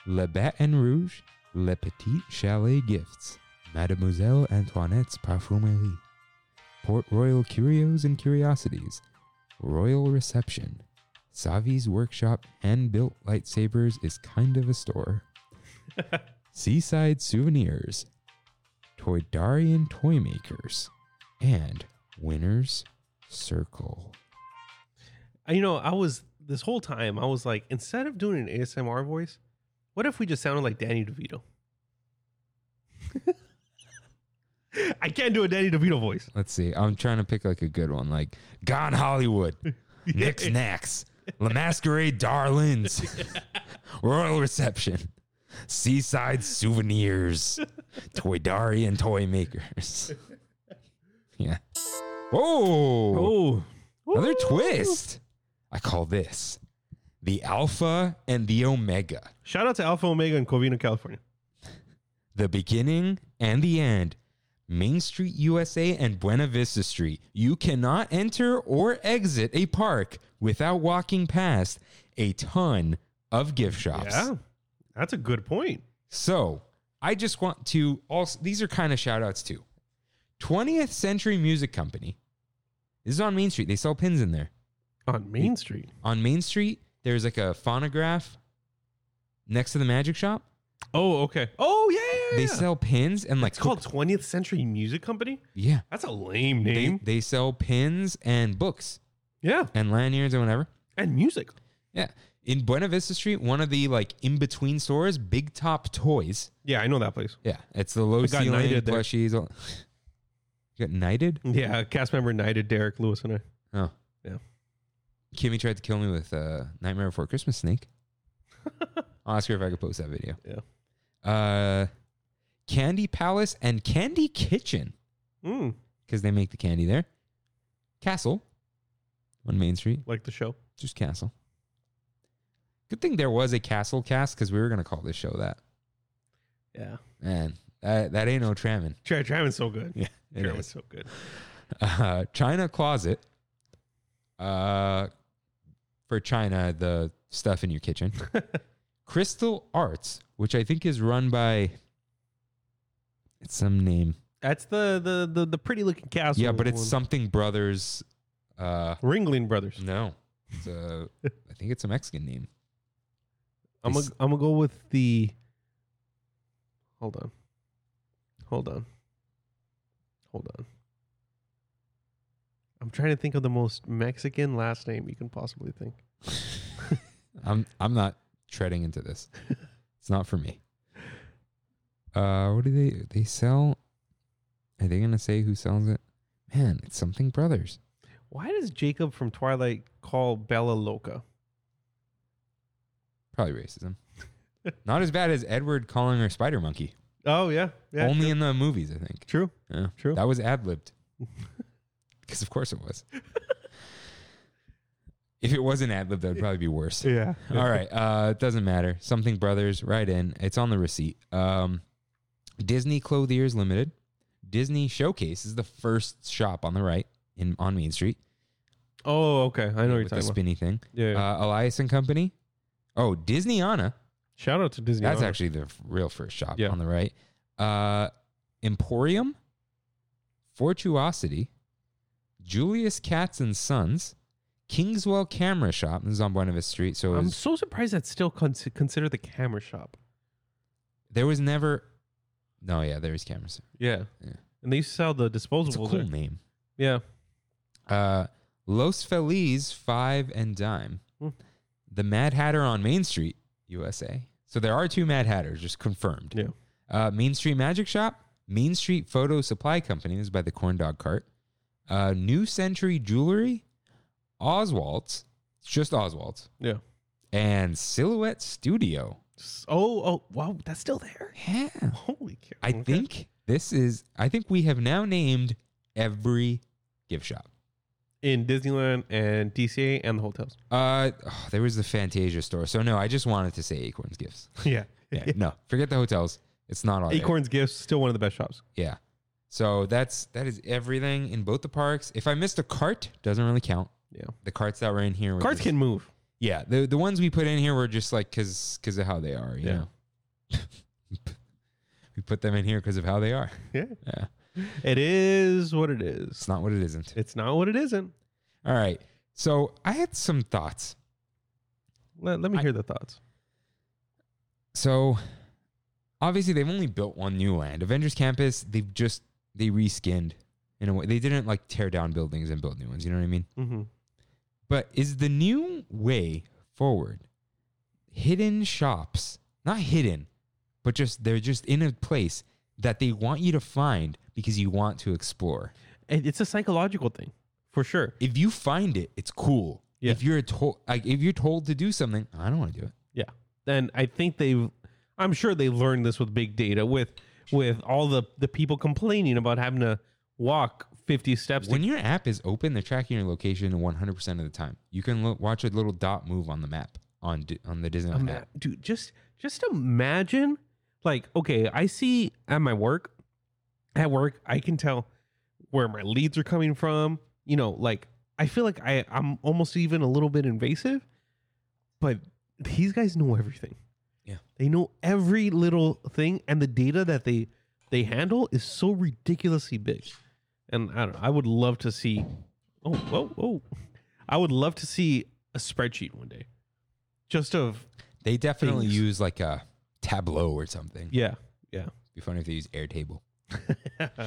Le Baton Rouge, Le Petit Chalet Gifts, Mademoiselle Antoinette's Parfumerie, Port Royal Curios and Curiosities, Royal Reception, Savi's Workshop Hand Built Lightsabers is kind of a store, Seaside Souvenirs, Toydarian Toy Makers, and Winner's Circle. Uh, You know, I was, this whole time, I was like, instead of doing an ASMR voice, what if we just sounded like Danny DeVito? I can't do a Danny DeVito voice. Let's see. I'm trying to pick like a good one, like Gone Hollywood, Nick's Knacks, La Masquerade Darlings, Royal Reception, Seaside Souvenirs, Toydarian Toy Makers. yeah. Whoa! Oh, Another twist. I call this the Alpha and the Omega, shout out to Alpha Omega in Covina, California. the beginning and the end. Main Street USA and Buena Vista Street. You cannot enter or exit a park without walking past a ton of gift shops. Yeah, that's a good point. So I just want to also, these are kind of shout outs too. 20th Century Music Company. This is on Main Street. They sell pins in there. On Main Street. On Main Street, there's like a phonograph next to the magic shop. Oh, okay. Oh, yeah. yeah, They yeah. sell pins and like It's called 20th Century Music Company. yeah. That's a lame They, name. they sell pins and books yeah, and lanyards and whatever. and music. Yeah. In Buena Vista Street, one of the like in between stores, Big Top Toys. Yeah, I know that place. Yeah. It's the low I got ceiling knighted there. plushies. All... You got knighted? Yeah, cast member knighted Derek Lewis and I. Oh. Yeah. Kimmy tried to kill me with uh, Nightmare Before Christmas Snake. I'll ask her if I could post that video. Yeah. Uh, Candy Palace and Candy Kitchen Mm, because they make the candy there. Castle on Main Street. like the show. Just Castle. Good thing there was a Castle cast because we were going to call this show that. Yeah. Man, that, that ain't no tramming. Tra- Tramon's so good. Yeah, it Tramon's is. so good. Uh, China Closet. Uh, for China, the stuff in your kitchen. Crystal Arts, which I think is run by. It's some name. That's the the the, the pretty looking castle. yeah, but it's one. something brothers. Uh, Ringling Brothers. no, it's a, I think it's a Mexican name. I'm gonna It's- I'm gonna go with the. Hold on. Hold on. Hold on. I'm trying to think of the most Mexican last name you can possibly think. I'm I'm not treading into this. It's not for me. Uh, what do they they sell? Are they gonna say who sells it? Man, it's something brothers. Why does Jacob from Twilight call Bella Loca? Probably racism. not as bad as Edward calling her spider monkey. Oh yeah, yeah. Only in the movies, I think. true. Yeah. True. That was ad libbed. Because of course it was. if it wasn't ad libbed, that would probably be worse. Yeah. All right. Uh, it doesn't matter. Something Brothers, right in. It's on the receipt. Um, Disney Clothiers Limited, Disney Showcase is the first shop on the right in on Main Street. Oh, okay. I know what you're with the talking about. spinny thing. Yeah. yeah. Uh, Elias and Company. Oh, Disneyana. Shout out to Disney. That's Honor. actually the f- real first shop Yeah. on the right. Uh, Emporium, Fortuosity, Julius Katz and Sons, Kingswell Camera Shop. This is on Buena Vista Street. So it I'm was- so surprised that's still con- considered the camera shop. there was never. No, yeah, there is cameras. Yeah. Yeah. And they used to sell the disposables. It's a cool there. name. Yeah. Uh, Los Feliz Five and Dime, Hmm. the Mad Hatter on Main Street, USA. So there are two Mad Hatters, just confirmed. Yeah. Uh, Main Street Magic Shop, Main Street Photo Supply Company this is by the Corn Dog Cart. Uh, New Century Jewelry, Oswald's, it's just Oswald's, Yeah. and Silhouette Studio. S- Oh, oh, wow. That's still there. Yeah. Holy cow. I Okay. think this is. I think we have now named every gift shop. in Disneyland and DCA and the hotels. Uh, oh, there was the Fantasia store. So no, I just wanted to say Acorns Gifts. Yeah. Yeah, no, forget the hotels. It's not all right. Acorns Gifts, still one of the best shops. Yeah. So that's that is everything in both the parks. If I missed a cart, doesn't really count. Yeah. The carts that were in here, were Cards just- can move. Yeah, the the ones we put in here were just like because because of how they are. Yeah. yeah. we put them in here because of how they are. Yeah. Yeah. It is what it It's is. not what it isn't. It's not what it isn't. All right. So I had some thoughts. Let, let me I- hear the thoughts. So obviously they've only built one new land. Avengers Campus, they've just they reskinned in a way. They didn't like tear down buildings and build new ones, you know what I mean? Mm-hmm. But is the new way forward hidden shops? Not hidden, but just they're just in a place that they want you to find because you want to explore. It's a psychological thing for sure. If you find it, it's cool. Yeah. If you're told like if you're told to do something, I don't want to do it. Yeah. And I think they've, I'm sure they learned this with big data, with with all the, the people complaining about having to walk 50 steps. When to, your app is open, they're tracking your location 100% of the time. You can lo- watch a little dot move on the map on D- on the Disneyland Ima- app. dude, just just imagine like, okay, I see at my work, at work, I can tell where my leads are coming from. You know, like I feel like I, I'm almost even a little bit invasive, but these guys know everything. Yeah. They know every little thing and the data that they they handle is so ridiculously big. And I don't know, I would love to see oh, whoa, whoa. I would love to see a spreadsheet one day. Just of They definitely Things. use like a Tableau or something. Yeah, yeah. be funny if they use Airtable.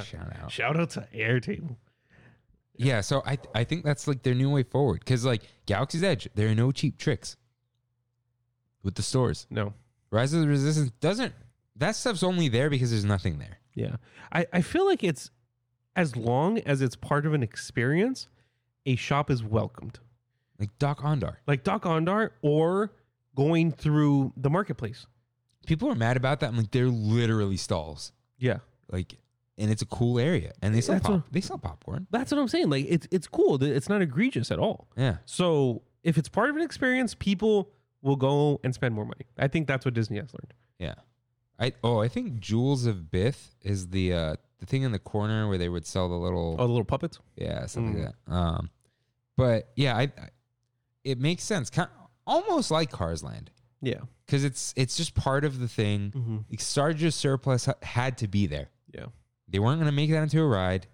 Shout out. Shout out to Airtable. Yeah, so I I think that's like their new way forward cuz like Galaxy's Edge, there are no cheap tricks with the stores. No, Rise of the Resistance doesn't that stuff's only there because there's nothing there. yeah. I, I feel like it's as long as it's part of an experience, a shop is welcomed. Like Doc Ondar. Like Doc Ondar or going through the marketplace. People are mad about that. I'm like they're literally stalls. Yeah. Like and it's a cool area and they sell That's pop- what- they sell popcorn. That's what I'm saying. Like it's it's cool. It's not egregious at all. Yeah. So if it's part of an experience, people will go and spend more money. I think that's what Disney has learned. Yeah. I oh, I think Jewels of Bith is the uh the thing in the corner where they would sell the little Oh, the little puppets. yeah, something Mm. like that. Um but yeah, I, I it makes sense. Kind almost like Cars Land Yeah. cuz it's it's just part of the thing. Mm-hmm. Like, Sarge's surplus ha- had to be there. Yeah. They weren't going to make that into a ride.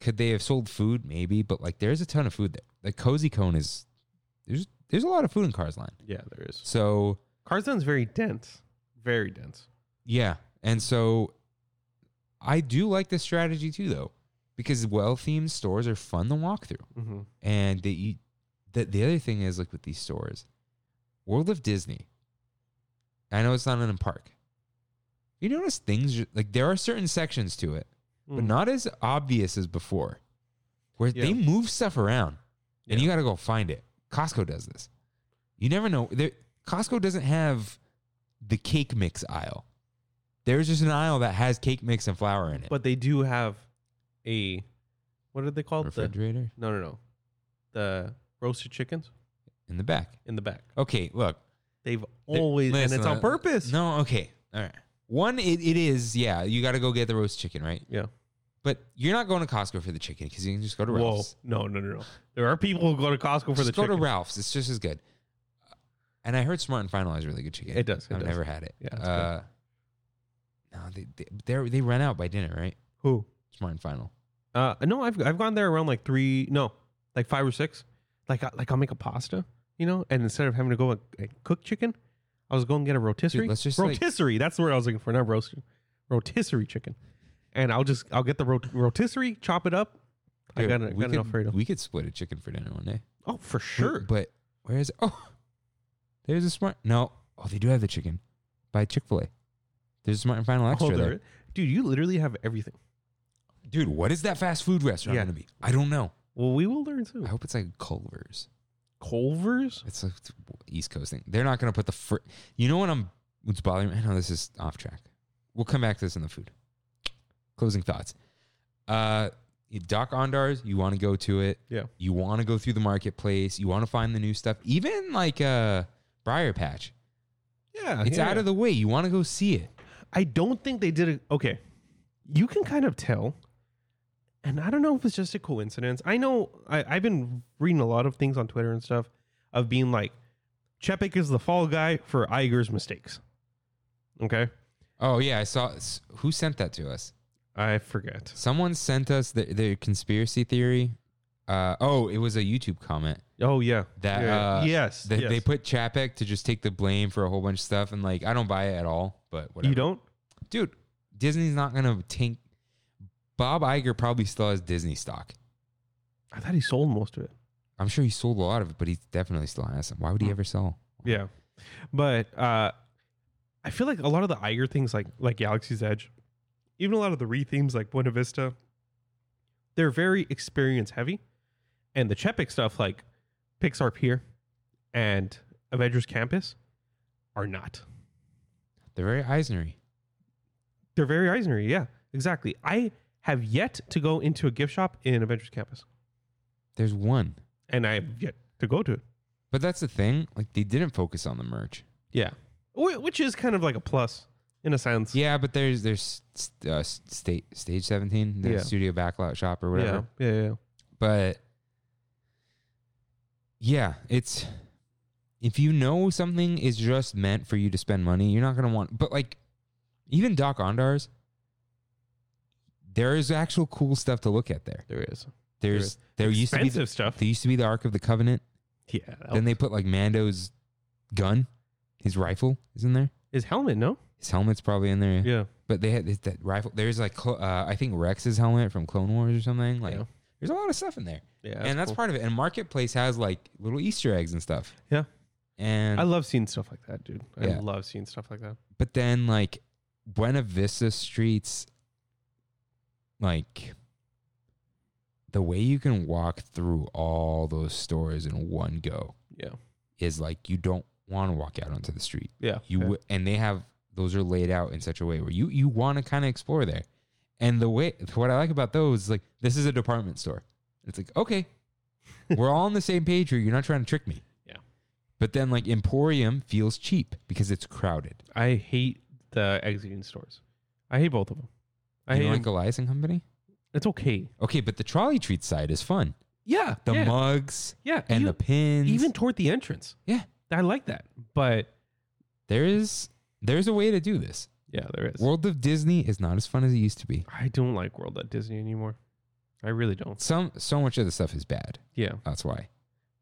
Could they have sold food maybe, but like there's a ton of food there. The cozy cone is there's there's a lot of food in Cars Land. Yeah, there is. So Carson's very dense. Very dense. Yeah. And so I do like this strategy too though, because well themed stores are fun to walk through. Mm-hmm. And they eat the the other thing is like with these stores, World of Disney. I know it's not in a park. You notice things ju- like there are certain sections to it, but not as obvious as before. Where Mm. Yeah. they move stuff around and Yeah. you gotta go find it. Costco does this. You never know. There, Costco doesn't have the cake mix aisle. There's just an aisle that has cake mix and flour in it. But they do have a what are they called? The, refrigerator no, no, no. The roasted chickens in the back. in the back. Okay, look. They've Th- always and listen, it's on uh, purpose. No, okay. All right. One, it, it is, yeah, you got to go get the roast chicken, right? Yeah. But you're not going to Costco for the chicken because you can just go to Whoa. Ralph's. No, no, no, no. There are people who go to Costco for just the go chicken. to Ralph's. It's just as good. Uh, And I heard Smart and Final has really good chicken. It does, it I've does. never had it. Yeah, it's good. Uh, no, they they they're- they ran out by dinner, right? Who? Smart and Final. Uh, no, I've I've gone there around like three, no, like five or six. Like I, like I'll make a pasta, you know, and instead of having to go and, and cook chicken, I was going to get a rotisserie. let's just, like- rotisserie. that's the word I was looking for, not roast. Rotisserie chicken, and I'll just I'll get the rot- rotisserie, chop it up. I Dude, got, a, we got an could, Alfredo. We could split a chicken for dinner one day. oh, for sure. But where is it? Oh, there's a Smart. No. Oh, they do have the chicken by Chick fil A. There's a Smart and Final Oh, extra there there. it- Dude, you literally have everything. Dude, what is that fast food restaurant Yeah. going to be? I don't know. Well, we will learn soon. I hope it's like Culver's. Culver's. It's like the East Coast thing. They're not going to put the fr- You know what I'm? What's bothering me? I know this is off track. We'll come back to this in the food. Closing thoughts. Uh, Doc Ondar's. You want to go to it. Yeah. You want to go through the marketplace. You want to find the new stuff. Even like uh, Briar Patch. Yeah, It's out of the way. You want to go see it. I don't think they did it. Okay. You can kind of tell. And I don't know if it's just a coincidence. I know I, I've been reading a lot of things on Twitter and stuff of being like, Chepik is the fall guy for Iger's mistakes. Okay. Oh yeah, I saw. Who sent that to us? I forget. Someone sent us the, their conspiracy theory. Uh, oh, it was a YouTube comment. Oh, yeah. that Yeah. uh, yes, they, yes. they put Chapek to just take the blame for a whole bunch of stuff, and like I don't buy it at all. But whatever, you don't? dude. Disney's not gonna tank. Bob Iger probably still has Disney stock. I thought he sold most of it. I'm sure he sold a lot of it, but he definitely still has some. Why Hmm. would he ever sell? Yeah. But uh I feel like a lot of the Iger things like like Galaxy's Edge, even a lot of the re themes like Buena Vista, they're very experience heavy. And the Chepik stuff like Pixar Pier and Avengers Campus are not. They're very Eisnery. They're very Eisnery, yeah. Exactly. I have yet to go into a gift shop in Avengers Campus. There's one, And I have yet to go to it. but that's the thing. Like they didn't focus on the merch. Yeah. Which is kind of like a plus in a sense. Yeah, but there's there's uh, state stage 17, the Yeah. studio backlot shop or whatever. Yeah. Yeah. yeah. but yeah, it's if you know something is just meant for you to spend money, you're not gonna want. But like, even Doc Ondar's, there is actual cool stuff to look at there. There is. There's there used to be the, expensive stuff. there used to be the Ark of the Covenant. Yeah. Then they put like Mando's gun, his rifle is in there. his helmet, no? His helmet's probably in there. Yeah. But they had this, that rifle. There's like Clo- uh, I think Rex's helmet from Clone Wars or something. Like Yeah. there's a lot of stuff in there. Yeah. and that's part of it. And Marketplace has like little Easter eggs and stuff. Yeah. And I love seeing stuff like that, dude. I Yeah. love seeing stuff like that. but then like Buena Vista streets, like the way you can walk through all those stores in one go Yeah. is like you don't want to walk out onto the street. Yeah. You yeah. w- and they have those are laid out in such a way where you you want to kind of explore there. And the way what I like about those is like this is a department store. It's like okay, we're all on the same page here. You're not trying to trick me. Yeah. But then like Emporium feels cheap because it's crowded. I hate the exiting stores. I hate both of them. I you hate know, like them. Elias and Company. It's okay. Okay, but the trolley treat side is fun. Yeah. The yeah. mugs yeah. and you- the pins. even toward the entrance. yeah, I like that. But there is there's a way to do this. yeah, there is. World of Disney is not as fun as it used to be. I don't like World at Disney anymore. I really don't. Some so much of the stuff is bad. Yeah. That's why.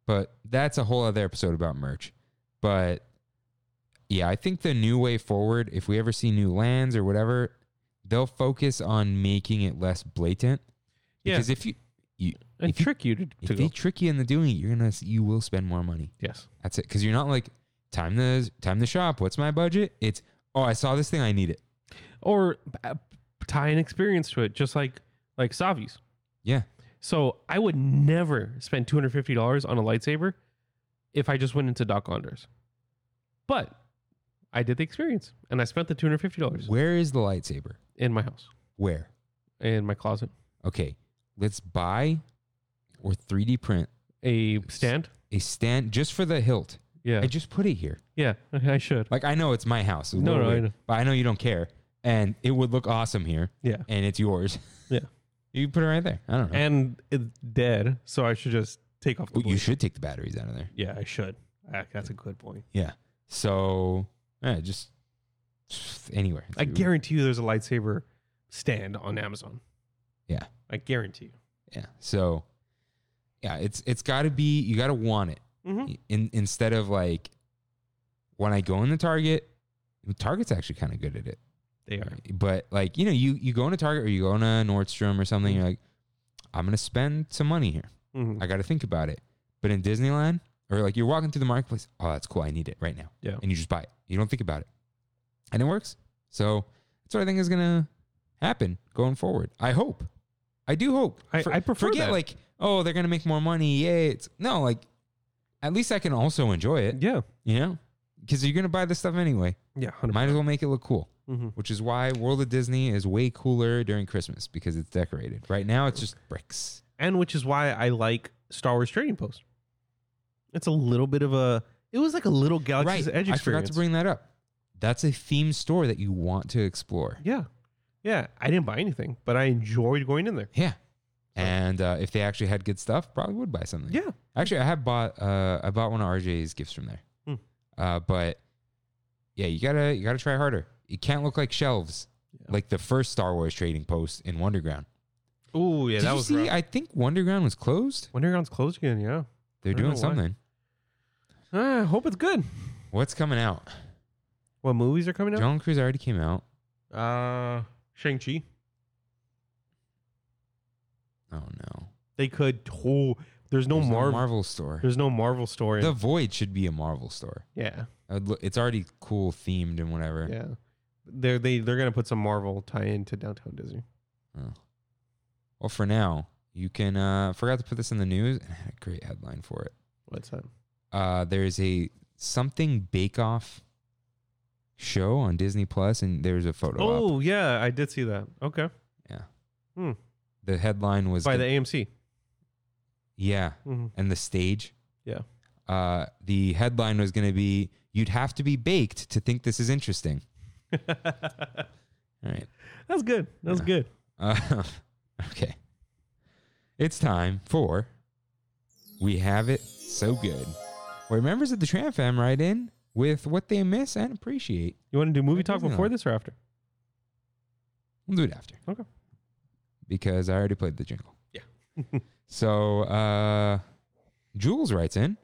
But that's a whole other episode about merch. But yeah, I think the new way forward, if we ever see new lands or whatever, they'll focus on making it less blatant. Yeah. Because if you, you And if you- trick you to, to if go. they trick you into doing it, you're gonna s- you will spend more money. yes. That's it. Because you're not like time the time the shop. What's my budget? It's oh I saw this thing I need it. Or uh, tie an experience to it, just like like Savi's. Yeah. So I would never spend two hundred fifty dollars on a lightsaber if I just went into Doc Onders. But I did the experience, and I spent the two hundred fifty dollars Where is the lightsaber? in my house, Where? in my closet, Okay. Let's buy or 3D print a stand. a stand just for the hilt. Yeah, I just put it here. yeah, I should. Like I know it's my house. It's a No, little no, I weird, know. but I know you don't care, and it would look awesome here, Yeah, and it's yours. yeah. You put it right there. I don't know. and it's dead. So I should just take off the. Well, you blue. should take the batteries out of there. Yeah, I should. Ah, That's a good point. Yeah. So yeah, just anywhere. I guarantee you, there's a lightsaber stand on Amazon. Yeah. I guarantee Yeah. So yeah, it's it's got to be you got to want it you. Mm-hmm. in, instead of like when I go in the Target. Target's actually kind of good at it. They are. But like you know, you you go into Target or you go into Nordstrom or something. Hmm. You're like, I'm gonna spend some money here. Mhm. I got to think about it. But in Disneyland, or like you're walking through the marketplace, oh, that's cool. I need it right now. Yeah. And you just buy it. You don't think about it. And it works. So that's what I think is going to happen going forward. I hope. I do hope. I- I prefer Forget that. like, oh, they're going to make more money. Yay. It's, no, like, at least I can also enjoy it, Yeah. you know? Because you're going to buy this stuff anyway. Yeah. 100%. Might as well make it look cool, Mhm. which is why World of Disney is way cooler during Christmas because it's decorated. Right now, it's just bricks. and which is why I like Star Wars Trading Post. It's a little bit of a. It was like a little Galaxy's Edge I forgot experience. to bring that up. That's a theme store that you want to explore. yeah, yeah. I didn't buy anything, but I enjoyed going in there. Yeah. And uh, if they actually had good stuff, probably would buy something. Yeah, Actually, I have bought uh, I bought one of RJ's gifts from there. Hmm. Uh, but yeah, you gotta you gotta try harder. It can't look like shelves Yeah. like the first Star Wars trading post in Wonderground. Oh yeah, Did that you was see? rough. I think Wonderground was closed. Wonderground's closed again. Yeah, They're I don't doing know why. something. Ah, I hope it's good. What's coming out? What movies are coming out? John Cruise already came out. Uh, Shang Chi. Oh no! They could. Oh, there's no There's Marvel. Marvel store. there's no Marvel story. The Void should be a Marvel store. yeah, I'd lo- It's already cool themed and whatever. yeah. They're they they're gonna put some Marvel tie into Downtown Disney. Oh. Well, for now, you can. Uh, forgot to put this in the news, and I had a great headline for it. What's that? Uh, there's a something Bake Off show on Disney Plus, and there's a photo. op. Oh yeah, I did see that. Okay, yeah. Hmm. The headline was by the AMC. yeah, Mhm. and the stage. Yeah. Uh, the headline was going to be "You'd have to be baked to think this is interesting." All right. That's good. That's Yeah. good. Uh, okay. It's time for We Have It So Good, where members of the Tram Fam write in with what they miss and appreciate. You want to do movie That talk doesn't before matter. this or after? We'll do it after. Okay. Because I already played the jingle. Yeah. so, uh, Jules writes in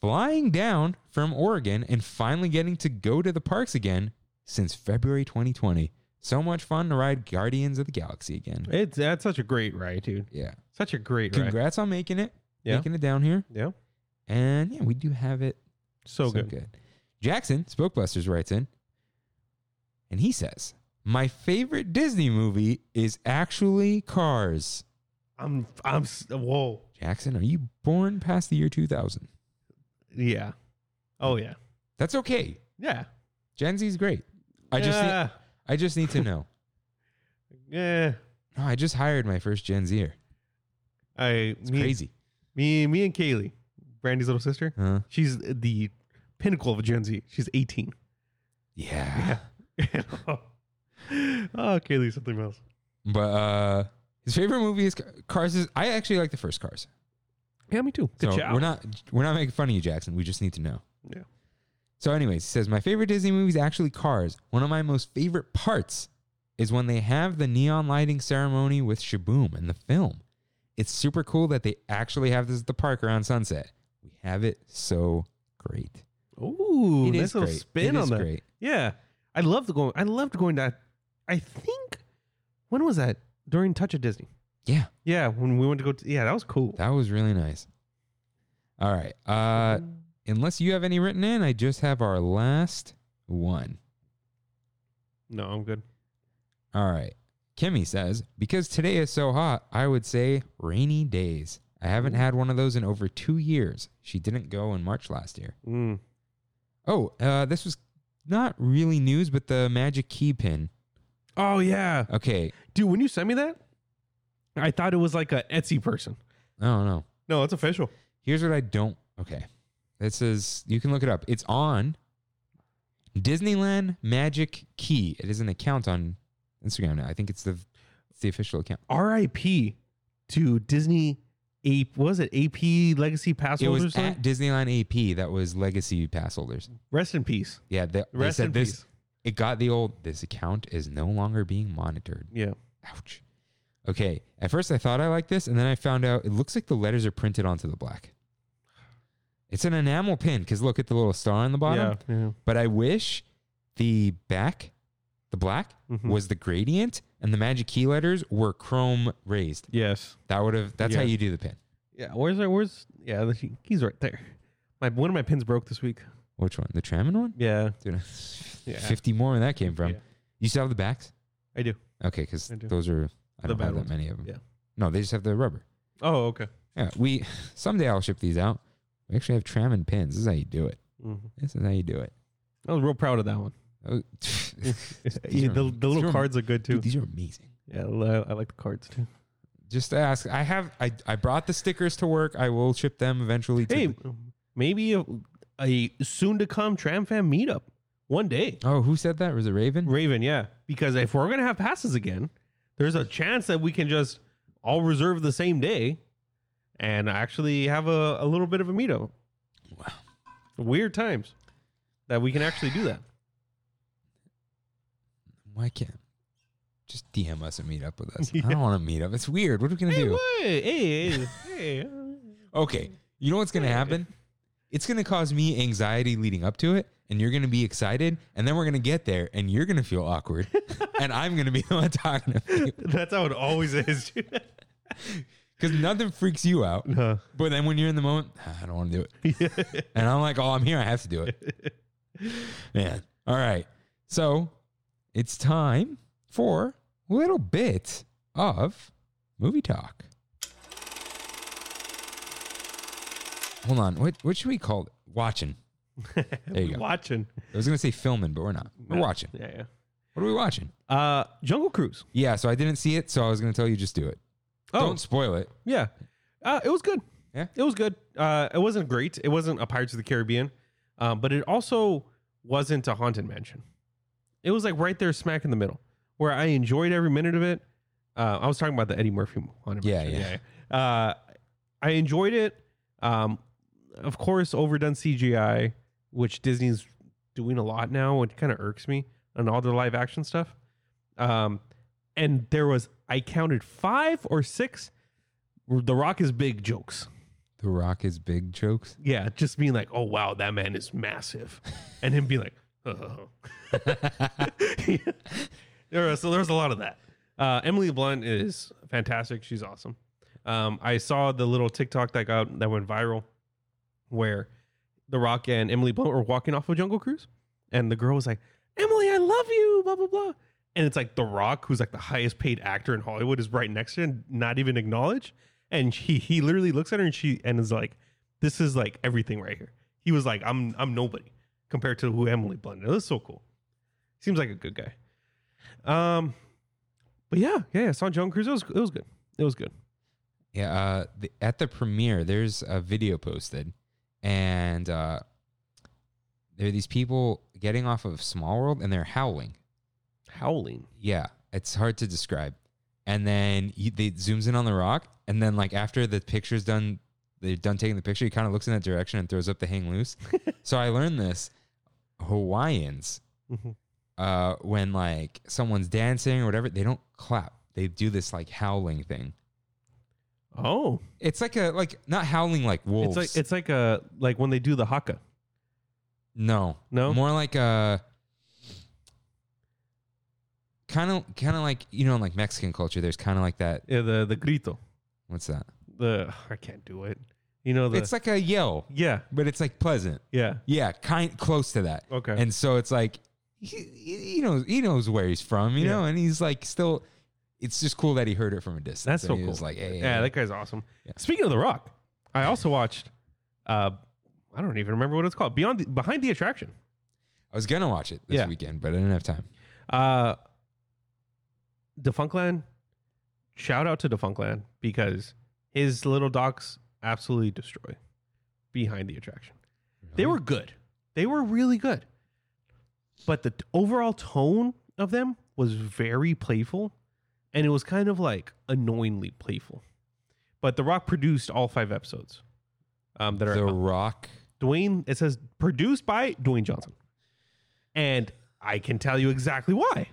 flying down from Oregon and finally getting to go to the parks again since February 2020. So much fun to ride Guardians of the Galaxy again. It's that's such a great ride, dude. Yeah. Such a great ride. Congrats on making it. Yeah. Making it down here. Yeah. And yeah, we do have it. So, good. Jackson, Spokebusters, writes in, and he says, My favorite Disney movie is actually Cars. I'm I'm s- whoa. Jackson, are you born past the year 2000? Yeah. Oh yeah. That's okay. Yeah. Gen Z's great. I just, need, yeah. I just need to know. yeah. No, I just hired my first Gen Zer. I It's me, crazy. Me me and Kaylee, Brandy's little sister. Huh? She's the pinnacle of Gen Z. She's 18. yeah. oh, Kaylee, Oh, something else. But uh, his favorite movie is Ca- Cars. Is I actually like the first Cars. Yeah, me too. Good so job. we're not we're not making fun of you, Jackson. We just need to know. Yeah. So, anyways, he says my favorite Disney movie is actually Cars. One of my most favorite parts is when they have the neon lighting ceremony with Shaboom in the film. It's super cool that they actually have this at the park around sunset. We have it so great. Ooh, It nice is little great. spin It on is that. great. Yeah, I loved going. I loved going to. I think when was that during Touch of Disney? Yeah, Yeah, when we went to go. To, yeah, that was cool. that was really nice. All right. Uh, unless you have any written in, I just have our last one. no, I'm good. All right. Kimmy says, because today is so hot, I would say rainy days. I haven't had one of those in over two years. She didn't go in March last year. Mm. Oh, uh, this was not really news, but the magic key pin. Oh yeah, Okay. dude. When you sent me that, I thought it was like an Etsy person. I don't know. No, it's official. Here's what I don't. Okay. This is, you can look it up. It's on Disneyland Magic Key. It is an account on Instagram now. I think it's the the official account. RIP to Disney AP. What was it AP Legacy Pass It holders? was or at something? Disneyland AP that was legacy pass holders. Rest in peace. Yeah, they, they Rest in said this. peace. It got the old. This account is no longer being monitored. Yeah. Ouch. Okay. At first, I thought I liked this, and then I found out it looks like the letters are printed onto the black. It's an enamel pin because look at the little star on the bottom. Yeah. yeah. But I wish the back, the black, Mhm. was the gradient, and the magic key letters were chrome raised. Yes. That would have. That's how Yeah. you do the pin. Yeah. Where's our where's yeah, the, he's right there. My one of my pins broke this week. Which one? The Tramon one? Yeah. Dude, Yeah. fifty more where that came from. Yeah. You still have the backs? I do. Okay, because I do. those are I The don't bad have that ones. many of them. Yeah. No, they just have the rubber. Oh, okay. Yeah, we someday I'll ship these out. We actually have Tramon pins. This is how you do it. hmm This is how you do it. I was real proud of that one. Oh, Yeah, the, the little cards are good too. Dude, these are amazing. yeah, I, I like the cards too. Just ask. I have. I I brought the stickers to work. I will ship them eventually. To Hey, the- maybe a, a soon to come Tram Fam meetup one day. oh, who said that? Was it Raven? Raven, yeah. Because if we're gonna have passes again, there's a chance that we can just all reserve the same day and actually have a, a little bit of a meetup. Wow. Weird times that we can actually do that. Why can't just DM us and meet up with us? I don't want to meet up. It's weird. What are we gonna Hey, do? what? Hey, hey, hey. uh, Okay. You know what's going to happen? It's going to cause me anxiety leading up to it, and you're going to be excited, and then we're going to get there, and you're going to feel awkward, and I'm going to be the one talking to you That's how it always is. dude. because nothing freaks you out. No. But then when you're in the moment, "Ah, I don't want to do it, and I'm like, oh, I'm here, I have to do it. Man, all right. So it's time for a little bit of movie talk. Hold on. What what should we call it? Watching. There you go. Watching. I was gonna say filming, but we're not. We're watching. Yeah, What are we watching? yeah. Uh, Jungle Cruise. Yeah, so I didn't see it, so I was gonna tell you just do it. Oh, Don't spoil it. Yeah. Uh, it was good. Yeah? It was good. Uh, it wasn't great. It wasn't a Pirates of the Caribbean, um, but it also wasn't a Haunted Mansion. It was like right there, smack in the middle, where I enjoyed every minute of it. Uh, I was talking about the Eddie Murphy Haunted Yeah, Mansion. yeah. yeah. Uh, I enjoyed it. Um, of course, overdone CGI, which Disney's doing a lot now, which kind of irks me on all their live action stuff. Um, and there was, I counted five or six the Rock is big jokes. The Rock is big jokes. Yeah, just being like, oh wow, that man is massive, and him being like, oh. there was, so there's a lot of that. Uh, Emily Blunt is fantastic. She's awesome. Um, I saw the little TikTok that got that went viral, where The Rock and Emily Blunt were walking off of Jungle Cruise, and the girl was like, "Emily, I love you," blah blah blah. And it's like The Rock, who's like the highest paid actor in Hollywood, is right next to her and not even acknowledged. And he he literally looks at her and she and is like, "This is like everything right here." He was like, "I'm I'm nobody compared to who Emily Blunt is." That's so cool. Seems like a good guy. Um, but yeah, yeah, I saw John Cruise. It was it was good. It was good. Yeah, uh, the, at the premiere, there's a video posted, and uh, there are these people getting off of Small World, and they're howling. Howling. Yeah, it's hard to describe. And then he, they zooms in on the rock, and then like after the picture's done, they're done taking the picture. He kind of looks in that direction and throws up the hang loose. so I learned this: Hawaiians, Mhm. uh, when like someone's dancing or whatever, they don't clap. They do this like howling thing. Oh, It's like a like not howling like wolves. it's like it's like a like when they do the haka. No. No? More like a kind of kind of like you know in like Mexican culture there's kind of like that Yeah, eh, the the grito. what's that? The I can't do it. You know the It's like a yell, yeah but it's like pleasant. yeah Yeah, kind close to that. okay And so it's like he, he knows he knows where he's from, you Yeah. know, and he's like still it's just cool that he heard it from a distance. That's And so he cool. was like, hey, yeah, that guy's awesome. Yeah. Speaking of The Rock, I also watched. uh I don't even remember what it's called. Beyond the, behind the attraction. I was gonna watch it this Yeah. weekend, but I didn't have time. Uh Defunkland, shout out to Defunkland because his little docs absolutely destroy behind the attraction. They were good. They were really good. But the t- overall tone of them was very playful, and it was kind of like annoyingly playful. But The Rock produced all five episodes um, that are The out. Rock. Dwayne. It says produced by Dwayne Johnson, and I can tell you exactly why.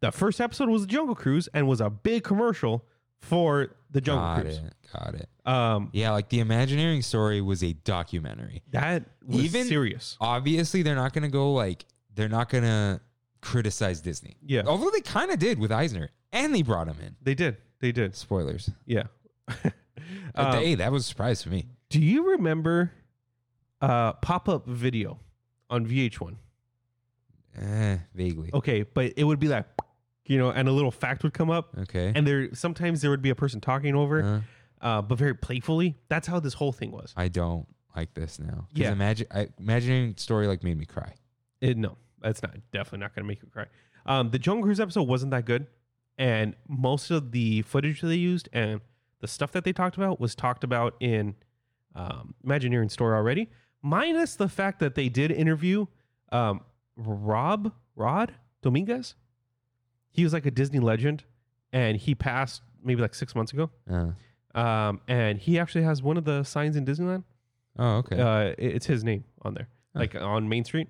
The first episode was the Jungle Cruise and was a big commercial for the Jungle Got Cruise. it. Got it. Um, Yeah, like the Imagineering story was a documentary. that was Even- serious. Obviously, they're not going to go like they're not going to criticize Disney. Yeah. Although they kind of did with Eisner, and they brought him in. They did. They did. Spoilers. Yeah. Uh, Um, hey, that was a surprise for me. do you remember uh, pop up video on VH1? Eh, vaguely. Okay, but it would be like, you know, and a little fact would come up, Okay. and there sometimes there would be a person talking over, Uh, uh, but very playfully. That's how this whole thing was. I don't like this now. 'Cause Yeah. Imagine I, Imagineering story like made me cry. It, no, that's not definitely not going to make you cry. Um, the Jungle Cruise episode wasn't that good, and most of the footage they used and the stuff that they talked about was talked about in um, Imagineering Story already, minus the fact that they did interview um, Rob Rod Dominguez. He was like a Disney legend, and he passed maybe like six months ago. Uh, Um, and he actually has one of the signs in Disneyland oh, okay. uh, it- it's his name on there, Huh. like on Main Street.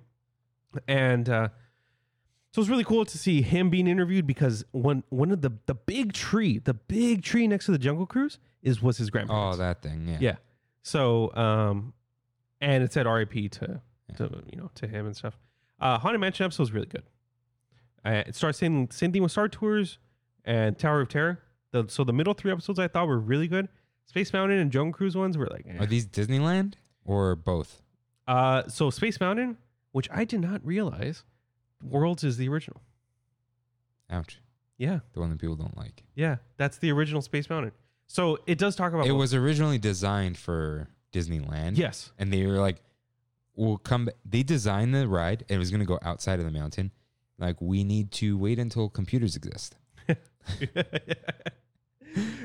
And uh, so it's really cool to see him being interviewed because one one of the the big tree, the big tree next to the Jungle Cruise is was his oh, grandparents. that thing. Yeah. yeah. So um, and it said R.I.P. to Yeah. to you know to him and stuff. Uh, Haunted Mansion episode is really good. Uh, it starts same same thing with Star Tours and Tower of Terror. The, so the middle three episodes I thought were really good. Space Mountain and Jungle Cruise ones were like eh. Are these Disneyland or both? Uh, so Space Mountain, which I did not realize, Worlds is the original. Ouch. Yeah, The one that people don't like. yeah, that's the original Space Mountain. So it does talk about It both. was originally designed for Disneyland. yes, And they were like, we'll come. ba- They designed the ride and it was going to go outside of the mountain. Like, we need to wait until computers exist.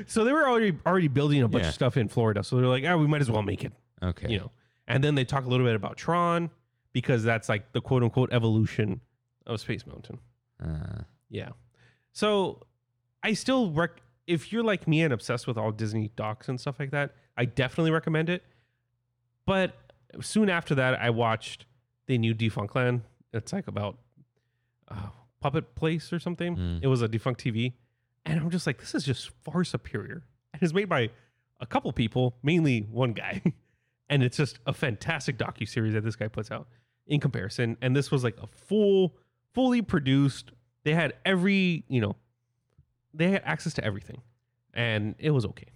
so they were already already building a bunch Yeah. of stuff in Florida. So they're like, ah, we might as well make it, Okay. you know. And then they talk a little bit about Tron because that's like the quote unquote evolution of Space Mountain. Uh, Yeah. So I still rec if you're like me and obsessed with all Disney docs and stuff like that, I definitely recommend it. But soon after that, I watched the new Defunct Land. It's like about uh, Puppet Place or something. Mm. It was a defunct TV, and I'm just like, this is just far superior. And it's made by a couple people, mainly one guy, and it's just a fantastic docu series that this guy puts out in comparison. And this was like a full, fully produced. They had every, you know, they had access to everything, and it was okay.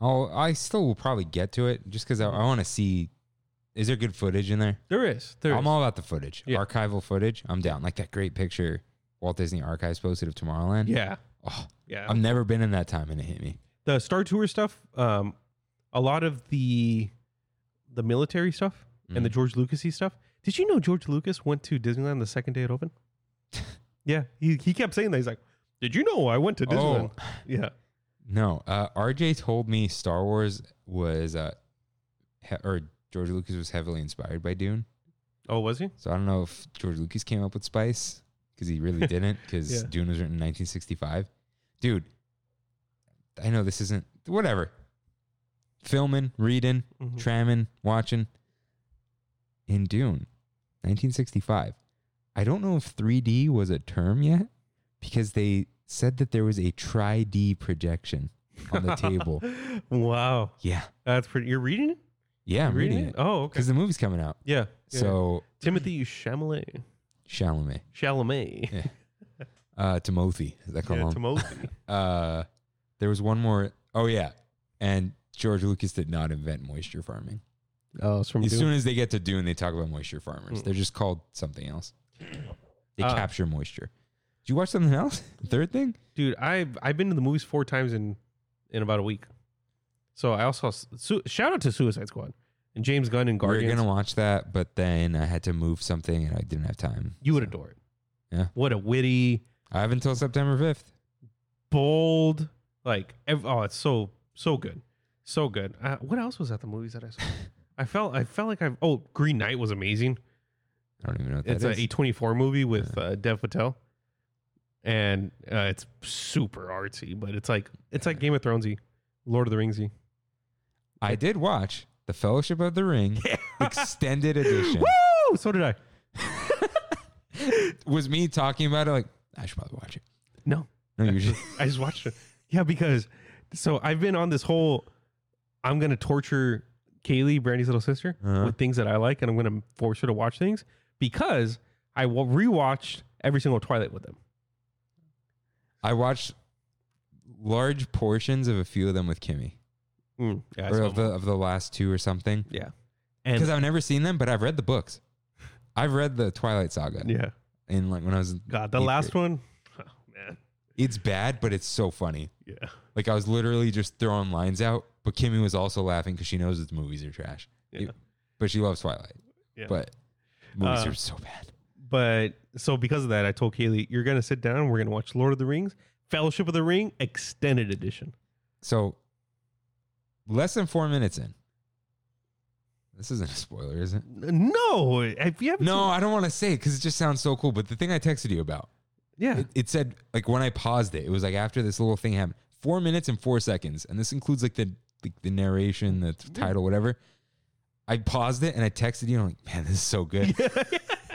I'll, I still will probably get to it just because I, I want to see. Is there good footage in there? There is, there is. I'm all about the footage, Yeah. archival footage. I'm down. Like that great picture Walt Disney Archives posted of Tomorrowland. yeah, Oh, yeah. I've never been in that time and it hit me. the Star Tour stuff, um, a lot of the the military stuff and the George Lucasy stuff. Did you know George Lucas went to Disneyland the second day it opened? yeah, he he kept saying that. He's like, "Did you know I went to Disneyland?" Oh. Yeah, No, uh, RJ told me Star Wars was, uh, he- or George Lucas was heavily inspired by Dune. Oh, was he? So I don't know if George Lucas came up with spice because he really didn't because Yeah. Dune was written in 1965. Dude, I know this isn't, whatever. Filming, reading, Mhm. tramming, watching. In Dune, 1965. I don't know if 3D was a term yet because they said that there was a tri D projection on the table. Wow, Yeah. that's pretty. You're reading it? Yeah, I'm You're reading it Oh, okay. because the movie's coming out. Yeah. yeah. So, Timothy Chalamet, Chalamet, Chalamet, Yeah, uh, Timothy, is that called yeah, him? Timothy. uh, there was one more. Oh yeah, and George Lucas did not invent moisture farming. oh, it's from as Dune. soon as they get to Dune, they talk about moisture farmers. They're just called something else. They Uh, capture moisture. Did you watch something else? Third thing? dude i've i've been to the movies four times in in about a week so i also su- shout out to suicide squad and james gunn and We guardians are gonna watch that, but then I had to move something and I didn't have time. you would adore it Yeah. what a witty I have until September fifth. bold like ev- oh it's so so good so good uh, what else was at the movies that i saw i felt i felt like i've oh green knight was amazing I don't even know what that it's is. a a24 movie with uh, dev patel and uh, it's super artsy, but it's like it's like Game of Thronesy, Lord of the Ringsy. I did watch The Fellowship of the Ring extended edition. Woo! So did I. Was me talking about it like I should probably watch it. No, No, you should. I just watched it. Yeah, because so I've been on this whole I'm gonna torture Kaylee, Brandy's little sister, Uh-huh. with things that I like, and I'm gonna force her to watch things because I wa- rewatched every single Twilight with them. I watched large portions of a few of them with Kimmy, Mm, yeah, I or saw of the, of the last two or something. yeah, Because and I've never seen them, but I've read the books. I've read the Twilight Saga yeah, in like when I was in God, the eighth last grade. one, oh, man, It's bad, but it's so funny. yeah, Like I was literally just throwing lines out, but Kimmy was also laughing because she knows that the movies are trash. Yeah. It- but she loves Twilight. Yeah. But movies Uh, are so bad. But so because of that, I told Kaylee, you're gonna sit down. We're gonna watch Lord of the Rings, Fellowship of the Ring, extended edition. So less than four minutes in. This isn't a spoiler, is it? N- No, if you haven't No, seen- I don't want to say it because it just sounds so cool. But the thing I texted you about, yeah, it, it said like when I paused it, it was like after this little thing happened, four minutes and four seconds, and this includes like the like the narration, the t- title, whatever. I paused it and I texted you. and I'm like, man, this is so good.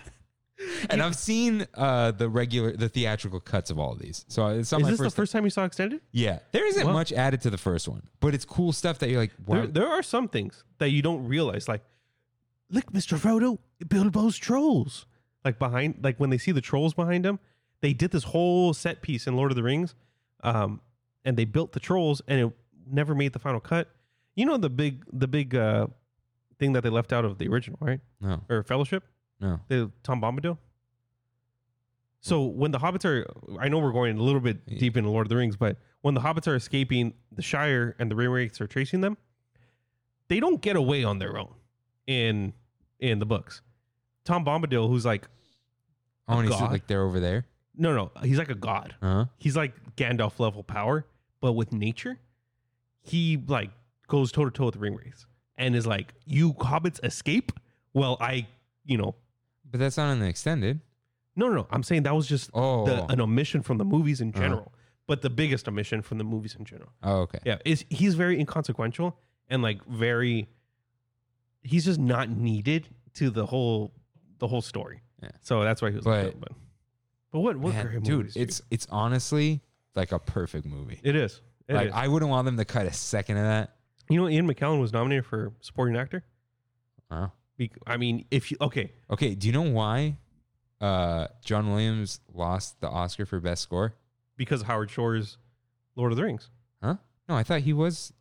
and I've seen uh, the regular, the theatrical cuts of all of these. So uh, it's not is my this first. the first time you saw extended? yeah, there isn't Well- much added to the first one, but it's cool stuff that you're like, wow. There, there are some things that you don't realize, like look, Mr. Frodo, Bilbo's trolls. Like behind, like when they see the trolls behind him, they did this whole set piece in Lord of the Rings, um, and they built the trolls, and it never made the final cut. You know the big, the big uh, thing that they left out of the original, right? no, Or Fellowship. no. the Tom Bombadil. So when the hobbits are, I know we're going a little bit Yeah. deep into Lord of the Rings, but when the hobbits are escaping the Shire and the Ringwraiths are chasing them, they don't get away on their own in in the books. Tom Bombadil, who's like, Oh, and he's God. like they're over there. Uh-huh. no, no, he's like a god. Huh? He's like Gandalf level power, but with nature, he like goes toe to toe with the Ringwraiths and is like, "You hobbits escape? Well, I, you know, But that's not in the extended. no, no, no. I'm saying that was just Oh, the, an omission from the movies in Uh-huh. general, but the biggest omission from the movies in general. oh, okay. Yeah, is he's very inconsequential and like very, he's just not needed to the whole the whole story. Yeah. So that's why he was. But- like, that, but, but what what Man, great dude, movies, it's it's honestly like a perfect movie. it is. It like is. I wouldn't want them to cut a second of that. you know, Ian McKellen was nominated for supporting actor. Wow. Be- I mean, if you okay, Okay, do you know why uh, John Williams lost the Oscar for best score? because Howard Shore's Lord of the Rings. Huh? No, I thought he was.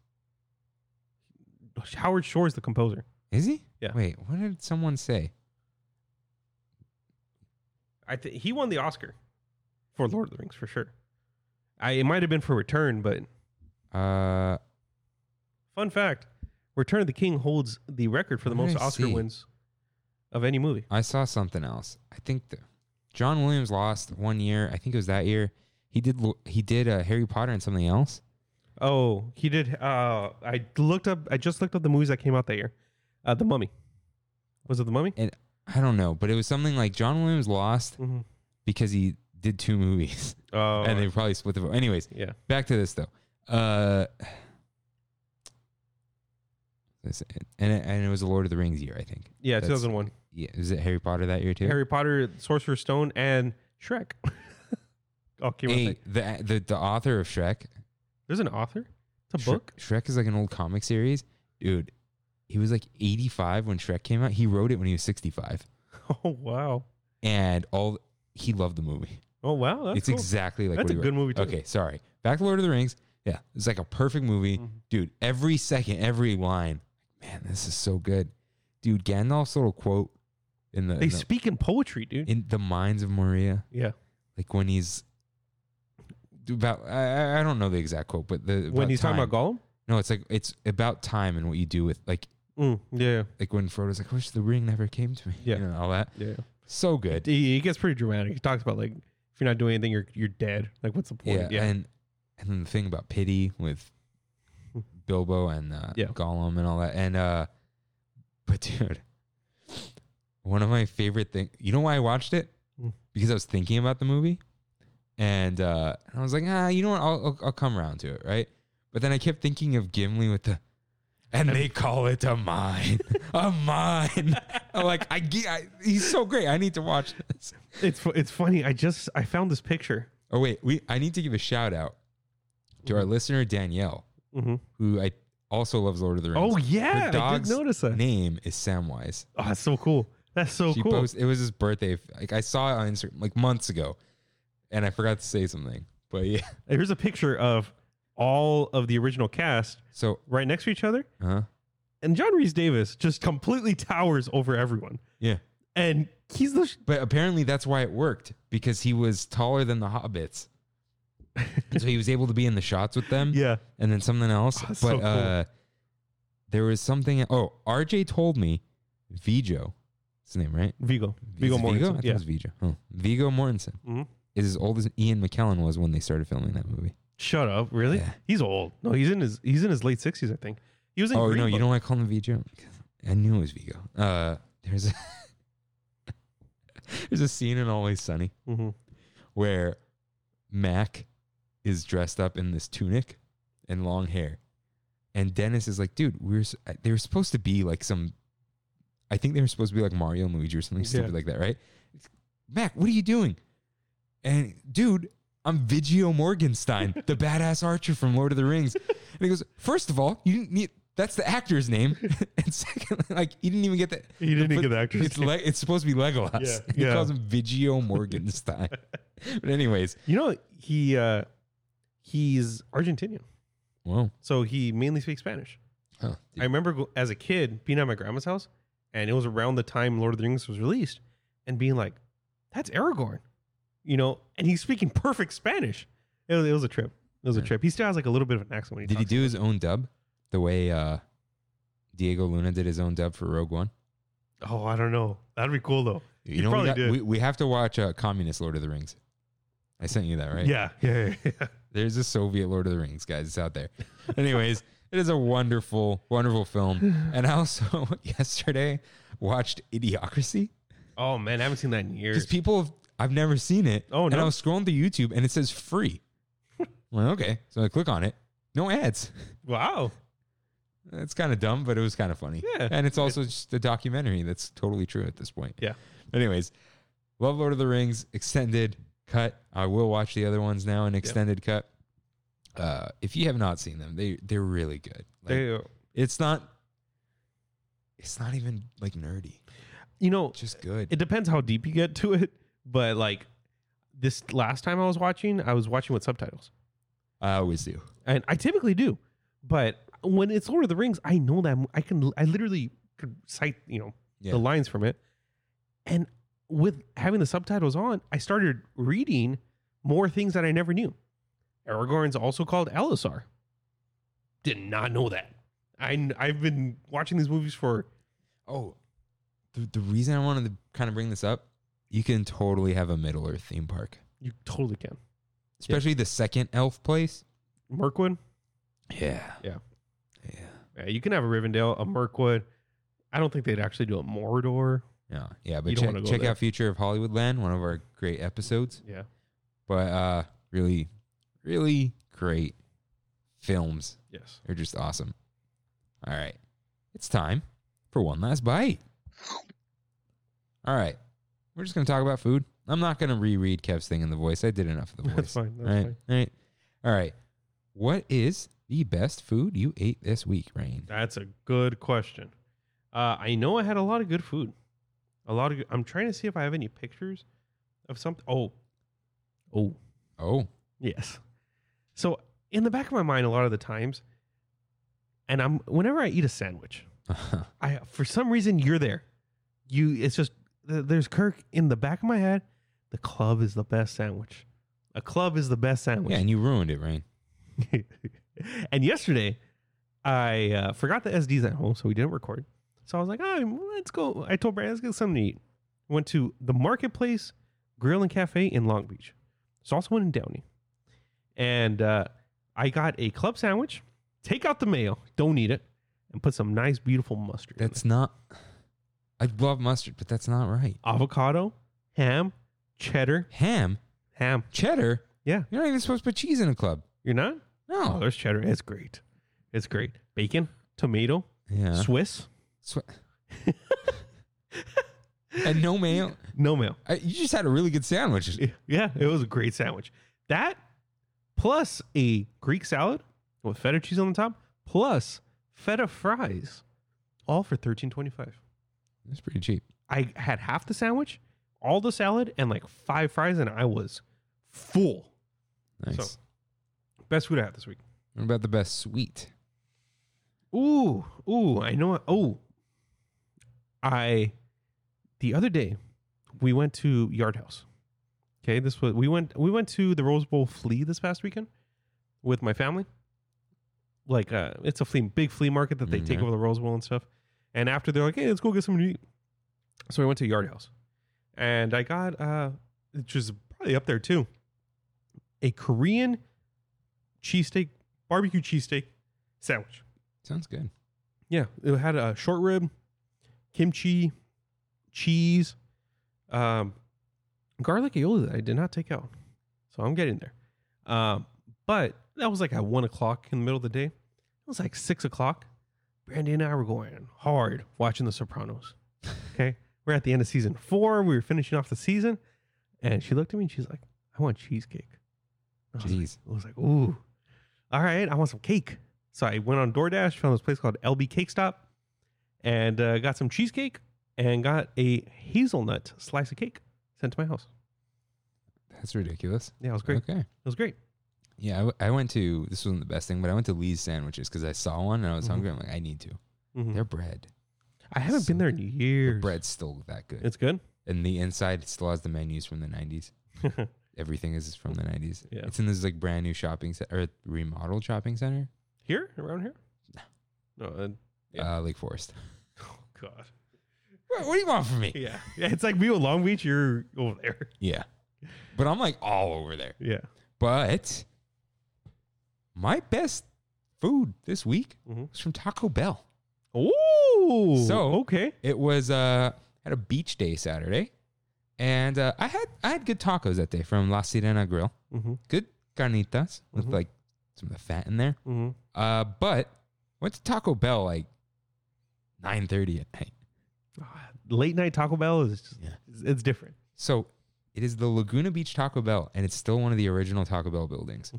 Howard Shore's the composer. Is he? Yeah. Wait, what did someone say? I think he won the Oscar for Lord of the Rings for sure. I it might have been for Return, but Uh, fun fact: Return of the King holds the record for the What did most I Oscar see? wins of any movie. I saw something else. I think the, John Williams lost one year. I think it was that year. He did. lo- He did uh, Harry Potter and something else. Oh, he did. Uh, I looked up. I just looked up the movies that came out that year. Uh, the Mummy. Was it the Mummy? And I don't know, but it was something like John Williams lost Mhm. because he did two movies, Oh, and they probably split the vote. Anyways, yeah. back to this though. Uh, this, and it, and it was a Lord of the Rings year, I think. Yeah, That's- 2001. Yeah, was it Harry Potter that year too? Harry Potter, Sorcerer's Stone, and Shrek. oh, came out that- hey, the, the the author of Shrek. There's an author. It's a Shre- book. Shrek is like an old comic series, dude. He was like 85 when Shrek came out. He wrote it when he was 65, Oh wow. and all he loved the movie. Oh wow. That's it's cool. exactly like That's what a he good movie too. Okay, sorry. Back to Lord of the Rings. Yeah, it's like a perfect movie, Mhm. dude. Every second, every line. Man, this is so good, dude. Gandalf's little quote in the, They in, the speak in poetry, dude. in the minds of Maria, yeah. like when he's about. I, I- I don't know the exact quote, but the When about he's talking time. about Gollum? No, it's like it's about time and what you do with like Mm, yeah, like when Frodo's like, I wish the ring never came to me. Yeah. You know, all that. yeah. So good. He, he gets pretty dramatic. He talks about like if you're not doing anything, you're you're dead. Like what's the point? Yeah. And and then the thing about pity with Bilbo and uh, Yeah. Gollum and all that. And uh but dude, one of my favorite thing you know why I watched it? Mm. Because I was thinking about the movie And uh, I was like, ah, you know what? I'll, I'll, I'll come around to it, right? But then I kept thinking of Gimli with the, and they call it a mine, a mine. I'm like, I, ge- I, he's so great. I need to watch this. It's fu- it's funny. I just I found this picture. Oh wait, we I need to give a shout out to our listener Danielle, Mm-hmm. who I also loves Lord of the Rings. Oh yeah, Her I did dog's notice that. name is Samwise. Oh, that's so cool. That's so she cool. post- it was his birthday. Like I saw it on Instagram like months ago, and I forgot to say something. But yeah, Here's a picture of all of the original cast so right next to each other, huh? and John Reese Davis just completely towers over everyone, Yeah, and he's the. Sh- but apparently that's why it worked because he was taller than the hobbits, And so he was able to be in the shots with them. yeah, and then something else. Oh, but that's so cool. uh, there was something. Oh, RJ told me Vijo, his name right? Vigo, Vigo Is it Vigo? I Mortensen. thought Yeah, it was Vigo. Oh, Vigo Mortensen Mhm. is as old as Ian McKellen was when they started filming that movie. shut up. Really? Yeah. He's old. No, he's in his he's in his late sixties, I think. He was in. Oh Green no, you Book. don't want to call him Vigo. I knew it was Vigo. Uh, there's a there's a scene in Always Sunny Mhm. where Mac is dressed up in this tunic and long hair, and Dennis is like, "Dude, we we're s- uh, they were supposed to be like some, I think they were supposed to be like Mario and Luigi or something Yeah. stupid like that, right?" Mac, what are you doing? And dude, I'm Vigio Morgenstein, the badass archer from Lord of the Rings. And he goes, first of all, you didn't need that's the actor's name, and second, like you didn't even get that. He didn't even get the actor's It's le- it's supposed to be Legolas. Yeah, He yeah. calls him Vigio Morgenstein. but anyways, You know he uh he's Argentinian, whoa, so he mainly speaks Spanish. huh, I remember go- as a kid being at my grandma's house, and it was around the time Lord of the Rings was released, and being like, "That's Aragorn," you know, and he's speaking perfect Spanish. It was, it was a trip. It was a Yeah. trip. He still has like a little bit of an accent when he did he talks. do his own dub the way uh, Diego Luna did his own dub for Rogue One? oh, I don't know. That'd be cool though. You He know, probably we, got- did. we, we have to watch uh, Communist Lord of the Rings. I sent you that, right? Yeah, yeah, yeah, yeah. There's a Soviet Lord of the Rings, guys. It's out there. Anyways, it is a wonderful, wonderful film. And I also yesterday watched Idiocracy Oh man, I haven't seen that in because years. people, have, I've never seen it. Oh, And no. I was scrolling through YouTube and it says free. I'm like, okay. So I click on it. No ads. wow. It's kind of dumb, but it was kind of funny. Yeah. And it's also just a documentary that's totally true at this point. Yeah. Anyways, love Lord of the Rings, extended cut. I will watch the other ones now in extended cut. Uh, if you have not seen them, they they're really good. Like, They- it's not it's not even like nerdy. you know, It's just good. it depends how deep you get to it, but like this last time I was watching, I was watching with subtitles. I always do. and I typically do. But when it's Lord of the Rings, I know that I can. I literally could cite you know Yeah. the lines from it, and with having the subtitles on, I started reading more things that I never knew. Aragorn's also called Elisar. Did not know that. I I've been watching these movies for Oh, the, the reason I wanted to kind of bring this up, you can totally have a Middle Earth theme park, you totally can. especially the second elf place. Mirkwood, Yeah. Yeah. Yeah. yeah, you can have a Rivendell, a Mirkwood. I don't think they'd actually do a Mordor. Yeah, yeah, You but don't check, wanna go check there. out Future of Hollywoodland, one of our great episodes. Yeah, But uh really, really great films. yes. They're just awesome. All right. It's time for one last bite. All right. We're just gonna talk about food. I'm not gonna reread Kev's thing in the voice. I did enough of the voice. That's fine. That's All right. fine. All right. All right. What is the best food you ate this week, Rain? That's a good question. Uh, I know I had a lot of good food. A lot of. Good, I'm trying to see if I have any pictures of something. Oh, oh, Oh, yes. So in the back of my mind, a lot of the times, and I'm whenever I eat a sandwich, I for some reason you're there. You it's just th- there's Kirk in the back of my head. The club is the best sandwich. A club is the best sandwich. yeah, and you ruined it, Rain. and yesterday, I uh, forgot the SDs at home, so we didn't record. So I was like, oh, let's go. I told Brad, let's get something to eat. Went to the Marketplace Grill and Cafe in Long Beach. There's also one in Downey. And uh, I got a club sandwich. Take out the mayo, don't eat it, and put some nice, beautiful mustard. in That's not. I love mustard, but that's not right. it. avocado, ham, cheddar, Ham, ham, cheddar. Yeah. You're not even supposed to put cheese in a club. You're not? Oh, No. there's cheddar. It's great. It's great. Bacon, tomato, Yeah. Swiss, Sw- and no mayo. no mayo. I, you just had a really good sandwich. Yeah, it was a great sandwich. That plus a Greek salad with feta cheese on the top, plus feta fries, all for thirteen twenty five. It's pretty cheap. I had half the sandwich, all the salad, and like five fries, and I was full. Nice. So, best food I had this week. What about the best sweet? Ooh, ooh, I know. Oh, I the other day we went to Yard House. Okay, this was we went we went to the Rose Bowl flea this past weekend with my family. Like, uh, it's a flea big flea market that they take Mhm. over the Rose Bowl and stuff. And after they're like, hey, let's go get something to eat. So we went to Yard House, and I got uh, which is probably up there too, a Korean cheesesteak barbecue cheesesteak sandwich. Sounds good. Yeah, it had a short rib, kimchi, cheese, um, garlic aioli that I did not take out. So I'm getting there. Um, but that was like at one o'clock in the middle of the day. It was like six o'clock. Brandy and I were going hard watching The Sopranos. Okay. We're at the end of season four. We were finishing off the season. And she looked at me and she's like, I want cheesecake. I was like- Jeez. I was like, ooh, all right, I want some cake. So I went on DoorDash, found this place called LB Cake Stop, and uh, got some cheesecake and got a hazelnut slice of cake sent to my house. That's ridiculous. Yeah, it was great. Okay. It was great. Yeah, I, w- I went to this wasn't the best thing, but I went to Lee's sandwiches because I saw one and I was Mhm. hungry. I'm like, I need to. Mhm. Their bread, I haven't been there in the years. bread's still that good, It's good. and the inside still has the menus from the '90s. Everything is from the '90s. Yeah. It's in this like brand new shopping set or remodeled shopping center, here? Around here? No. uh, Yeah. uh, Lake Forest. oh, God. What, what do you want from me? Yeah. yeah. It's like me with Long Beach. You're over there. Yeah, but I'm like all over there. Yeah. But my best food this week Mhm. was from Taco Bell. Ooh. So- okay. It was uh had a beach day Saturday, and uh, I had I had good tacos that day from La Sirena Grill. Mm-hmm. Good carnitas with Mhm. like some of the fat in there. Mm-hmm. Uh, but went to Taco Bell like nine thirty at night. Ah, Late night Taco Bell is just, Yeah. it's- it's different. So it is the Laguna Beach Taco Bell, and it's still one of the original Taco Bell buildings.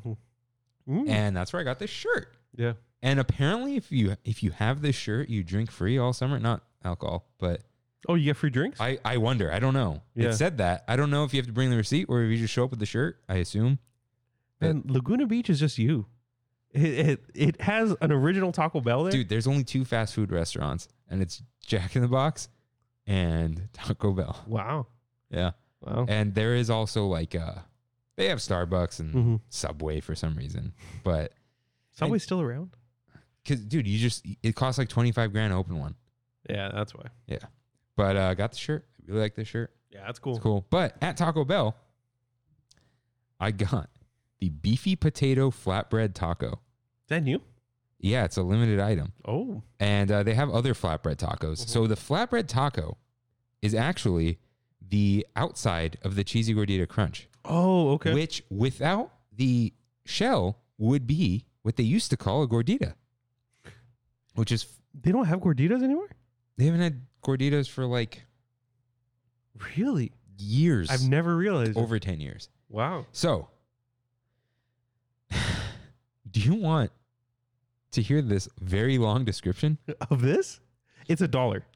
Mm. And that's where I got this shirt. yeah. And apparently, if you if you have this shirt, you drink free all summer. Not alcohol, but Oh, you get free drinks? I, I wonder. I don't know. Yeah. It said that. I don't know if you have to bring the receipt or if you just show up with the shirt. I assume. Man, Laguna Beach is just you. It, it it has an original Taco Bell there. Dude, there's only two fast food restaurants, and it's Jack in the Box and Taco Bell. Wow. Yeah. Wow. And there is also like uh they have Starbucks and Mhm. Subway for some reason. But Subway's still around? cause dude, you just it costs like twenty five grand to open one. Yeah, that's why. But uh got the shirt. I really like this shirt. Yeah, that's cool. It's cool. But at Taco Bell, I got the beefy potato flatbread taco. Is that new? Yeah, it's a limited item. Oh. And uh, they have other flatbread tacos. Mm-hmm. So the flatbread taco is actually the outside of the cheesy gordita crunch, Oh, okay. which without the shell would be what they used to call a gordita, which is, They don't have gorditas anymore? they haven't had gorditas for like Really? years, I've never realized. it. over 10 years. Wow. So, do you want to hear this very long description? Of this? It's a dollar.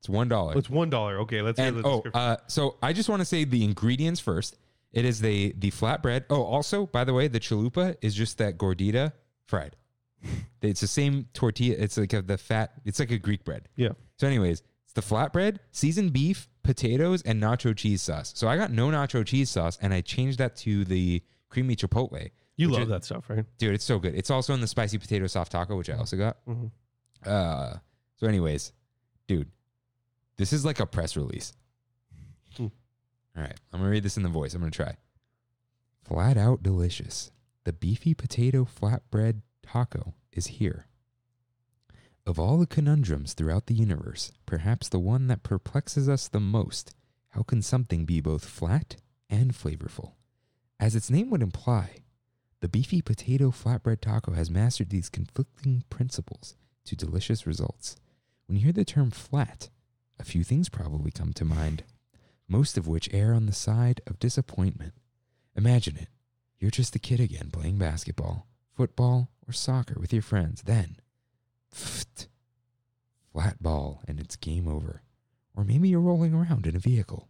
It's $1. It's one dollar. Okay, let's hear And the oh, description. uh, so I just want to say the ingredients first. It is the the flatbread. Oh, also by the way, the chalupa is just that gordita fried. it's the same tortilla. It's like a, the fat. It's like a Greek bread. yeah. So, anyways, it's the flatbread, seasoned beef, potatoes, and nacho cheese sauce. So I got no nacho cheese sauce, and I changed that to the creamy chipotle. You which love is- that stuff, right? dude. It's so good. It's also in the spicy potato soft taco, which I also got. Mhm. Uh, so, anyways, dude, this is like a press release. Hmm. All right, I'm gonna read this in the voice. I'm gonna try. Flat out delicious. The beefy potato flatbread taco is here. Of all the conundrums throughout the universe, perhaps the one that perplexes us the most how can something be both flat and flavorful? As its name would imply, the beefy potato flatbread taco has mastered these conflicting principles to delicious results. When you hear the term flat, a few things probably come to mind, most of which err on the side of disappointment. Imagine it. You're just a kid again playing basketball, football, or soccer with your friends. Then, pfft, flat ball and it's game over. Or maybe you're rolling around in a vehicle.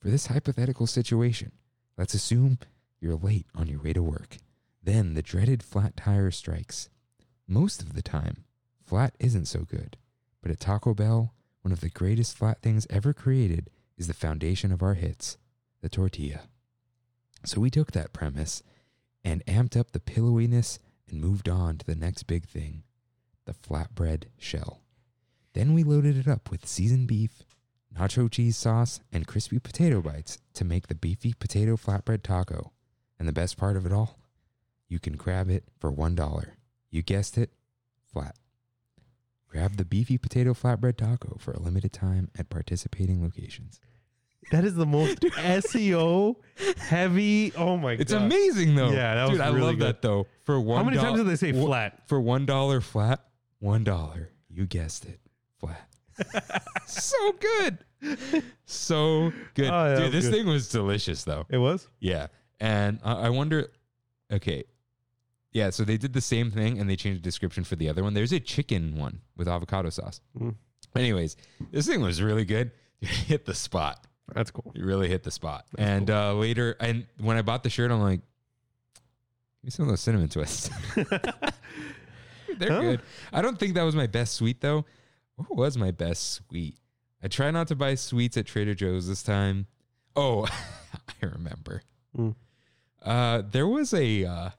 For this hypothetical situation, let's assume you're late on your way to work. Then the dreaded flat tire strikes. Most of the time, flat isn't so good. But at Taco Bell, one of the greatest flat things ever created is the foundation of our hits, the tortilla. So we took that premise and amped up the pillowiness and moved on to the next big thing the flatbread shell. Then we loaded it up with seasoned beef, nacho cheese sauce, and crispy potato bites to make the beefy potato flatbread taco. And the best part of it all, you can grab it for $1. You guessed it, flat. Grab the beefy potato flatbread taco for a limited time at participating locations. That is the most SEO heavy. Oh my god! It's amazing though. Yeah, that was Dude, I really love good. that though. For one How many times doll- did they say wo- flat? For one dollar flat, one dollar. You guessed it. Flat. so good. So good. Oh, yeah, that Dude, was this good. thing was delicious though. It was. Yeah. And I, I wonder okay. Yeah, so they did the same thing and they changed the description for the other one. There's a chicken one with avocado sauce. Mm. Anyways, this thing was really good. Hit the spot. That's cool. It really hit the spot. and uh, later, and when I bought the shirt, I'm like, give me some of those cinnamon twists. They're Huh? good. I don't think that was my best sweet though. What was my best sweet? I try not to buy sweets at Trader Joe's this time. Oh, I remember. Mm. Uh, there was a uh,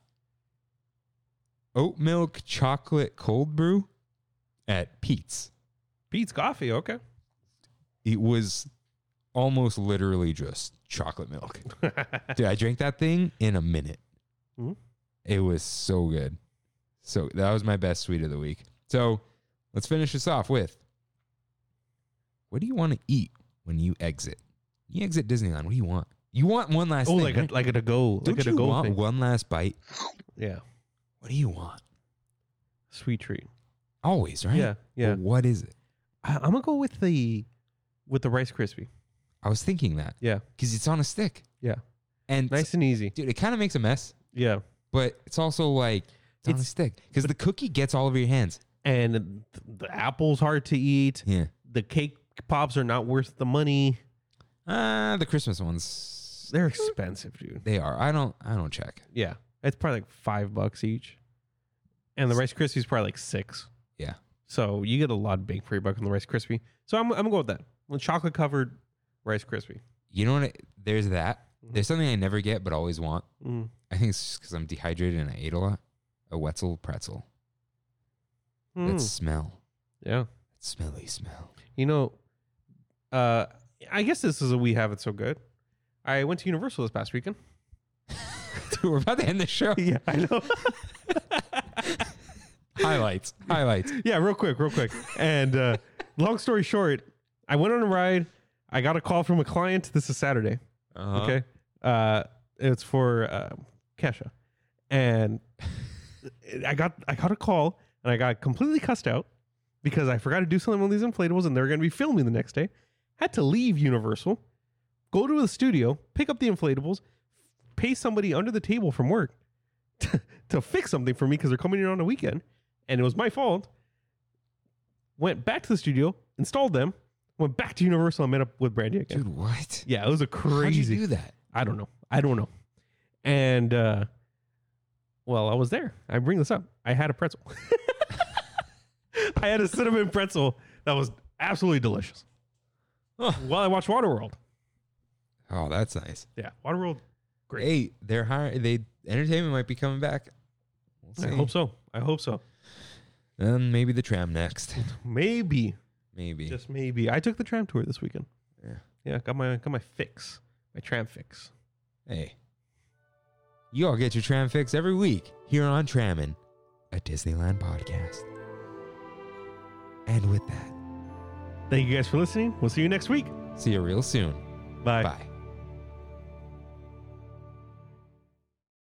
oat milk chocolate cold brew at Pete's. Pete's coffee. Okay. It was almost literally just chocolate milk. Dude, I drank that thing in a minute. Mhm. It was so good. So that was my best sweet of the week. So let's finish this off with what do you want to eat when you exit? You exit Disneyland. What do you want? You want one last oh, thing. like right? a, like a to go. Don't Like a to you go want thing. one last bite? Yeah. What do you want? Sweet treat. Always, right? Oh. Yeah. Yeah. But what is it? I, I'm gonna go with the with the rice crispy. I was thinking that Yeah. because it's on a stick. Yeah. And Nice and easy. dude, it kind of makes a mess, Yeah. but it's also like it's, on a It's- stick because the cookie gets all over your hands. And th- the apple's hard to eat. Yeah. The cake pops are not worth the money. Uh the Christmas ones. They're expensive, dude. They are. I don't I don't check. Yeah. It's probably like five bucks each. And the Rice Krispies probably like six. Yeah. So you get a lot of bang for your buck on the Rice Krispie. So I'm, I'm gonna go with that. The chocolate covered Rice Krispie. You know what? I, there's that. Mm-hmm. There's something I never get but always want. Mm. I think it's just because I'm dehydrated and I ate a lot. A Wetzel pretzel. That Mm. smell. Yeah. That smelly smell. You know, uh, I guess this is a we have it so good. I went to Universal this past weekend. Dude, we're about to end the show. Yeah, I know. Highlights. Highlights. yeah, real quick, real quick. And uh, long story short, I went on a ride. I got a call from a client. This is Saturday. Uh-huh. Okay. Uh, it's for uh, Kesha, and I got I got a call, and I got completely cussed out because I forgot to do something on these inflatables, and they were going to be filming the next day. Had to leave Universal, go to the studio, pick up the inflatables, pay somebody under the table from work to, to fix something for me because they're coming in on a weekend, and it was my fault. Went back to the studio, installed them, went back to Universal, and met up with Brandy again. Dude, what? Yeah, it was a How'd you crazy. do that? I don't know. I don't know. And uh, well, I was there. I bring this up. I had a pretzel. I had a cinnamon pretzel that was absolutely delicious. Huh. While I watched Waterworld. Oh, that's nice. Yeah, Waterworld. Great. Hey, they're hiring. They entertainment might be coming back. We'll I hope so. I hope so. And maybe the tram next. Maybe, Maybe. just maybe. I took the tram tour this weekend. Yeah. Yeah, got my got my fix, my tram fix. Hey, you all get your tram fix every week here on Trammin', a Disneyland podcast. And with that, Thank you guys for listening. We'll see you next week. see you real soon. Bye.